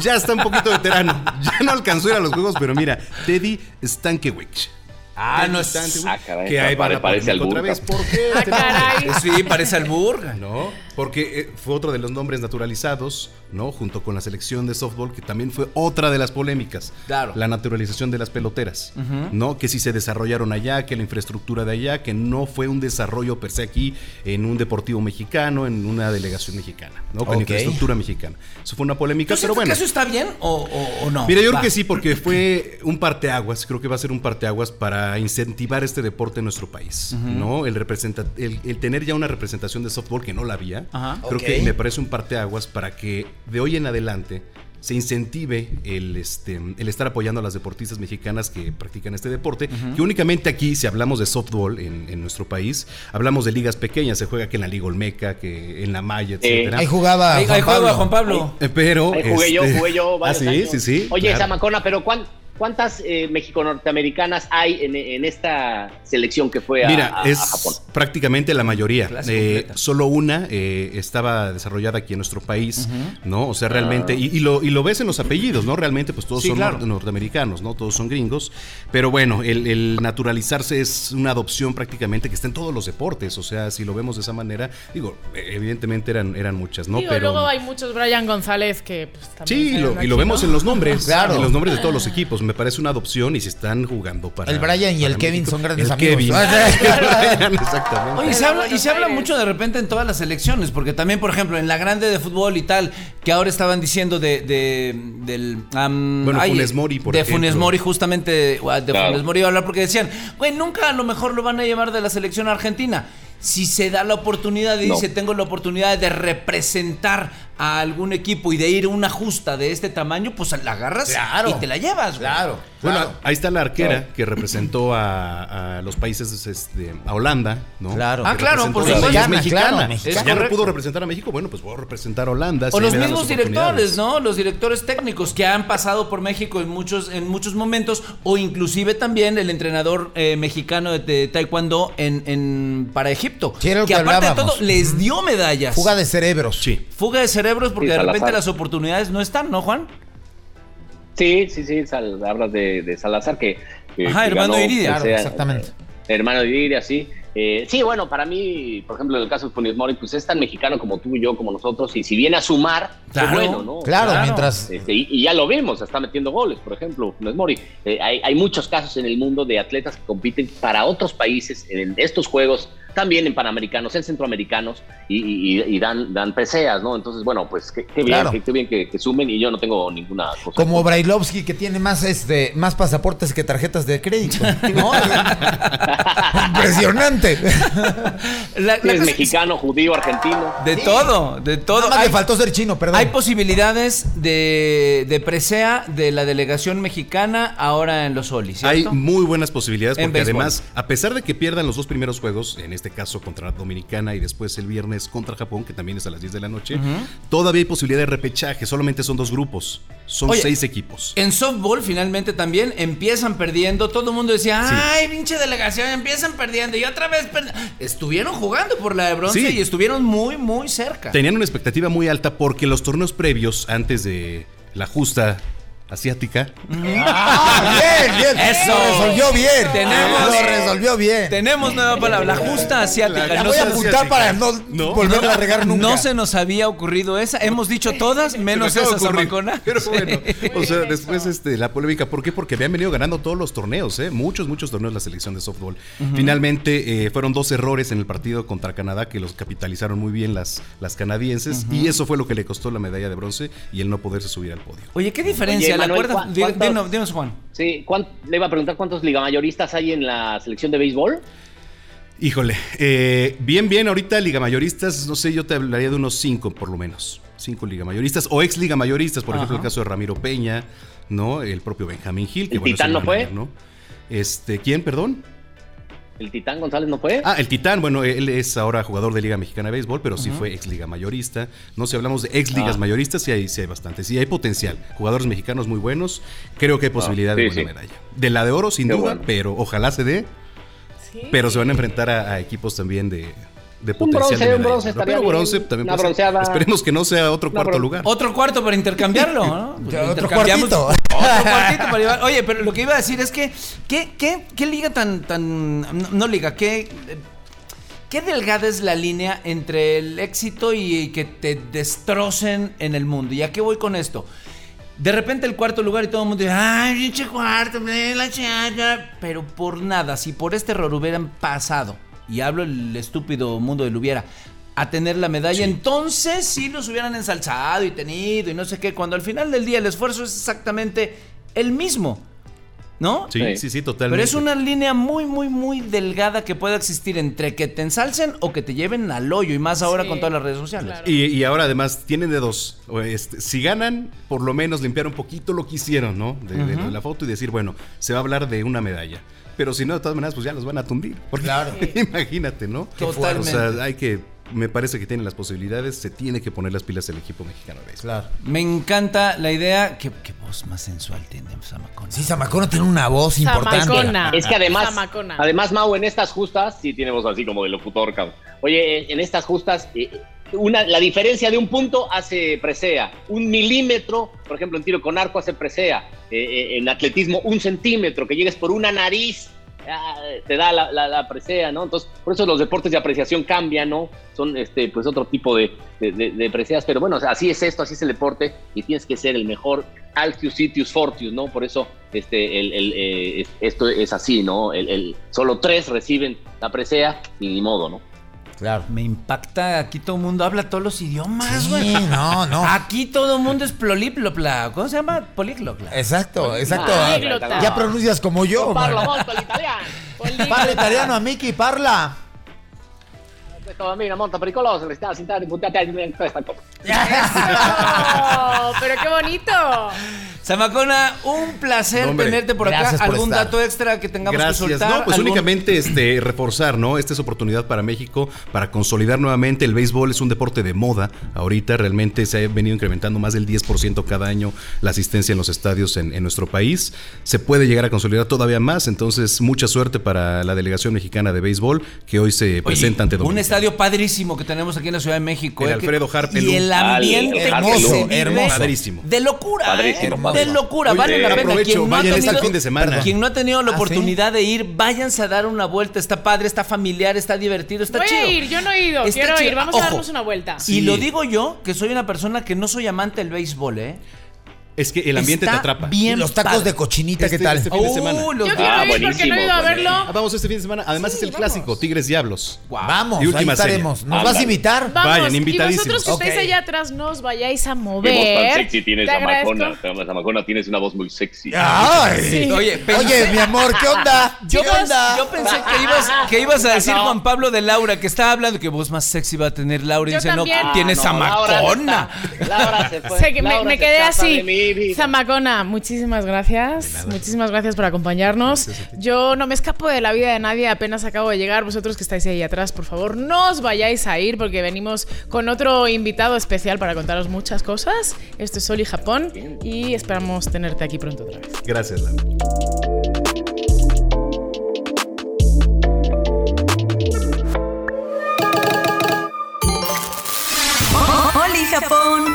[SPEAKER 9] ya está un poquito veterano. [LAUGHS] Ya no alcanzó a ir a los juegos, pero mira, Teddy Stankiewicz.
[SPEAKER 2] Ah,
[SPEAKER 9] Teddy
[SPEAKER 2] no es-
[SPEAKER 9] Stankiewicz,
[SPEAKER 3] Ah, caray,
[SPEAKER 9] que ahí va
[SPEAKER 3] pare-
[SPEAKER 9] la
[SPEAKER 3] parece
[SPEAKER 9] polémica otra
[SPEAKER 3] albur,
[SPEAKER 9] vez. ¿Por qué?
[SPEAKER 5] Ah,
[SPEAKER 9] Este nombre?
[SPEAKER 5] caray.
[SPEAKER 2] Sí, parece alburga.
[SPEAKER 9] No, porque eh, fue otro de los nombres naturalizados, ¿no? Junto con la selección de softball, que también fue otra de las polémicas.
[SPEAKER 2] Claro.
[SPEAKER 9] La naturalización de las peloteras, ¿no? Que si se desarrollaron allá, que la infraestructura de allá, que no fue un desarrollo per se aquí en un deportivo mexicano, en una delegación mexicana, ¿no? Con
[SPEAKER 4] Ok.
[SPEAKER 9] infraestructura mexicana. Eso fue una polémica,
[SPEAKER 2] ¿Tú
[SPEAKER 9] pero
[SPEAKER 2] sientes
[SPEAKER 9] bueno.
[SPEAKER 2] que eso está bien o, o- o no?
[SPEAKER 9] Mira, yo creo
[SPEAKER 2] Va.
[SPEAKER 9] que sí, porque fue un parteaguas, creo que va a ser un parteaguas para incentivar este deporte en nuestro país, ¿no? El, representa- el, el tener ya una representación de softball que no la había,
[SPEAKER 2] Ajá.
[SPEAKER 9] creo
[SPEAKER 4] Ok.
[SPEAKER 9] que me parece un parteaguas para que de hoy en adelante se incentive el, este, el estar apoyando a las deportistas mexicanas que practican este deporte, que únicamente aquí, si hablamos de softball en, en nuestro país, hablamos de ligas pequeñas, se juega que en la Liga Olmeca, que en la Maya, etcétera.
[SPEAKER 4] Ahí jugaba.
[SPEAKER 2] Ahí,
[SPEAKER 4] Juan
[SPEAKER 2] ahí juega
[SPEAKER 4] Pablo.
[SPEAKER 2] Juan Pablo.
[SPEAKER 9] Eh, Pero...
[SPEAKER 3] Ahí jugué yo,
[SPEAKER 9] este-
[SPEAKER 3] jugué yo
[SPEAKER 9] [LAUGHS] Ah,
[SPEAKER 3] varios
[SPEAKER 9] sí,
[SPEAKER 3] años.
[SPEAKER 9] sí, sí.
[SPEAKER 3] Oye,
[SPEAKER 9] claro.
[SPEAKER 3] Zamacona, pero ¿cuán- ¿cuántas eh, mexico-norteamericanas hay en, en esta selección que fue a,
[SPEAKER 9] Mira,
[SPEAKER 3] a- a
[SPEAKER 9] es
[SPEAKER 3] Japón?
[SPEAKER 9] prácticamente la mayoría.
[SPEAKER 2] Clase
[SPEAKER 9] Eh,
[SPEAKER 2] completa.
[SPEAKER 9] solo una eh, estaba desarrollada aquí en nuestro país, ¿no? O sea, realmente, y, y lo, y lo ves en los apellidos, ¿no? Realmente, pues todos
[SPEAKER 2] Sí,
[SPEAKER 9] son
[SPEAKER 2] claro.
[SPEAKER 9] nor- norteamericanos, ¿no? Todos son gringos. Pero bueno, el, el naturalizarse es una adopción prácticamente que está en todos los deportes. O sea, si lo vemos de esa manera, digo, evidentemente eran, eran muchas, ¿no?
[SPEAKER 5] Digo,
[SPEAKER 9] pero
[SPEAKER 5] luego hay muchos Brian González que pues, también
[SPEAKER 9] Sí,
[SPEAKER 5] salen
[SPEAKER 9] lo- y
[SPEAKER 5] aquí,
[SPEAKER 9] lo vemos
[SPEAKER 5] ¿no?
[SPEAKER 9] en los nombres.
[SPEAKER 4] Claro.
[SPEAKER 9] En los nombres de todos los equipos. Me parece una adopción y se están jugando para.
[SPEAKER 4] El Brian y el
[SPEAKER 9] para
[SPEAKER 4] Kevin
[SPEAKER 9] México.
[SPEAKER 4] son grandes
[SPEAKER 9] El
[SPEAKER 4] amigos.
[SPEAKER 9] Kevin.
[SPEAKER 4] [LAUGHS]
[SPEAKER 9] El Brian, exactamente.
[SPEAKER 2] Oye, y se
[SPEAKER 5] Pero
[SPEAKER 2] habla, y
[SPEAKER 5] Buenos
[SPEAKER 2] se habla
[SPEAKER 5] Aires.
[SPEAKER 2] mucho de repente en todas las elecciones, porque también, por ejemplo, en la grande de fútbol y tal, que ahora estaban diciendo de, de- del... am,
[SPEAKER 9] Bueno, Funes Mori, por
[SPEAKER 2] De
[SPEAKER 9] ejemplo.
[SPEAKER 2] Funes Mori, justamente, ah, de
[SPEAKER 3] Claro.
[SPEAKER 2] Funes Mori iba a hablar, porque decían, güey, nunca a lo mejor lo van a llevar de la selección argentina. Si se da la oportunidad y
[SPEAKER 3] No.
[SPEAKER 2] dice, tengo la oportunidad de representar a algún equipo y de ir a una justa de este tamaño, pues la agarras
[SPEAKER 4] Claro.
[SPEAKER 2] y te la llevas, güey.
[SPEAKER 4] Claro.
[SPEAKER 9] Bueno,
[SPEAKER 4] claro.
[SPEAKER 9] ahí está la arquera
[SPEAKER 3] Claro.
[SPEAKER 9] que representó a, a los países, este, a Holanda, ¿no?
[SPEAKER 4] Claro.
[SPEAKER 2] Ah, claro, por
[SPEAKER 9] Representó a-
[SPEAKER 2] supuesto.
[SPEAKER 9] es mexicana.
[SPEAKER 4] Claro,
[SPEAKER 9] Es-
[SPEAKER 4] mexicana.
[SPEAKER 9] Ya no
[SPEAKER 2] Correcto.
[SPEAKER 9] pudo representar a México, bueno, pues voy a representar a Holanda.
[SPEAKER 2] O
[SPEAKER 9] si
[SPEAKER 2] los
[SPEAKER 9] me dan las
[SPEAKER 2] mismos
[SPEAKER 9] oportunidades.
[SPEAKER 2] directores, ¿no? Los directores técnicos que han pasado por México en muchos, en muchos momentos, o inclusive también el entrenador eh, mexicano de, de taekwondo en, en- para Egipto.
[SPEAKER 4] Sí, era lo
[SPEAKER 2] que
[SPEAKER 4] que
[SPEAKER 2] aparte de todo,
[SPEAKER 4] hablábamos.
[SPEAKER 2] les dio medallas.
[SPEAKER 4] Fuga de cerebros.
[SPEAKER 9] Sí.
[SPEAKER 2] Fuga de cerebros porque
[SPEAKER 3] Sí,
[SPEAKER 2] de repente
[SPEAKER 3] Salazar.
[SPEAKER 2] las oportunidades no están, ¿no, Juan?
[SPEAKER 3] Sí, sí, sí, sal- hablas de, de Salazar que... que-
[SPEAKER 2] Ajá,
[SPEAKER 3] que
[SPEAKER 2] hermano
[SPEAKER 3] ganó,
[SPEAKER 2] Iridia.
[SPEAKER 3] o
[SPEAKER 4] Claro,
[SPEAKER 3] sea, eh,
[SPEAKER 4] exactamente.
[SPEAKER 3] Hermano de Iridia, sí. Eh, sí, bueno, para mí, por ejemplo, en el caso de Funes Mori, pues es tan mexicano como tú y yo, como nosotros, y si viene a sumar, qué
[SPEAKER 2] Claro.
[SPEAKER 3] bueno, ¿no?
[SPEAKER 4] Claro,
[SPEAKER 2] Claro.
[SPEAKER 4] mientras.
[SPEAKER 3] Este, y, y ya lo vemos, está metiendo goles, por ejemplo, Funes Mori. Eh, hay, hay muchos casos en el mundo de atletas que compiten para otros países en estos Juegos también en Panamericanos, en Centroamericanos, y, y- y dan, dan preseas, ¿no? Entonces, bueno, pues qué, qué bien,
[SPEAKER 4] Claro.
[SPEAKER 3] qué, qué bien que, que sumen y yo no tengo ninguna cosa.
[SPEAKER 4] Como Brailovsky, que tiene más este más pasaportes que tarjetas de
[SPEAKER 2] [LAUGHS]
[SPEAKER 4] crédito. [LAUGHS] ¿no? Impresionante.
[SPEAKER 2] La- la
[SPEAKER 3] es
[SPEAKER 2] cosa-
[SPEAKER 3] mexicano, judío, argentino.
[SPEAKER 2] De todo, de todo.
[SPEAKER 4] Nada más
[SPEAKER 2] Hay-
[SPEAKER 4] le faltó ser chino, perdón.
[SPEAKER 2] Hay posibilidades de, de presea de la delegación mexicana ahora en los Oli,
[SPEAKER 9] Hay
[SPEAKER 2] ¿cierto?
[SPEAKER 9] muy buenas posibilidades
[SPEAKER 2] En
[SPEAKER 9] porque
[SPEAKER 2] béisbol.
[SPEAKER 9] además, a pesar de que pierdan los dos primeros juegos, en este caso contra Dominicana y después el viernes contra Japón, que también es a las 10 de la noche, todavía hay posibilidad de repechaje. Solamente son dos grupos. Son
[SPEAKER 2] Oye,
[SPEAKER 9] seis equipos.
[SPEAKER 2] En softball finalmente también empiezan perdiendo. Todo el mundo decía,
[SPEAKER 9] Sí.
[SPEAKER 2] ay, pinche delegación, empiezan perdiendo. Y otra vez per- estuvieron jugando por la de bronce
[SPEAKER 9] Sí.
[SPEAKER 2] y estuvieron muy, muy cerca.
[SPEAKER 9] Tenían una expectativa muy alta porque los torneos previos, antes de la justa asiática,
[SPEAKER 4] Ah, bien, bien.
[SPEAKER 2] Eso.
[SPEAKER 4] Lo resolvió bien.
[SPEAKER 2] Tenemos-
[SPEAKER 4] Lo resolvió bien.
[SPEAKER 2] Tenemos nueva palabra, la justa asiática.
[SPEAKER 9] La
[SPEAKER 4] La
[SPEAKER 2] no,
[SPEAKER 4] voy a
[SPEAKER 2] se,
[SPEAKER 9] sé si
[SPEAKER 4] apuntar
[SPEAKER 9] así,
[SPEAKER 4] para
[SPEAKER 9] cara.
[SPEAKER 4] no,
[SPEAKER 9] No.
[SPEAKER 4] volver a regar nunca.
[SPEAKER 2] no se nos había ocurrido esa. Hemos dicho todas, menos
[SPEAKER 9] Se me acaba
[SPEAKER 2] esa
[SPEAKER 9] de ocurrir.
[SPEAKER 2] zamacona.
[SPEAKER 9] Pero bueno, o sea,
[SPEAKER 5] bien
[SPEAKER 9] después este, la polémica, ¿por qué? Porque habían venido ganando todos los torneos, ¿eh? muchos, muchos torneos la selección de softball. Finalmente eh, fueron dos errores en el partido contra Canadá que los capitalizaron muy bien las, las canadienses y eso fue lo que le costó la medalla de bronce y el no poderse subir al podio.
[SPEAKER 2] Oye, ¿qué diferencia?
[SPEAKER 3] Oye,
[SPEAKER 2] ¿La
[SPEAKER 3] Manuel,
[SPEAKER 2] cuerda?
[SPEAKER 3] ¿cuán-
[SPEAKER 2] Di-
[SPEAKER 3] cuántos-
[SPEAKER 2] dino- Dinos, Juan.
[SPEAKER 3] Sí, ¿cuán- le iba a preguntar cuántos ligamayoristas hay en la selección de béisbol.
[SPEAKER 9] Híjole, eh, bien, bien, ahorita Liga Mayoristas, no sé, yo te hablaría de unos cinco por lo menos. Cinco Liga Mayoristas o ex Liga Mayoristas, por ejemplo, el caso de Ramiro Peña, ¿no? El propio Benjamín Gil.
[SPEAKER 3] ¿El
[SPEAKER 9] bueno, es
[SPEAKER 3] Titán
[SPEAKER 9] un
[SPEAKER 3] no fue?
[SPEAKER 9] minor, ¿no? Este, ¿Quién, perdón?
[SPEAKER 3] El Titán González no fue.
[SPEAKER 9] Ah, el Titán, bueno, él es ahora jugador de Liga Mexicana de Béisbol, pero sí fue ex Liga Mayorista. No si hablamos de ex Ligas
[SPEAKER 3] Ah.
[SPEAKER 9] Mayoristas, sí hay, sí hay bastante. Sí hay potencial. Jugadores mexicanos muy buenos. Creo
[SPEAKER 2] Ah,
[SPEAKER 9] que hay posibilidad de
[SPEAKER 3] sí,
[SPEAKER 9] buena
[SPEAKER 3] sí.
[SPEAKER 9] medalla. De la de oro, sin
[SPEAKER 3] Qué
[SPEAKER 9] duda,
[SPEAKER 3] bueno.
[SPEAKER 9] pero ojalá se dé.
[SPEAKER 5] Sí.
[SPEAKER 9] Pero se van a enfrentar a, a equipos también de, de
[SPEAKER 3] Un
[SPEAKER 9] potencial.
[SPEAKER 3] bronce,
[SPEAKER 9] de medalla,
[SPEAKER 3] un bronce
[SPEAKER 9] ¿no?
[SPEAKER 3] estaría
[SPEAKER 9] Pero
[SPEAKER 3] bien,
[SPEAKER 9] bronce también
[SPEAKER 3] una
[SPEAKER 9] puede ser.
[SPEAKER 3] bronceada.
[SPEAKER 9] Esperemos que no sea otro cuarto
[SPEAKER 3] bron- Oh,
[SPEAKER 9] lugar.
[SPEAKER 2] Otro cuarto para intercambiarlo,
[SPEAKER 4] [LAUGHS]
[SPEAKER 2] ¿no? Pues
[SPEAKER 4] Ya,
[SPEAKER 2] lo
[SPEAKER 4] otro
[SPEAKER 2] intercambiamos.
[SPEAKER 4] cuartito. [LAUGHS]
[SPEAKER 2] Otro cuartito para llevar. Oye, pero lo que iba a decir es que, ¿qué, qué, qué liga tan, tan, no, no liga, qué, eh, qué delgada es la línea entre el éxito y que te destrocen en el mundo? ¿Y a qué voy con esto? De repente el cuarto lugar y todo el mundo dice, ay, pinche cuarto, me la chingada". Pero por nada, si por este error hubieran pasado, y hablo el estúpido mundo del hubiera, a tener la medalla, entonces sí los hubieran ensalzado y tenido y no sé qué, cuando al final del día el esfuerzo es exactamente el mismo, ¿no?
[SPEAKER 9] Sí,
[SPEAKER 3] Sí.
[SPEAKER 9] sí, sí,
[SPEAKER 2] Pero
[SPEAKER 9] totalmente.
[SPEAKER 2] es una línea muy, muy, muy delgada que puede existir entre que te ensalcen o que te lleven al hoyo, y más ahora
[SPEAKER 5] Sí,
[SPEAKER 2] con todas las redes sociales.
[SPEAKER 5] claro.
[SPEAKER 9] Y, y ahora además tienen de dos. O este, si ganan, por lo menos limpiar un poquito lo que hicieron, ¿no? De, de lo de la foto y decir, bueno, se va a hablar de una medalla. Pero si no, de todas maneras, pues ya los van a tundir. Porque,
[SPEAKER 4] Claro.
[SPEAKER 9] [LAUGHS] imagínate, ¿no?
[SPEAKER 2] Qué fuerte.
[SPEAKER 9] O sea, hay que. Me parece que tienen las posibilidades, se tiene que poner las pilas el equipo mexicano de béisbol.
[SPEAKER 4] Claro.
[SPEAKER 2] Me encanta la idea. ¿Qué, qué voz más sensual tiene pues, Samacón?
[SPEAKER 4] Sí, Zamacona tiene una voz importante.
[SPEAKER 5] Zamacona.
[SPEAKER 3] Es que además,
[SPEAKER 5] Zamacona.
[SPEAKER 3] además, Mau, en estas justas, sí tenemos así como de locutor, cabrón. Oye, en- en estas justas, eh, una, la diferencia de un punto hace presea. Un milímetro, por ejemplo, en tiro con arco hace presea. Eh, eh, en atletismo, un centímetro, que llegues por una nariz, ah, te da la, la- la presea, ¿no? Entonces, por eso los deportes de apreciación cambian, ¿no? Son este, pues otro tipo de, de, de- de preseas. Pero bueno, o sea, así es esto, así es el deporte, y tienes que ser el mejor altius sitius fortius, ¿no? Por eso este, el, el, eh, es- esto es así, ¿no? El, el- solo tres reciben la presea y ni modo, ¿no?
[SPEAKER 4] Claro.
[SPEAKER 2] Me impacta. Aquí todo el mundo habla todos los idiomas, güey.
[SPEAKER 4] Sí, no, no.
[SPEAKER 2] Aquí todo el mundo es prolíplopla. ¿Cómo se llama? Políglota.
[SPEAKER 4] Eh. Exacto, exacto.
[SPEAKER 3] Ah,
[SPEAKER 4] Ya pronuncias como yo.
[SPEAKER 3] Parlo
[SPEAKER 4] man.
[SPEAKER 3] molto
[SPEAKER 9] [LAUGHS]
[SPEAKER 3] l'italiano.
[SPEAKER 4] Parla italiano a Mickey, parla.
[SPEAKER 3] Questo bambino è molto pericoloso, le sta sentando puntate in questa cosa.
[SPEAKER 5] ¡Eso! ¡Pero qué bonito!
[SPEAKER 2] [LAUGHS] Samacona, un placer
[SPEAKER 9] No, hombre,
[SPEAKER 2] tenerte por acá.
[SPEAKER 4] gracias por
[SPEAKER 2] ¿Algún
[SPEAKER 4] estar.
[SPEAKER 2] dato extra que tengamos
[SPEAKER 9] Gracias.
[SPEAKER 2] que soltar?
[SPEAKER 9] No, pues
[SPEAKER 2] ¿Algún-
[SPEAKER 9] únicamente este, reforzar, ¿no? Esta es oportunidad para México para consolidar nuevamente. El béisbol es un deporte de moda. Ahorita realmente se ha venido incrementando más del 10% cada año la asistencia en los estadios en, en nuestro país. Se puede llegar a consolidar todavía más. Entonces, mucha suerte para la delegación mexicana de béisbol que hoy se
[SPEAKER 2] Oye,
[SPEAKER 9] presenta ante
[SPEAKER 2] un
[SPEAKER 9] Dominicana.
[SPEAKER 2] estadio padrísimo que tenemos aquí en la Ciudad de México.
[SPEAKER 9] El
[SPEAKER 2] eh,
[SPEAKER 9] Alfredo
[SPEAKER 2] que-
[SPEAKER 9] Harpelú.
[SPEAKER 2] Y el ambiente que
[SPEAKER 3] Al-
[SPEAKER 2] se
[SPEAKER 4] hermoso,
[SPEAKER 2] vive,
[SPEAKER 4] hermoso.
[SPEAKER 9] Padrísimo.
[SPEAKER 2] De locura,
[SPEAKER 3] Padrísimo,
[SPEAKER 2] ¿eh?
[SPEAKER 4] hermoso.
[SPEAKER 2] De locura.
[SPEAKER 9] Oye,
[SPEAKER 2] Vale la pena.
[SPEAKER 9] aprovecho,
[SPEAKER 2] Quien no, ha
[SPEAKER 9] vayan este
[SPEAKER 2] tenido,
[SPEAKER 9] fin de semana.
[SPEAKER 2] Perdón. quien no ha tenido la
[SPEAKER 4] ¿Ah, sí?
[SPEAKER 2] oportunidad de ir, váyanse a dar una vuelta. Está padre, está familiar, está divertido, está
[SPEAKER 5] Voy
[SPEAKER 2] chido.
[SPEAKER 5] a ir, yo no he ido.
[SPEAKER 2] Está
[SPEAKER 5] Quiero
[SPEAKER 2] chido.
[SPEAKER 5] ir, vamos
[SPEAKER 2] Ojo.
[SPEAKER 5] a darnos una vuelta.
[SPEAKER 2] Y
[SPEAKER 9] Sí.
[SPEAKER 2] lo digo yo, que soy una persona que no soy amante del béisbol, ¿eh?
[SPEAKER 9] Es que el ambiente
[SPEAKER 2] Está
[SPEAKER 9] te atrapa.
[SPEAKER 2] bien
[SPEAKER 4] Los tacos
[SPEAKER 2] padre.
[SPEAKER 4] de cochinita,
[SPEAKER 9] Este-
[SPEAKER 4] ¿qué tal?
[SPEAKER 9] este fin de semana.
[SPEAKER 2] Uh, los-
[SPEAKER 5] Yo quiero
[SPEAKER 3] Ah,
[SPEAKER 5] ir porque no he ido a
[SPEAKER 3] buenísimo,
[SPEAKER 5] verlo.
[SPEAKER 9] Ah, Vamos este fin de semana. Además es el clásico, Tigres Diablos.
[SPEAKER 2] Guau.
[SPEAKER 4] Vamos,
[SPEAKER 9] Y
[SPEAKER 4] ahí
[SPEAKER 9] última serie.
[SPEAKER 4] estaremos. ¿Nos
[SPEAKER 3] Ah,
[SPEAKER 4] vas a
[SPEAKER 3] vale.
[SPEAKER 4] invitar?
[SPEAKER 5] Vamos,
[SPEAKER 9] Vayan,
[SPEAKER 5] y vosotros
[SPEAKER 9] invitadísimos.
[SPEAKER 5] que estáis
[SPEAKER 4] Ok.
[SPEAKER 5] allá atrás, no os vayáis a
[SPEAKER 3] Qué voz tan
[SPEAKER 5] mover.
[SPEAKER 3] sexy tienes,
[SPEAKER 5] Te agradezco.
[SPEAKER 3] Zamacona. Zamacona, tienes una voz muy sexy.
[SPEAKER 4] Ah, Ay.
[SPEAKER 2] Oye, pensé-
[SPEAKER 4] Oye, mi amor, ¿qué onda?
[SPEAKER 2] Yo,
[SPEAKER 4] ¿Qué
[SPEAKER 2] pens-
[SPEAKER 4] onda?
[SPEAKER 2] yo pensé que ibas, que
[SPEAKER 5] [LAUGHS]
[SPEAKER 2] ibas a decir Juan Pablo de Laura, que estaba hablando que voz más sexy va a tener Laura. Y
[SPEAKER 5] Yo
[SPEAKER 2] dice,
[SPEAKER 5] también.
[SPEAKER 2] no,
[SPEAKER 3] Ah,
[SPEAKER 2] tienes
[SPEAKER 9] Ah,
[SPEAKER 2] a Macona.
[SPEAKER 3] Laura se fue.
[SPEAKER 5] Sé que me,
[SPEAKER 3] Pues, Laura
[SPEAKER 5] me
[SPEAKER 3] se
[SPEAKER 5] quedé
[SPEAKER 3] escapa
[SPEAKER 5] así.
[SPEAKER 3] de mi vida.
[SPEAKER 5] Zamacona, muchísimas gracias. Muchísimas gracias por acompañarnos. Yo no me escapo de la vida de nadie, apenas acabo de llegar. Vosotros que estáis ahí atrás, por favor, no os vayáis a ir porque venimos con otro invitado especial para contaros muchas cosas. Esto es Soli Japón y esperamos tenerte aquí pronto otra vez.
[SPEAKER 9] Gracias, Laura.
[SPEAKER 1] Oli Japón.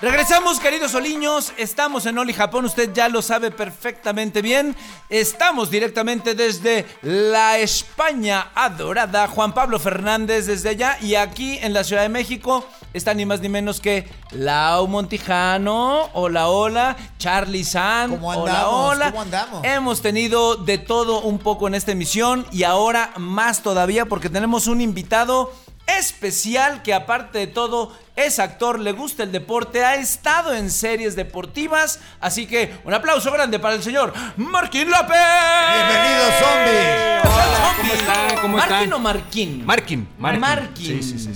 [SPEAKER 2] Regresamos, queridos oliños. Estamos en Oli Japón. Usted ya lo sabe perfectamente bien. Estamos directamente desde la España adorada. Juan Pablo Fernández desde allá. Y aquí en la Ciudad de México está ni más ni menos que Lau Montijano. Hola, hola. Charlie San.
[SPEAKER 4] ¿Cómo
[SPEAKER 2] hola,
[SPEAKER 4] andamos?
[SPEAKER 2] hola.
[SPEAKER 4] ¿Cómo andamos?
[SPEAKER 2] Hemos tenido de todo un poco en esta emisión y ahora más todavía porque tenemos un invitado especial que aparte de todo es actor, le gusta el deporte, ha estado en series deportivas, así que un aplauso grande para el señor Marquín López.
[SPEAKER 4] Bienvenido, zombie.
[SPEAKER 2] ¿cómo
[SPEAKER 10] están? ¿Cómo están?
[SPEAKER 2] ¿Marquín o Marquín?
[SPEAKER 10] Markin.
[SPEAKER 2] Marquín.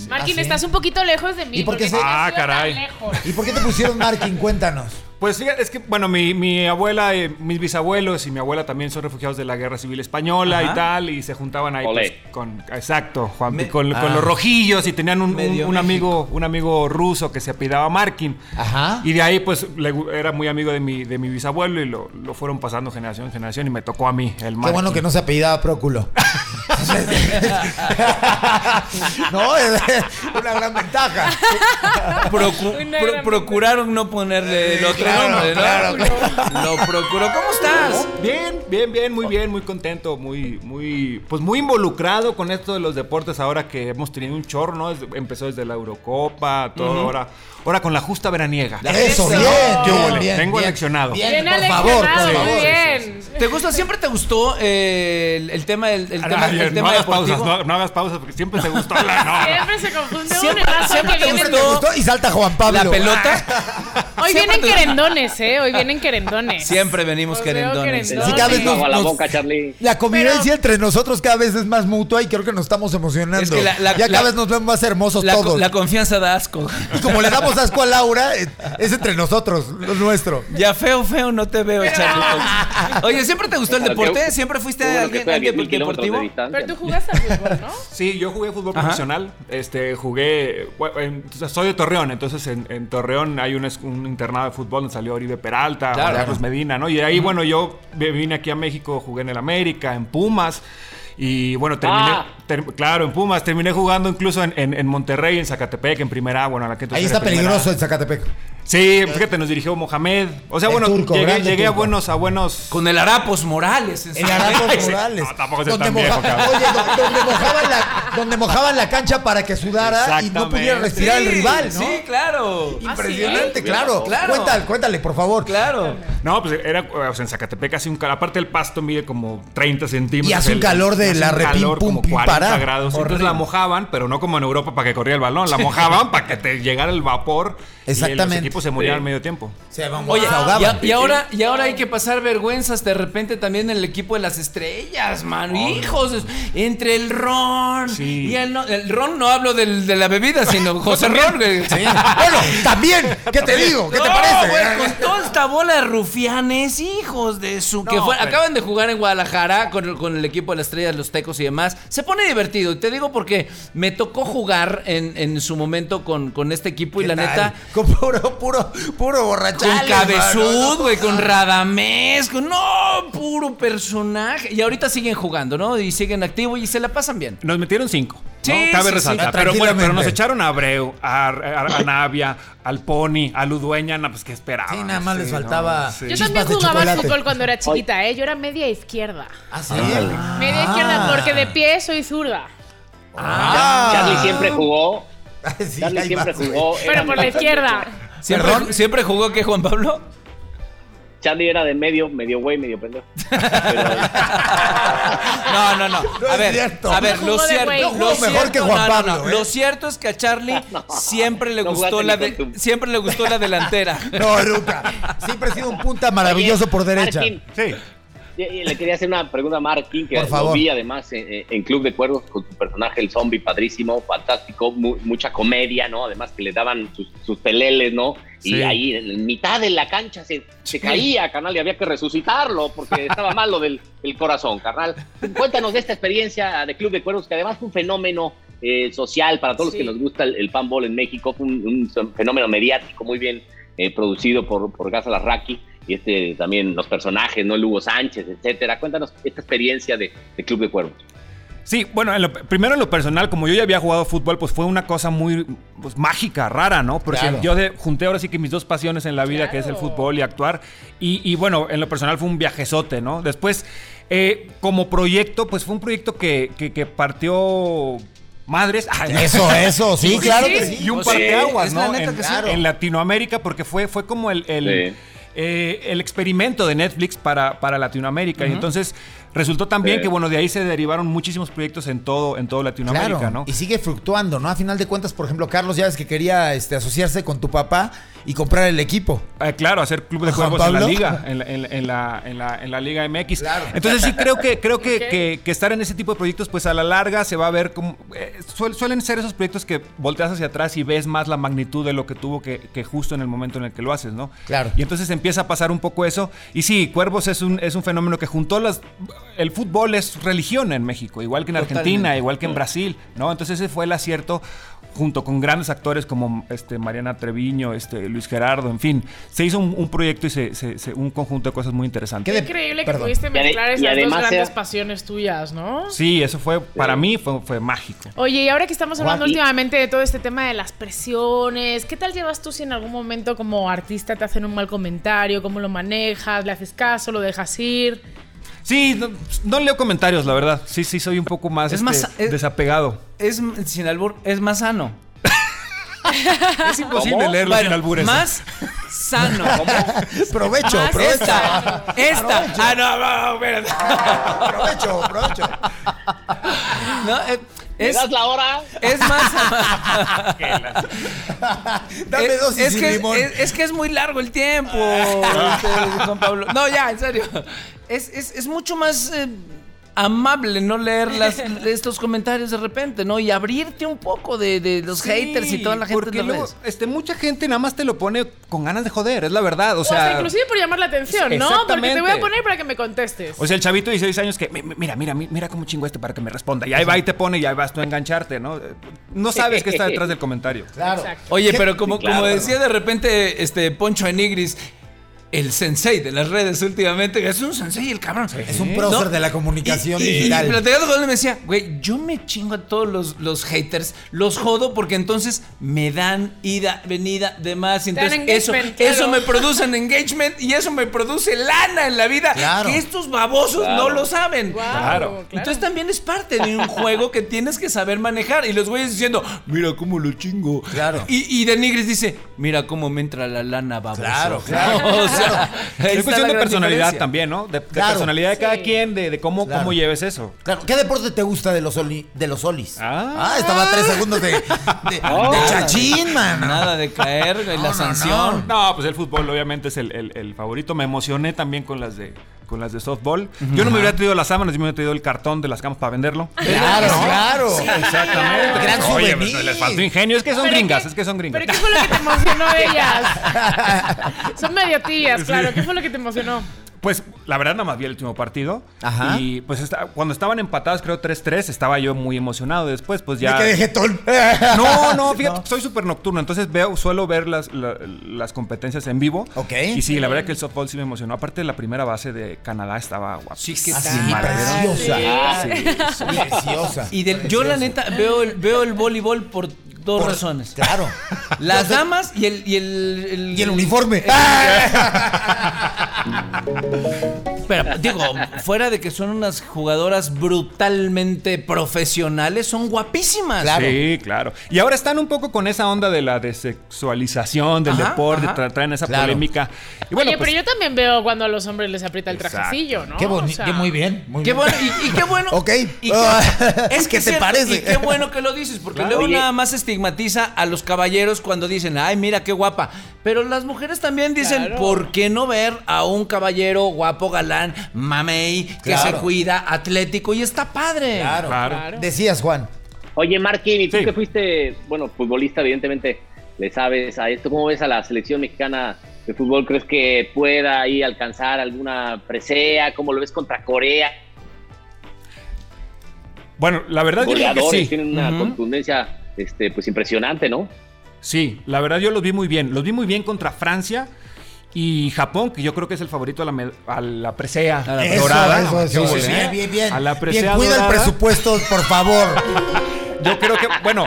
[SPEAKER 5] Martín,
[SPEAKER 4] sí?
[SPEAKER 5] estás un poquito lejos de mí.
[SPEAKER 4] ¿Y por qué
[SPEAKER 5] porque
[SPEAKER 4] se-
[SPEAKER 5] no
[SPEAKER 10] Ah,
[SPEAKER 5] he sido tan
[SPEAKER 10] caray.
[SPEAKER 5] lejos.
[SPEAKER 4] ¿Y por qué te pusieron Markin? Cuéntanos.
[SPEAKER 10] Pues fíjate, es que, bueno, mi, mi abuela, eh, mis bisabuelos y mi abuela también son refugiados de la Guerra Civil Española
[SPEAKER 2] Ajá.
[SPEAKER 10] y tal, y se juntaban ahí
[SPEAKER 3] Olé.
[SPEAKER 10] pues, con, exacto, Juan,
[SPEAKER 2] Me-
[SPEAKER 10] con, con
[SPEAKER 2] Ah.
[SPEAKER 10] los rojillos y tenían un, un-
[SPEAKER 2] Medio
[SPEAKER 10] un amigo, un amigo ruso que se apidaba Markin.
[SPEAKER 4] Ajá.
[SPEAKER 10] Y de ahí, pues, le gu- era muy amigo de mi, de mi bisabuelo y lo, lo fueron pasando generación en generación y me tocó a mí el
[SPEAKER 4] Qué
[SPEAKER 10] Markin.
[SPEAKER 4] bueno que no se apellidaba Próculo. no, es una gran ventaja.
[SPEAKER 2] Procu-
[SPEAKER 5] Una
[SPEAKER 2] pro-
[SPEAKER 5] gran-
[SPEAKER 2] procuraron no ponerle el
[SPEAKER 4] Sí,
[SPEAKER 2] otro
[SPEAKER 4] claro,
[SPEAKER 2] nombre, ¿no?
[SPEAKER 4] claro,
[SPEAKER 2] Lo procuró. ¿Cómo estás?
[SPEAKER 10] Bien, bien, bien, muy bien, muy contento, muy, muy, pues muy involucrado con esto de los deportes ahora que hemos tenido un chorro, ¿no? Desde- empezó desde la Eurocopa, todo, ahora, ahora con la justa veraniega.
[SPEAKER 4] Eso,
[SPEAKER 2] Eso.
[SPEAKER 4] bien.
[SPEAKER 10] Qué
[SPEAKER 4] bien,
[SPEAKER 10] huele,
[SPEAKER 4] bien,
[SPEAKER 10] tengo
[SPEAKER 4] bien.
[SPEAKER 10] eleccionado.
[SPEAKER 4] Bien,
[SPEAKER 5] Bien
[SPEAKER 4] por
[SPEAKER 5] aleccionado,
[SPEAKER 4] favor, por
[SPEAKER 5] muy
[SPEAKER 4] favor.
[SPEAKER 5] bien.
[SPEAKER 2] ¿Te gusta? ¿Siempre te gustó eh, el, el tema del el tema,
[SPEAKER 10] Ay,
[SPEAKER 2] el
[SPEAKER 10] no
[SPEAKER 2] tema
[SPEAKER 10] hagas
[SPEAKER 2] deportivo?
[SPEAKER 10] Ah, pausas, no, no hagas pausas porque siempre te gusta hablar, no.
[SPEAKER 5] [LAUGHS] Siempre se confunde
[SPEAKER 2] Siempre-
[SPEAKER 5] uno. y más
[SPEAKER 2] siempre
[SPEAKER 5] porque
[SPEAKER 2] te
[SPEAKER 5] vienen-
[SPEAKER 4] Me gustó y salta Juan Pablo.
[SPEAKER 2] ¿La pelota?
[SPEAKER 4] [LAUGHS]
[SPEAKER 5] Hoy
[SPEAKER 2] Siempre
[SPEAKER 5] vienen
[SPEAKER 2] te-
[SPEAKER 5] querendones, ¿eh? Hoy vienen querendones.
[SPEAKER 2] Siempre venimos este.
[SPEAKER 5] Os veo
[SPEAKER 2] querendones.
[SPEAKER 5] querendones.
[SPEAKER 4] Sí, cada vez
[SPEAKER 5] Sí.
[SPEAKER 4] nos-
[SPEAKER 3] Agua a la
[SPEAKER 4] nos-
[SPEAKER 3] boca, Charlie.
[SPEAKER 4] La convivencia
[SPEAKER 5] Pero-
[SPEAKER 4] entre nosotros cada vez es más mutua y creo que nos estamos emocionando.
[SPEAKER 2] Es que la- la-
[SPEAKER 4] ya cada
[SPEAKER 2] la-
[SPEAKER 4] vez nos vemos más hermosos
[SPEAKER 2] La, co-
[SPEAKER 4] todos.
[SPEAKER 2] la confianza da asco. [LAUGHS]
[SPEAKER 4] Y como le damos asco a Laura, eh, es entre nosotros, lo nuestro.
[SPEAKER 2] Ya feo, feo, no te veo,
[SPEAKER 5] Pero-
[SPEAKER 2] Charlie.
[SPEAKER 4] [LAUGHS]
[SPEAKER 2] Fox. Oye, ¿siempre te gustó el
[SPEAKER 3] Claro,
[SPEAKER 2] deporte?
[SPEAKER 3] qué-
[SPEAKER 2] ¿Siempre fuiste
[SPEAKER 3] qué bueno que
[SPEAKER 2] alguien,
[SPEAKER 3] estoy a
[SPEAKER 2] alguien
[SPEAKER 3] 10.000 kilómetros de
[SPEAKER 2] deportivo?
[SPEAKER 3] distancia.
[SPEAKER 5] Pero tú jugaste al fútbol, ¿no?
[SPEAKER 10] Sí, yo jugué fútbol
[SPEAKER 2] Ajá.
[SPEAKER 10] profesional. Este, jugué. bueno, en- o sea, soy de Torreón, entonces en, en Torreón hay un, es- un internado de fútbol donde salió Oribe Peralta,
[SPEAKER 2] Claro.
[SPEAKER 10] Juan Carlos Medina, ¿no? Y de ahí, bueno, yo me vine aquí a México, jugué en el América, en Pumas. Y bueno, terminé.
[SPEAKER 3] Ah.
[SPEAKER 10] ter- claro, en Pumas. Terminé jugando incluso en, en- en Monterrey, en Zacatepec, en Primera A, bueno, en la que entonces
[SPEAKER 4] Ahí
[SPEAKER 10] era
[SPEAKER 4] está peligroso
[SPEAKER 10] Primera A.
[SPEAKER 4] el Zacatepec.
[SPEAKER 10] Sí, fíjate, nos dirigió Mohamed. O sea,
[SPEAKER 4] El
[SPEAKER 10] bueno,
[SPEAKER 4] turco,
[SPEAKER 10] llegué,
[SPEAKER 4] grande
[SPEAKER 10] llegué a
[SPEAKER 4] turco.
[SPEAKER 10] buenos, a buenos.
[SPEAKER 2] Con el Arapos Morales. en
[SPEAKER 4] En
[SPEAKER 2] San-
[SPEAKER 4] Aracos Morales.
[SPEAKER 10] No, tampoco soy
[SPEAKER 4] donde,
[SPEAKER 10] tan viejo, cabrón.
[SPEAKER 4] Oye, do- donde, mojaban la, donde mojaban la cancha para que sudara y no
[SPEAKER 10] Exactamente.
[SPEAKER 4] pudiera respirar el
[SPEAKER 2] Sí,
[SPEAKER 4] rival, ¿no?
[SPEAKER 2] Sí, claro.
[SPEAKER 4] Impresionante,
[SPEAKER 3] ¿Ah, sí?
[SPEAKER 4] claro.
[SPEAKER 2] Claro.
[SPEAKER 4] Cuéntale, cuéntale, por favor.
[SPEAKER 2] Claro.
[SPEAKER 10] No, pues era, o sea, en Zacatepec hace un calor. Aparte el pasto mide como 30 centímetros.
[SPEAKER 4] Y hace un
[SPEAKER 10] El-
[SPEAKER 4] calor de
[SPEAKER 10] hace
[SPEAKER 4] la
[SPEAKER 10] un
[SPEAKER 4] repim,
[SPEAKER 10] calor
[SPEAKER 4] pum,
[SPEAKER 10] como
[SPEAKER 4] pim,
[SPEAKER 10] 40
[SPEAKER 4] pará.
[SPEAKER 10] grados. Entonces la mojaban, pero no como en Europa para que corría el balón. La mojaban para que te llegara el vapor. Y
[SPEAKER 4] Exactamente.
[SPEAKER 10] los equipos se morían al medio tiempo.
[SPEAKER 4] Se
[SPEAKER 2] Oye,
[SPEAKER 4] ahogaban.
[SPEAKER 2] y, a- y ahora, y ahora hay que pasar vergüenzas de repente también en el equipo de las estrellas, mano.
[SPEAKER 4] Oh.
[SPEAKER 2] Hijos, es- entre el ron
[SPEAKER 10] Sí.
[SPEAKER 2] y el, no- el ron, no hablo del- de la bebida,
[SPEAKER 4] [LAUGHS]
[SPEAKER 2] sino José Ron. güey.
[SPEAKER 4] Sí. Bueno, también, ¿qué te digo? ¿Qué te
[SPEAKER 2] No,
[SPEAKER 4] parece?
[SPEAKER 2] güey, con toda esta bola de rufianes, hijos de su. que
[SPEAKER 10] No,
[SPEAKER 2] fue-
[SPEAKER 10] pero-
[SPEAKER 2] Acaban de jugar en Guadalajara con, el- con el equipo de las estrellas, los tecos y demás. Se pone divertido. Y te digo porque me tocó jugar en, en su momento con, con este equipo y la
[SPEAKER 4] ¿Qué tal?
[SPEAKER 2] neta.
[SPEAKER 4] Con puro, puro, puro borrachales,
[SPEAKER 2] Con
[SPEAKER 4] mano,
[SPEAKER 2] Cabezud,
[SPEAKER 4] ¿no?
[SPEAKER 2] güey, con Radamés, con... No, puro personaje. Y ahorita siguen jugando, ¿no? Y siguen activos y se la pasan bien.
[SPEAKER 10] Nos metieron cinco.
[SPEAKER 2] Sí,
[SPEAKER 10] ¿no? Cabe
[SPEAKER 2] sí,
[SPEAKER 10] resaltar.
[SPEAKER 4] sí.
[SPEAKER 10] pero bueno, pero nos
[SPEAKER 4] Tranquilamente.
[SPEAKER 10] echaron a Abreu, a, a- a Navia, al Pony, a Ludueña, no, pues qué
[SPEAKER 2] Ah,
[SPEAKER 10] esperaban.
[SPEAKER 4] Sí, nada más les
[SPEAKER 10] no,
[SPEAKER 4] faltaba
[SPEAKER 10] sí.
[SPEAKER 5] Yo
[SPEAKER 4] Chispas
[SPEAKER 5] también
[SPEAKER 4] de
[SPEAKER 5] jugaba al
[SPEAKER 4] chocolate.
[SPEAKER 5] fútbol cuando era chiquita, ¿eh? Yo era media izquierda.
[SPEAKER 4] Ah, sí.
[SPEAKER 5] Media izquierda porque de pie soy zurda.
[SPEAKER 4] Ah.
[SPEAKER 3] Charlie siempre jugó
[SPEAKER 4] Sí,
[SPEAKER 3] Charlie
[SPEAKER 4] ahí
[SPEAKER 3] siempre
[SPEAKER 4] vas, güey.
[SPEAKER 3] jugó. era
[SPEAKER 5] Pero por la
[SPEAKER 3] medio centro.
[SPEAKER 5] izquierda.
[SPEAKER 2] ¿Siempre, ¿Siempre jugó que Juan Pablo?
[SPEAKER 3] Charlie era de medio, medio güey, medio pendejo.
[SPEAKER 2] [LAUGHS] No, no, no.
[SPEAKER 4] No
[SPEAKER 2] A
[SPEAKER 4] es
[SPEAKER 2] ver,
[SPEAKER 4] cierto.
[SPEAKER 2] a ver,
[SPEAKER 5] No
[SPEAKER 2] lo
[SPEAKER 5] jugó de
[SPEAKER 2] cierto,
[SPEAKER 5] güey. No
[SPEAKER 4] jugó
[SPEAKER 2] lo
[SPEAKER 4] mejor
[SPEAKER 2] cierto-
[SPEAKER 4] que Juan
[SPEAKER 2] no, no, no.
[SPEAKER 4] Pablo, ¿eh?
[SPEAKER 2] Lo cierto es que a Charlie
[SPEAKER 3] No.
[SPEAKER 2] siempre le
[SPEAKER 3] No
[SPEAKER 2] gustó
[SPEAKER 3] jugaste
[SPEAKER 2] la
[SPEAKER 3] ni
[SPEAKER 2] de-
[SPEAKER 3] con tu-
[SPEAKER 2] siempre le gustó la delantera.
[SPEAKER 4] No, nunca. Siempre ha sido un punta maravilloso por derecha.
[SPEAKER 3] Martín,
[SPEAKER 10] Sí.
[SPEAKER 3] Y- y Le quería hacer una pregunta a Martín, que
[SPEAKER 4] Por favor.
[SPEAKER 3] lo vi además en, en Club de Cuervos con su personaje, el zombie, padrísimo, fantástico, mu- mucha comedia, ¿no? Además que le daban sus, sus peleles, ¿no? Y
[SPEAKER 9] Sí.
[SPEAKER 3] ahí en mitad de la cancha se, se caía, carnal, y había que resucitarlo porque estaba malo del, del corazón, carnal. Cuéntanos de esta experiencia de Club de Cuervos, que además fue un fenómeno eh, social para todos
[SPEAKER 5] Sí.
[SPEAKER 3] los que nos gusta el, el panball en México, fue un, un fenómeno mediático muy bien eh, producido por, por Gaza Larraqui, y este también los personajes, ¿no? El Hugo Sánchez, etcétera. Cuéntanos esta experiencia de, de Club de Cuervos.
[SPEAKER 10] Sí, bueno, en lo- primero en lo personal, como yo ya había jugado fútbol, pues fue una cosa muy pues, mágica, rara, ¿no? Porque
[SPEAKER 4] Claro.
[SPEAKER 10] yo de- junté ahora sí que mis dos pasiones en la vida, que es el
[SPEAKER 5] Claro.
[SPEAKER 10] fútbol y actuar. Y, y bueno, en lo personal fue un viajezote, ¿no? Después, eh, como proyecto, pues fue un proyecto que, que- que partió madres. [LAUGHS] Ay, ¿eh?
[SPEAKER 4] Eso, eso, sí,
[SPEAKER 5] sí,
[SPEAKER 4] claro
[SPEAKER 5] sí.
[SPEAKER 4] que sí.
[SPEAKER 10] y un
[SPEAKER 2] Pues sí,
[SPEAKER 10] parteaguas,
[SPEAKER 2] es la
[SPEAKER 10] ¿no?
[SPEAKER 2] neta
[SPEAKER 10] en,
[SPEAKER 2] que
[SPEAKER 4] sí.
[SPEAKER 10] en Latinoamérica, porque fue, fue como el, el,
[SPEAKER 3] Sí.
[SPEAKER 10] eh, el experimento de Netflix para, para Latinoamérica. Y entonces resultó también
[SPEAKER 3] Sí.
[SPEAKER 10] que, bueno, de ahí se derivaron muchísimos proyectos en todo, en todo Latinoamérica,
[SPEAKER 4] Claro,
[SPEAKER 10] ¿no?
[SPEAKER 4] y sigue fluctuando, ¿no? A final de cuentas, por ejemplo, Carlos ya ves que quería este, asociarse con tu papá y comprar el equipo. [LAUGHS]
[SPEAKER 10] Eh, claro, hacer club de
[SPEAKER 4] Juan
[SPEAKER 10] juegos en la
[SPEAKER 4] Pablo.
[SPEAKER 10] liga, en la, en la- en la- en la- en la Liga MX.
[SPEAKER 4] Claro.
[SPEAKER 10] Entonces sí creo que creo
[SPEAKER 4] [LAUGHS]
[SPEAKER 10] que, que- que estar en ese tipo de proyectos, pues a la larga se va a ver como... eh, suel- suelen ser esos proyectos que volteas hacia atrás y ves más la magnitud de lo que tuvo que, que justo en el momento en el que lo haces, ¿no?
[SPEAKER 4] Claro.
[SPEAKER 10] Y entonces empieza a pasar un poco eso. Y sí, Cuervos es un, es un fenómeno que juntó las... El fútbol es religión en México, igual que en Argentina, igual que en Brasil, ¿no? Entonces ese fue el acierto junto con grandes actores como este, Mariana Treviño, este, Luis Gerardo, en fin. Se hizo un, un proyecto y se, se- se- un conjunto de cosas muy interesantes.
[SPEAKER 4] ¿Qué de-
[SPEAKER 5] Increíble que
[SPEAKER 4] Perdón.
[SPEAKER 5] pudiste
[SPEAKER 3] Y ade-
[SPEAKER 5] mezclar
[SPEAKER 3] y
[SPEAKER 5] esas dos
[SPEAKER 3] además
[SPEAKER 5] grandes
[SPEAKER 3] era-
[SPEAKER 5] pasiones tuyas, ¿no?
[SPEAKER 10] Sí, eso fue, para mí fue, fue mágico.
[SPEAKER 5] Oye, y ahora que estamos hablando
[SPEAKER 3] Guapi.
[SPEAKER 5] últimamente de todo este tema de las presiones, ¿qué tal llevas tú si en algún momento como artista te hacen un mal comentario? ¿Cómo lo manejas? ¿Le haces caso? ¿Lo dejas ir?
[SPEAKER 10] Sí, no, no leo comentarios, la verdad. Sí, sí, soy un poco más,
[SPEAKER 2] Es
[SPEAKER 10] este,
[SPEAKER 2] más- es-
[SPEAKER 10] desapegado.
[SPEAKER 2] Es sin albur, es más sano.
[SPEAKER 10] Es imposible leerlo
[SPEAKER 2] Bueno,
[SPEAKER 10] sin albures.
[SPEAKER 2] Más [LAUGHS] sano.
[SPEAKER 4] Provecho,
[SPEAKER 5] Ah, sí,
[SPEAKER 4] provecho.
[SPEAKER 2] Esta, esta. Ah, no, no, [LAUGHS] espérate.
[SPEAKER 4] Provecho, provecho.
[SPEAKER 2] No, eh,
[SPEAKER 3] ¿Me
[SPEAKER 2] es,
[SPEAKER 3] das la hora?
[SPEAKER 2] es [LAUGHS] más.
[SPEAKER 4] Dame
[SPEAKER 2] es,
[SPEAKER 4] dos y
[SPEAKER 2] es
[SPEAKER 4] sin
[SPEAKER 2] que,
[SPEAKER 4] limón.
[SPEAKER 2] Es, es que es muy largo el tiempo, este, Juan Pablo. No, ya, en serio. Es, es- es mucho más eh, amable no leer [LAUGHS] las- estos comentarios de repente, ¿no? Y abrirte un poco de, de los
[SPEAKER 10] Sí,
[SPEAKER 2] haters y toda la gente
[SPEAKER 10] porque
[SPEAKER 2] de las
[SPEAKER 10] luego,
[SPEAKER 2] redes.
[SPEAKER 10] este, mucha gente nada más te lo pone con ganas de joder, es la verdad. O
[SPEAKER 5] O sea,
[SPEAKER 10] sea,
[SPEAKER 5] inclusive por llamar la atención, ¿no? Porque te voy
[SPEAKER 10] Exactamente.
[SPEAKER 5] a poner para que me contestes.
[SPEAKER 10] o sea, el chavito de 16 años que, "Mi- mi- mira, mira, mi- mira cómo chingo este para que me responda. Y ahí va y te pone y ahí vas tú a engancharte, ¿no? Eh, No sabes qué está detrás del comentario.
[SPEAKER 4] Claro.
[SPEAKER 5] Exacto.
[SPEAKER 2] Oye, pero como,
[SPEAKER 3] claro,
[SPEAKER 2] como
[SPEAKER 3] claro.
[SPEAKER 2] decía de repente este Poncho Enigris, el sensei de las redes últimamente, es un sensei el cabrón.
[SPEAKER 4] Es un prócer
[SPEAKER 2] No,
[SPEAKER 4] de la comunicación
[SPEAKER 2] y- y-
[SPEAKER 4] digital.
[SPEAKER 2] Y platicando con él me decía, güey, yo me chingo a todos los, los haters, los jodo porque entonces me dan ida, venida, demás. y
[SPEAKER 5] Te dan
[SPEAKER 2] Entonces eso,
[SPEAKER 5] engagement, claro.
[SPEAKER 2] eso me produce un engagement y eso me produce lana en la vida.
[SPEAKER 4] Claro.
[SPEAKER 2] Que estos babosos no lo saben.
[SPEAKER 5] Guau,
[SPEAKER 10] Claro.
[SPEAKER 2] Entonces también es parte de un juego que tienes que saber manejar. Y los güeyes diciendo, mira cómo lo chingo.
[SPEAKER 4] Claro.
[SPEAKER 2] Y, y Denigris dice, mira cómo me entra la lana, baboso.
[SPEAKER 4] Claro,
[SPEAKER 2] [LAUGHS]
[SPEAKER 4] claro,
[SPEAKER 2] O sea, ahí está
[SPEAKER 10] Es cuestión
[SPEAKER 2] la
[SPEAKER 10] de
[SPEAKER 2] gran
[SPEAKER 10] personalidad
[SPEAKER 2] diferencia.
[SPEAKER 10] también, ¿no? De, de
[SPEAKER 4] Claro.
[SPEAKER 10] personalidad de cada
[SPEAKER 5] Sí.
[SPEAKER 10] quien, de, de cómo,
[SPEAKER 4] Claro.
[SPEAKER 10] cómo lleves eso.
[SPEAKER 4] Claro, ¿qué deporte te gusta de los, oli- de los solis?
[SPEAKER 10] Ah.
[SPEAKER 4] estaba a tres segundos de, de,
[SPEAKER 2] Ah.
[SPEAKER 4] de chachín, man.
[SPEAKER 2] Nada de caer, güey, la
[SPEAKER 4] No, no,
[SPEAKER 2] sanción.
[SPEAKER 10] No, pues el fútbol obviamente es el, el- el favorito. Me emocioné también con las de con las de softball. Yo no me hubiera traído las sábanas, yo me hubiera traído el cartón de las camas para venderlo.
[SPEAKER 4] Claro, claro.
[SPEAKER 10] Exactamente.
[SPEAKER 4] Gran
[SPEAKER 10] Oye,
[SPEAKER 4] souvenir.
[SPEAKER 10] pues, les faltó ingenio. Es que son
[SPEAKER 5] Pero
[SPEAKER 10] gringas,
[SPEAKER 5] qué-
[SPEAKER 10] es que son gringas.
[SPEAKER 5] ¿Pero qué fue lo que te emocionó de ellas? Son medio tías, claro. ¿Qué fue lo que te emocionó?
[SPEAKER 10] Pues la verdad nada más vi el último partido.
[SPEAKER 4] Ajá.
[SPEAKER 10] Y pues esta- cuando estaban empatados, creo 3-3, estaba yo muy emocionado. Después pues ya...
[SPEAKER 4] Me quedé jetón. [LAUGHS]
[SPEAKER 10] No, no, fíjate, que soy súper nocturno, entonces veo, suelo ver las, la- las competencias en vivo.
[SPEAKER 4] Ok.
[SPEAKER 10] Y sí, la verdad que el softball sí me emocionó. Aparte, la primera base de Canadá estaba
[SPEAKER 2] Sí,
[SPEAKER 10] guapísima.
[SPEAKER 2] que
[SPEAKER 4] Así,
[SPEAKER 2] sí,
[SPEAKER 4] preciosa. Preciosa.
[SPEAKER 2] Y del- yo la neta veo el, veo el voleibol por dos
[SPEAKER 4] Por-
[SPEAKER 2] razones.
[SPEAKER 4] Claro. [LAUGHS]
[SPEAKER 2] Las Eh, damas y el... Y el,
[SPEAKER 4] Ah. Y el uniforme.
[SPEAKER 2] Pero digo, fuera de que son unas jugadoras brutalmente profesionales, son guapísimas.
[SPEAKER 4] Claro.
[SPEAKER 10] Sí, claro. Y ahora están un poco con esa onda de la desexualización del
[SPEAKER 2] Ajá,
[SPEAKER 10] deporte,
[SPEAKER 2] ajá.
[SPEAKER 10] tra- traen esa
[SPEAKER 4] Claro.
[SPEAKER 10] polémica. Y bueno,
[SPEAKER 5] Oye,
[SPEAKER 10] pues,
[SPEAKER 5] pero yo también veo cuando a los hombres les aprieta el
[SPEAKER 10] Exacto.
[SPEAKER 5] trajecillo, ¿no?
[SPEAKER 4] Qué
[SPEAKER 5] O
[SPEAKER 4] bonito,
[SPEAKER 5] sea,
[SPEAKER 4] qué muy bien. muy
[SPEAKER 2] Qué
[SPEAKER 4] bien.
[SPEAKER 2] bueno, y, y qué bueno.
[SPEAKER 4] [LAUGHS] Ok. Ah,
[SPEAKER 2] y qué- es que
[SPEAKER 4] ¿Qué
[SPEAKER 2] es
[SPEAKER 4] te
[SPEAKER 2] cierto,
[SPEAKER 4] parece?
[SPEAKER 2] Y qué bueno que lo dices, porque
[SPEAKER 3] Claro.
[SPEAKER 2] luego
[SPEAKER 3] Oye.
[SPEAKER 2] nada más estigmatiza a los caballeros cuando dicen, ay, mira qué guapa. Pero las mujeres también dicen,
[SPEAKER 5] Claro.
[SPEAKER 2] ¿por qué no ver a un caballero guapo, galán, mamey, que
[SPEAKER 4] Claro.
[SPEAKER 2] se cuida, atlético y está padre?
[SPEAKER 4] Claro.
[SPEAKER 10] claro.
[SPEAKER 5] Claro.
[SPEAKER 4] Decías, Juan.
[SPEAKER 3] Oye, Marquín, y tú
[SPEAKER 10] Sí.
[SPEAKER 3] que fuiste, bueno, futbolista, evidentemente, le sabes a esto. ¿Cómo ves a la selección mexicana de fútbol? ¿Crees que pueda ahí alcanzar alguna presea? ¿Cómo lo ves contra Corea?
[SPEAKER 10] Bueno, la verdad yo creo que
[SPEAKER 3] Goleadores,
[SPEAKER 10] sí.
[SPEAKER 3] tienen una
[SPEAKER 2] Ujú.
[SPEAKER 3] contundencia este, pues impresionante, ¿no?
[SPEAKER 10] Sí, la verdad yo los vi muy bien. Los vi muy bien contra Francia y Japón, que yo creo que es el favorito a la, med- a la presea
[SPEAKER 2] la
[SPEAKER 4] Eso,
[SPEAKER 10] dorada.
[SPEAKER 4] eso,
[SPEAKER 10] Qué
[SPEAKER 4] sí,
[SPEAKER 10] bueno,
[SPEAKER 4] sí,
[SPEAKER 10] ¿eh?
[SPEAKER 4] bien, bien, bien.
[SPEAKER 10] A la
[SPEAKER 4] Bien,
[SPEAKER 10] presea
[SPEAKER 4] cuida el
[SPEAKER 10] dorada.
[SPEAKER 4] presupuesto, por [LAUGHS] favor.
[SPEAKER 10] Yo creo que, bueno,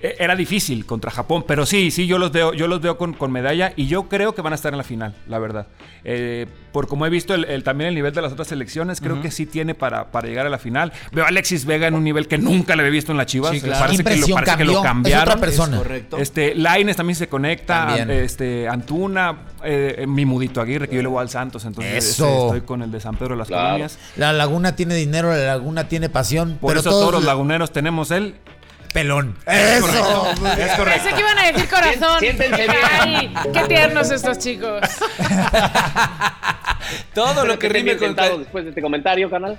[SPEAKER 10] e- era difícil contra Japón, pero sí, sí, yo los veo, yo los veo con, con medalla y yo creo que van a estar en la final, la verdad. Eh, por como he visto el, el- también el nivel de las otras selecciones, creo que sí tiene para, para llegar a la final. Veo a Alexis Vega en un nivel que nunca le había visto en la Chivas.
[SPEAKER 2] Sí, claro.
[SPEAKER 10] parece,
[SPEAKER 4] Qué
[SPEAKER 10] que lo,
[SPEAKER 4] impresión
[SPEAKER 10] parece que
[SPEAKER 4] cambió.
[SPEAKER 10] lo
[SPEAKER 4] Es
[SPEAKER 10] cambiaron.
[SPEAKER 4] otra persona.
[SPEAKER 2] Correcto.
[SPEAKER 10] Este, Laines también se conecta,
[SPEAKER 4] También.
[SPEAKER 10] este, Antuna, eh, mi mudito Aguirre, que yo le voy al Santos, entonces
[SPEAKER 4] Eso.
[SPEAKER 10] este, estoy con el de San Pedro de las
[SPEAKER 3] Claro.
[SPEAKER 10] Colonias.
[SPEAKER 4] La laguna tiene dinero, la laguna tiene pasión.
[SPEAKER 10] Por
[SPEAKER 4] pero
[SPEAKER 10] eso
[SPEAKER 4] todos
[SPEAKER 10] todos los laguneros tenemos él.
[SPEAKER 4] [LAUGHS] pelón. Eso.
[SPEAKER 10] Es correcto.
[SPEAKER 5] Pensé que iban a decir corazón.
[SPEAKER 3] Siéntense bien.
[SPEAKER 5] Ay, qué tiernos estos chicos.
[SPEAKER 2] Todo lo que
[SPEAKER 3] Creo
[SPEAKER 2] rime
[SPEAKER 3] bien
[SPEAKER 2] con...
[SPEAKER 3] sentado después de este comentario, canal.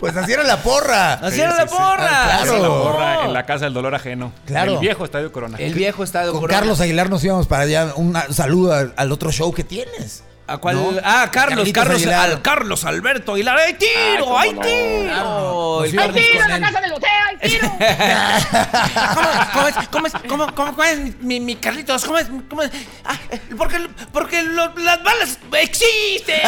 [SPEAKER 4] Pues así era la porra.
[SPEAKER 2] ¡Así era
[SPEAKER 10] Sí,
[SPEAKER 2] la
[SPEAKER 10] sí, sí.
[SPEAKER 2] porra!
[SPEAKER 4] Ah, claro.
[SPEAKER 10] En la
[SPEAKER 4] No.
[SPEAKER 10] borra, en la casa del dolor ajeno.
[SPEAKER 4] Claro.
[SPEAKER 10] En el viejo estadio Corona.
[SPEAKER 2] El viejo estado
[SPEAKER 4] Con
[SPEAKER 2] Corona.
[SPEAKER 4] Carlos Aguilar nos íbamos para allá. Un saludo al, al otro show que tienes.
[SPEAKER 2] ¿A cuál?
[SPEAKER 4] ¿No?
[SPEAKER 2] Ah, Carlos,
[SPEAKER 4] Carlitos
[SPEAKER 2] Carlos,
[SPEAKER 4] Aguilar.
[SPEAKER 2] al Carlos Alberto Aguilar. ¡Ay,
[SPEAKER 3] Ay,
[SPEAKER 2] tiro!
[SPEAKER 3] cómo
[SPEAKER 2] ¡Ay,
[SPEAKER 3] no.
[SPEAKER 2] tiro!
[SPEAKER 4] Nos
[SPEAKER 2] El
[SPEAKER 4] íbamos
[SPEAKER 2] Carlos-
[SPEAKER 4] con él.
[SPEAKER 3] del hotel! ¡Ay, tiro!
[SPEAKER 2] ¿Cómo, cómo es, cómo es, cómo, cómo- cómo es mi- mi, mi Carlitos? ¿Cómo es? ¿Cómo es? Ah, eh, porque porque lo- las balas existen.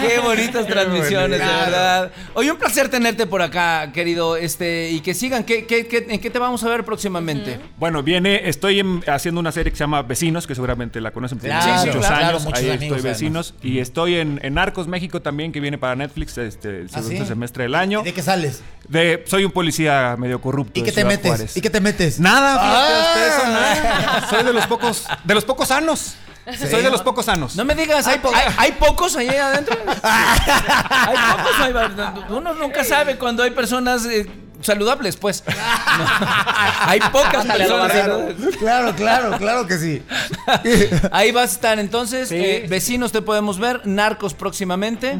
[SPEAKER 2] Qué bonitas transmisiones, de verdad. Oye, un placer tenerte por acá, querido. Este, y que sigan. ¿Qué, qué, qué- en qué te vamos a ver próximamente?
[SPEAKER 10] Bueno, viene, estoy en- haciendo una serie que se llama Vecinos, que seguramente la conocen porque
[SPEAKER 4] Claro,
[SPEAKER 10] tiene
[SPEAKER 4] sí,
[SPEAKER 10] muchos
[SPEAKER 4] claro,
[SPEAKER 10] años.
[SPEAKER 4] muchos
[SPEAKER 10] Ahí
[SPEAKER 4] amigos,
[SPEAKER 10] estoy Vecinos. Y estoy en, en Arcos México también, que viene para Netflix este, el
[SPEAKER 4] ¿Ah,
[SPEAKER 10] segundo
[SPEAKER 4] sí?
[SPEAKER 10] semestre del año.
[SPEAKER 4] ¿De qué sales?
[SPEAKER 10] De- soy un policía medio corrupto.
[SPEAKER 4] ¿Y
[SPEAKER 10] de
[SPEAKER 4] qué te
[SPEAKER 10] Ciudad
[SPEAKER 4] metes?
[SPEAKER 10] Pues Juárez.
[SPEAKER 4] ¿Y qué te metes?
[SPEAKER 10] Nada,
[SPEAKER 4] Ah.
[SPEAKER 10] fíjate usted, eso nada. Soy de los pocos, de los pocos sanos. Soy de los pocos sanos.
[SPEAKER 2] No me digas, hay, po- hay, hay pocos allá [LAUGHS] adentro. hay pocos. ahí va- uno nunca sabe cuando hay personas eh, saludables, [LAUGHS] pues. No. hay pocas
[SPEAKER 3] Ándale, lo
[SPEAKER 2] personas.
[SPEAKER 3] barrero.
[SPEAKER 2] saludables.
[SPEAKER 4] Claro, claro, claro que sí.
[SPEAKER 2] [LAUGHS] Ahí vas a estar entonces.
[SPEAKER 10] Sí.
[SPEAKER 2] eh, vecinos te podemos ver. Narcos próximamente.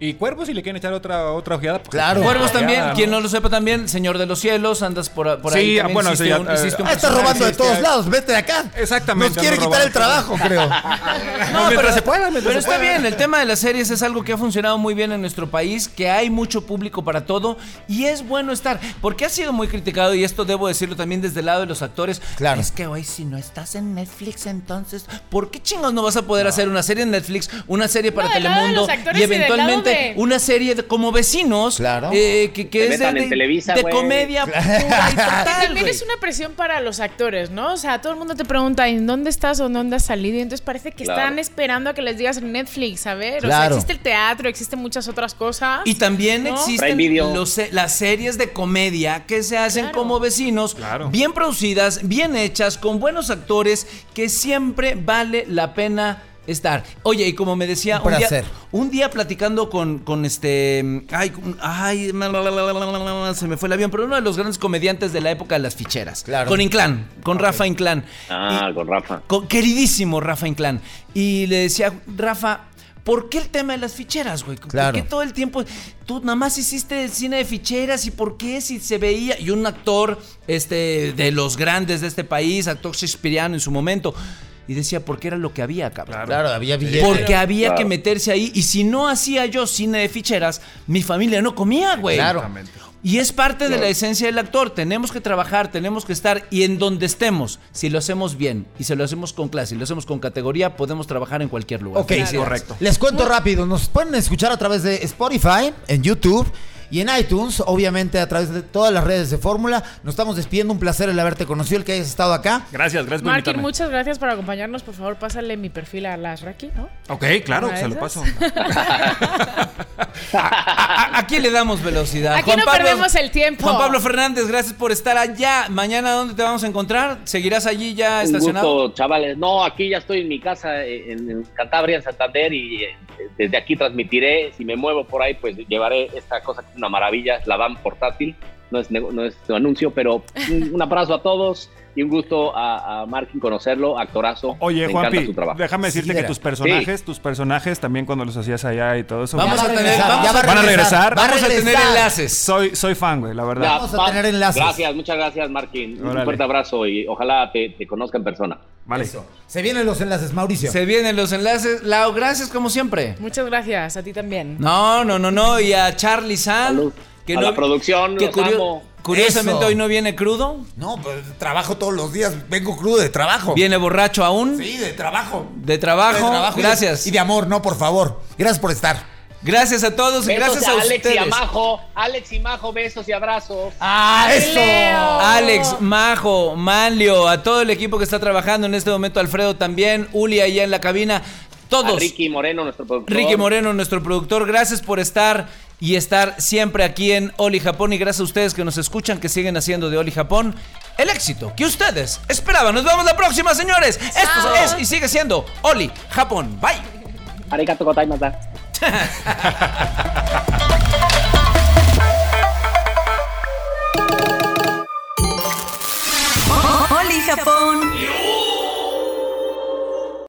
[SPEAKER 10] Y cuervos, si le quieren echar otra, otra ojeada. pues,
[SPEAKER 4] Claro.
[SPEAKER 2] Cuervos
[SPEAKER 10] ojeada,
[SPEAKER 2] también.
[SPEAKER 10] ¿no?
[SPEAKER 2] Quien no lo sepa también, Señor de los Cielos. Andas por, por
[SPEAKER 10] Sí,
[SPEAKER 2] ahí.
[SPEAKER 10] ah,
[SPEAKER 2] también
[SPEAKER 10] bueno,
[SPEAKER 2] hiciste
[SPEAKER 10] sí, ya,
[SPEAKER 2] un-
[SPEAKER 10] eh,
[SPEAKER 2] hiciste un
[SPEAKER 4] Ah, estás
[SPEAKER 2] personaje.
[SPEAKER 4] robando de todos lados. Vete de acá.
[SPEAKER 10] Exactamente,
[SPEAKER 4] Nos quiere
[SPEAKER 10] ando
[SPEAKER 4] quitar el trabajo,
[SPEAKER 2] [LAUGHS]
[SPEAKER 10] robando.
[SPEAKER 4] creo.
[SPEAKER 10] [LAUGHS]
[SPEAKER 2] No,
[SPEAKER 10] Mientras
[SPEAKER 2] pero,
[SPEAKER 10] se pueda, mientras
[SPEAKER 2] pero
[SPEAKER 10] se
[SPEAKER 2] está
[SPEAKER 10] pueda.
[SPEAKER 2] bien, el tema de las series es algo que ha funcionado muy bien en nuestro país, que hay mucho público para todo y es bueno estar, porque ha sido muy criticado y esto debo decirlo también desde el lado de los actores.
[SPEAKER 4] Claro.
[SPEAKER 2] Es que hoy si no estás en Netflix entonces, ¿por qué chingos no vas a poder hacer una serie en Netflix, una serie para
[SPEAKER 5] No, del lado de
[SPEAKER 2] Telemundo
[SPEAKER 5] los actores
[SPEAKER 2] y
[SPEAKER 5] y del lado
[SPEAKER 2] eventualmente
[SPEAKER 5] de-
[SPEAKER 2] una serie de- como vecinos
[SPEAKER 4] Claro.
[SPEAKER 2] eh, que, que
[SPEAKER 3] Que
[SPEAKER 2] es de,
[SPEAKER 3] metan en
[SPEAKER 2] de-
[SPEAKER 3] Televisa,
[SPEAKER 2] de
[SPEAKER 3] güey.
[SPEAKER 10] [LAUGHS]
[SPEAKER 2] comedia pura y total,
[SPEAKER 5] Y también
[SPEAKER 2] güey.
[SPEAKER 5] es una presión para los actores, ¿no? O sea, todo el mundo te pregunta ¿en dónde estás o en dónde has salido? Y entonces parece que
[SPEAKER 3] Claro.
[SPEAKER 5] están esperando a que les digas Netflix, a ver. O sea,
[SPEAKER 4] Claro.
[SPEAKER 5] existe el teatro, existen muchas otras cosas.
[SPEAKER 2] Y también
[SPEAKER 5] ¿No?
[SPEAKER 2] existen
[SPEAKER 3] Prime Video.
[SPEAKER 2] los- eh, las series de comedia que se hacen
[SPEAKER 5] Claro.
[SPEAKER 2] como vecinos,
[SPEAKER 10] Claro.
[SPEAKER 2] bien producidas, bien hechas, con buenos actores, que siempre vale la pena estar. Oye, y como me decía,
[SPEAKER 4] Un
[SPEAKER 2] un, día,
[SPEAKER 4] placer.
[SPEAKER 2] un día platicando con, con este... Ay, con- ay, la, la, la, la, la, la, la, la, se me fue el avión, pero uno de los grandes comediantes de la época de las ficheras.
[SPEAKER 4] Claro.
[SPEAKER 2] Con Inclán, con Rafa Inclán.
[SPEAKER 3] Ah, con Rafa.
[SPEAKER 2] Con- queridísimo Rafa Inclán. Y le decía, Rafa, ¿por qué el tema de las ficheras, güey? ¿Por
[SPEAKER 4] Claro.
[SPEAKER 2] qué todo el tiempo tú nada más hiciste cine de ficheras y por qué si se veía? Y un actor este, de los grandes de este país, actor shakespeariano en su momento. Y decía, porque era lo que había, cabrón.
[SPEAKER 4] Claro, había billetes.
[SPEAKER 2] Porque había
[SPEAKER 3] Claro.
[SPEAKER 2] que meterse ahí. Y si no hacía yo cine de ficheras, mi familia no comía, güey.
[SPEAKER 4] Claro.
[SPEAKER 2] Y es parte de la esencia del actor. Tenemos que trabajar, tenemos que estar y en donde estemos, si lo hacemos bien y se lo hacemos con clase y lo hacemos con categoría, podemos trabajar en cualquier lugar.
[SPEAKER 4] Ok,
[SPEAKER 2] Felicidades.
[SPEAKER 10] correcto.
[SPEAKER 4] Les cuento rápido, nos pueden escuchar a través de Spotify, en YouTube, y en iTunes, obviamente a través de todas las redes de Fórmula. Nos estamos despidiendo. Un placer el haberte conocido, el que hayas estado acá.
[SPEAKER 10] Gracias, gracias por
[SPEAKER 5] Markin,
[SPEAKER 10] invitarme.
[SPEAKER 5] muchas gracias por acompañarnos. Por favor, pásale mi perfil a las Raki, ¿no?
[SPEAKER 10] Ok, claro,
[SPEAKER 5] ¿Una
[SPEAKER 10] se
[SPEAKER 5] de
[SPEAKER 10] lo
[SPEAKER 5] esas?
[SPEAKER 10] paso.
[SPEAKER 2] [LAUGHS] ¿A, a- a quién le damos velocidad?
[SPEAKER 5] Aquí no perdemos el tiempo.
[SPEAKER 2] Juan Pablo Fernández, gracias por estar allá. Mañana, ¿dónde te vamos a encontrar? ¿Seguirás allí ya
[SPEAKER 3] Un
[SPEAKER 2] estacionado?
[SPEAKER 3] gusto, chavales. No, aquí ya estoy en mi casa, eh, en, en Cantabria, en Santander, y eh, desde aquí transmitiré. Si me muevo por ahí, pues llevaré esta cosa que es una maravilla, es la van portátil. No es, nego- no es un anuncio, pero un, un abrazo a todos y un gusto a, a Markin conocerlo, actorazo.
[SPEAKER 10] Oye,
[SPEAKER 3] me
[SPEAKER 10] Juanpi,
[SPEAKER 3] encanta su trabajo.
[SPEAKER 10] déjame decirte que
[SPEAKER 4] era.
[SPEAKER 10] tus personajes, tus personajes también cuando los hacías allá y todo eso.
[SPEAKER 2] Vamos
[SPEAKER 4] Ya
[SPEAKER 2] a
[SPEAKER 4] va
[SPEAKER 2] tener-
[SPEAKER 4] regresar,
[SPEAKER 2] vamos
[SPEAKER 4] ya
[SPEAKER 2] a-
[SPEAKER 4] va
[SPEAKER 10] van a regresar.
[SPEAKER 4] va
[SPEAKER 2] Vamos a tener
[SPEAKER 4] regresar.
[SPEAKER 2] enlaces.
[SPEAKER 10] Soy, soy fan, güey, la verdad.
[SPEAKER 4] Vamos a tener enlaces.
[SPEAKER 3] Gracias, muchas gracias, Markin. Un
[SPEAKER 10] Órale.
[SPEAKER 3] fuerte abrazo y ojalá te, te conozca en persona.
[SPEAKER 10] Vale.
[SPEAKER 4] Eso. Se vienen los enlaces, Mauricio.
[SPEAKER 2] Se vienen los enlaces. Lau, gracias como siempre.
[SPEAKER 5] [LAUGHS] Muchas gracias, a ti también.
[SPEAKER 2] No, no, no, no. Y a Charlie San.
[SPEAKER 3] Salud. a la producción,
[SPEAKER 2] que
[SPEAKER 3] los
[SPEAKER 2] curio-
[SPEAKER 3] amo.
[SPEAKER 2] Curiosamente
[SPEAKER 4] Eso.
[SPEAKER 2] hoy no viene crudo,
[SPEAKER 4] No, pues trabajo todos los días. Vengo crudo de trabajo.
[SPEAKER 2] viene borracho aún.
[SPEAKER 4] Sí, de trabajo.
[SPEAKER 2] De trabajo.
[SPEAKER 4] De trabajo y de-
[SPEAKER 2] Gracias.
[SPEAKER 4] Y de amor, no, por favor. Gracias por estar.
[SPEAKER 2] Gracias a todos y
[SPEAKER 3] Besos
[SPEAKER 2] Pues gracias
[SPEAKER 3] a,
[SPEAKER 2] a,
[SPEAKER 3] Alex y a
[SPEAKER 2] ustedes.
[SPEAKER 3] Majo. Alex y Majo, besos y abrazos.
[SPEAKER 4] ¡Ah, eso!
[SPEAKER 5] Leo.
[SPEAKER 2] Alex, Majo, Manlio, a todo el equipo que está trabajando en este momento, Alfredo también, Uli allá en la cabina,
[SPEAKER 3] A
[SPEAKER 2] todos.
[SPEAKER 3] Ricky Moreno, nuestro productor.
[SPEAKER 2] Ricky Moreno, nuestro productor, gracias por estar y estar siempre aquí en Oli Japón y gracias a ustedes que nos escuchan, que siguen haciendo de Oli Japón el éxito que ustedes esperaban. Nos vemos la próxima, señores. Esto es y sigue siendo Oli Japón. Bye.
[SPEAKER 3] Arigato gozaimashita.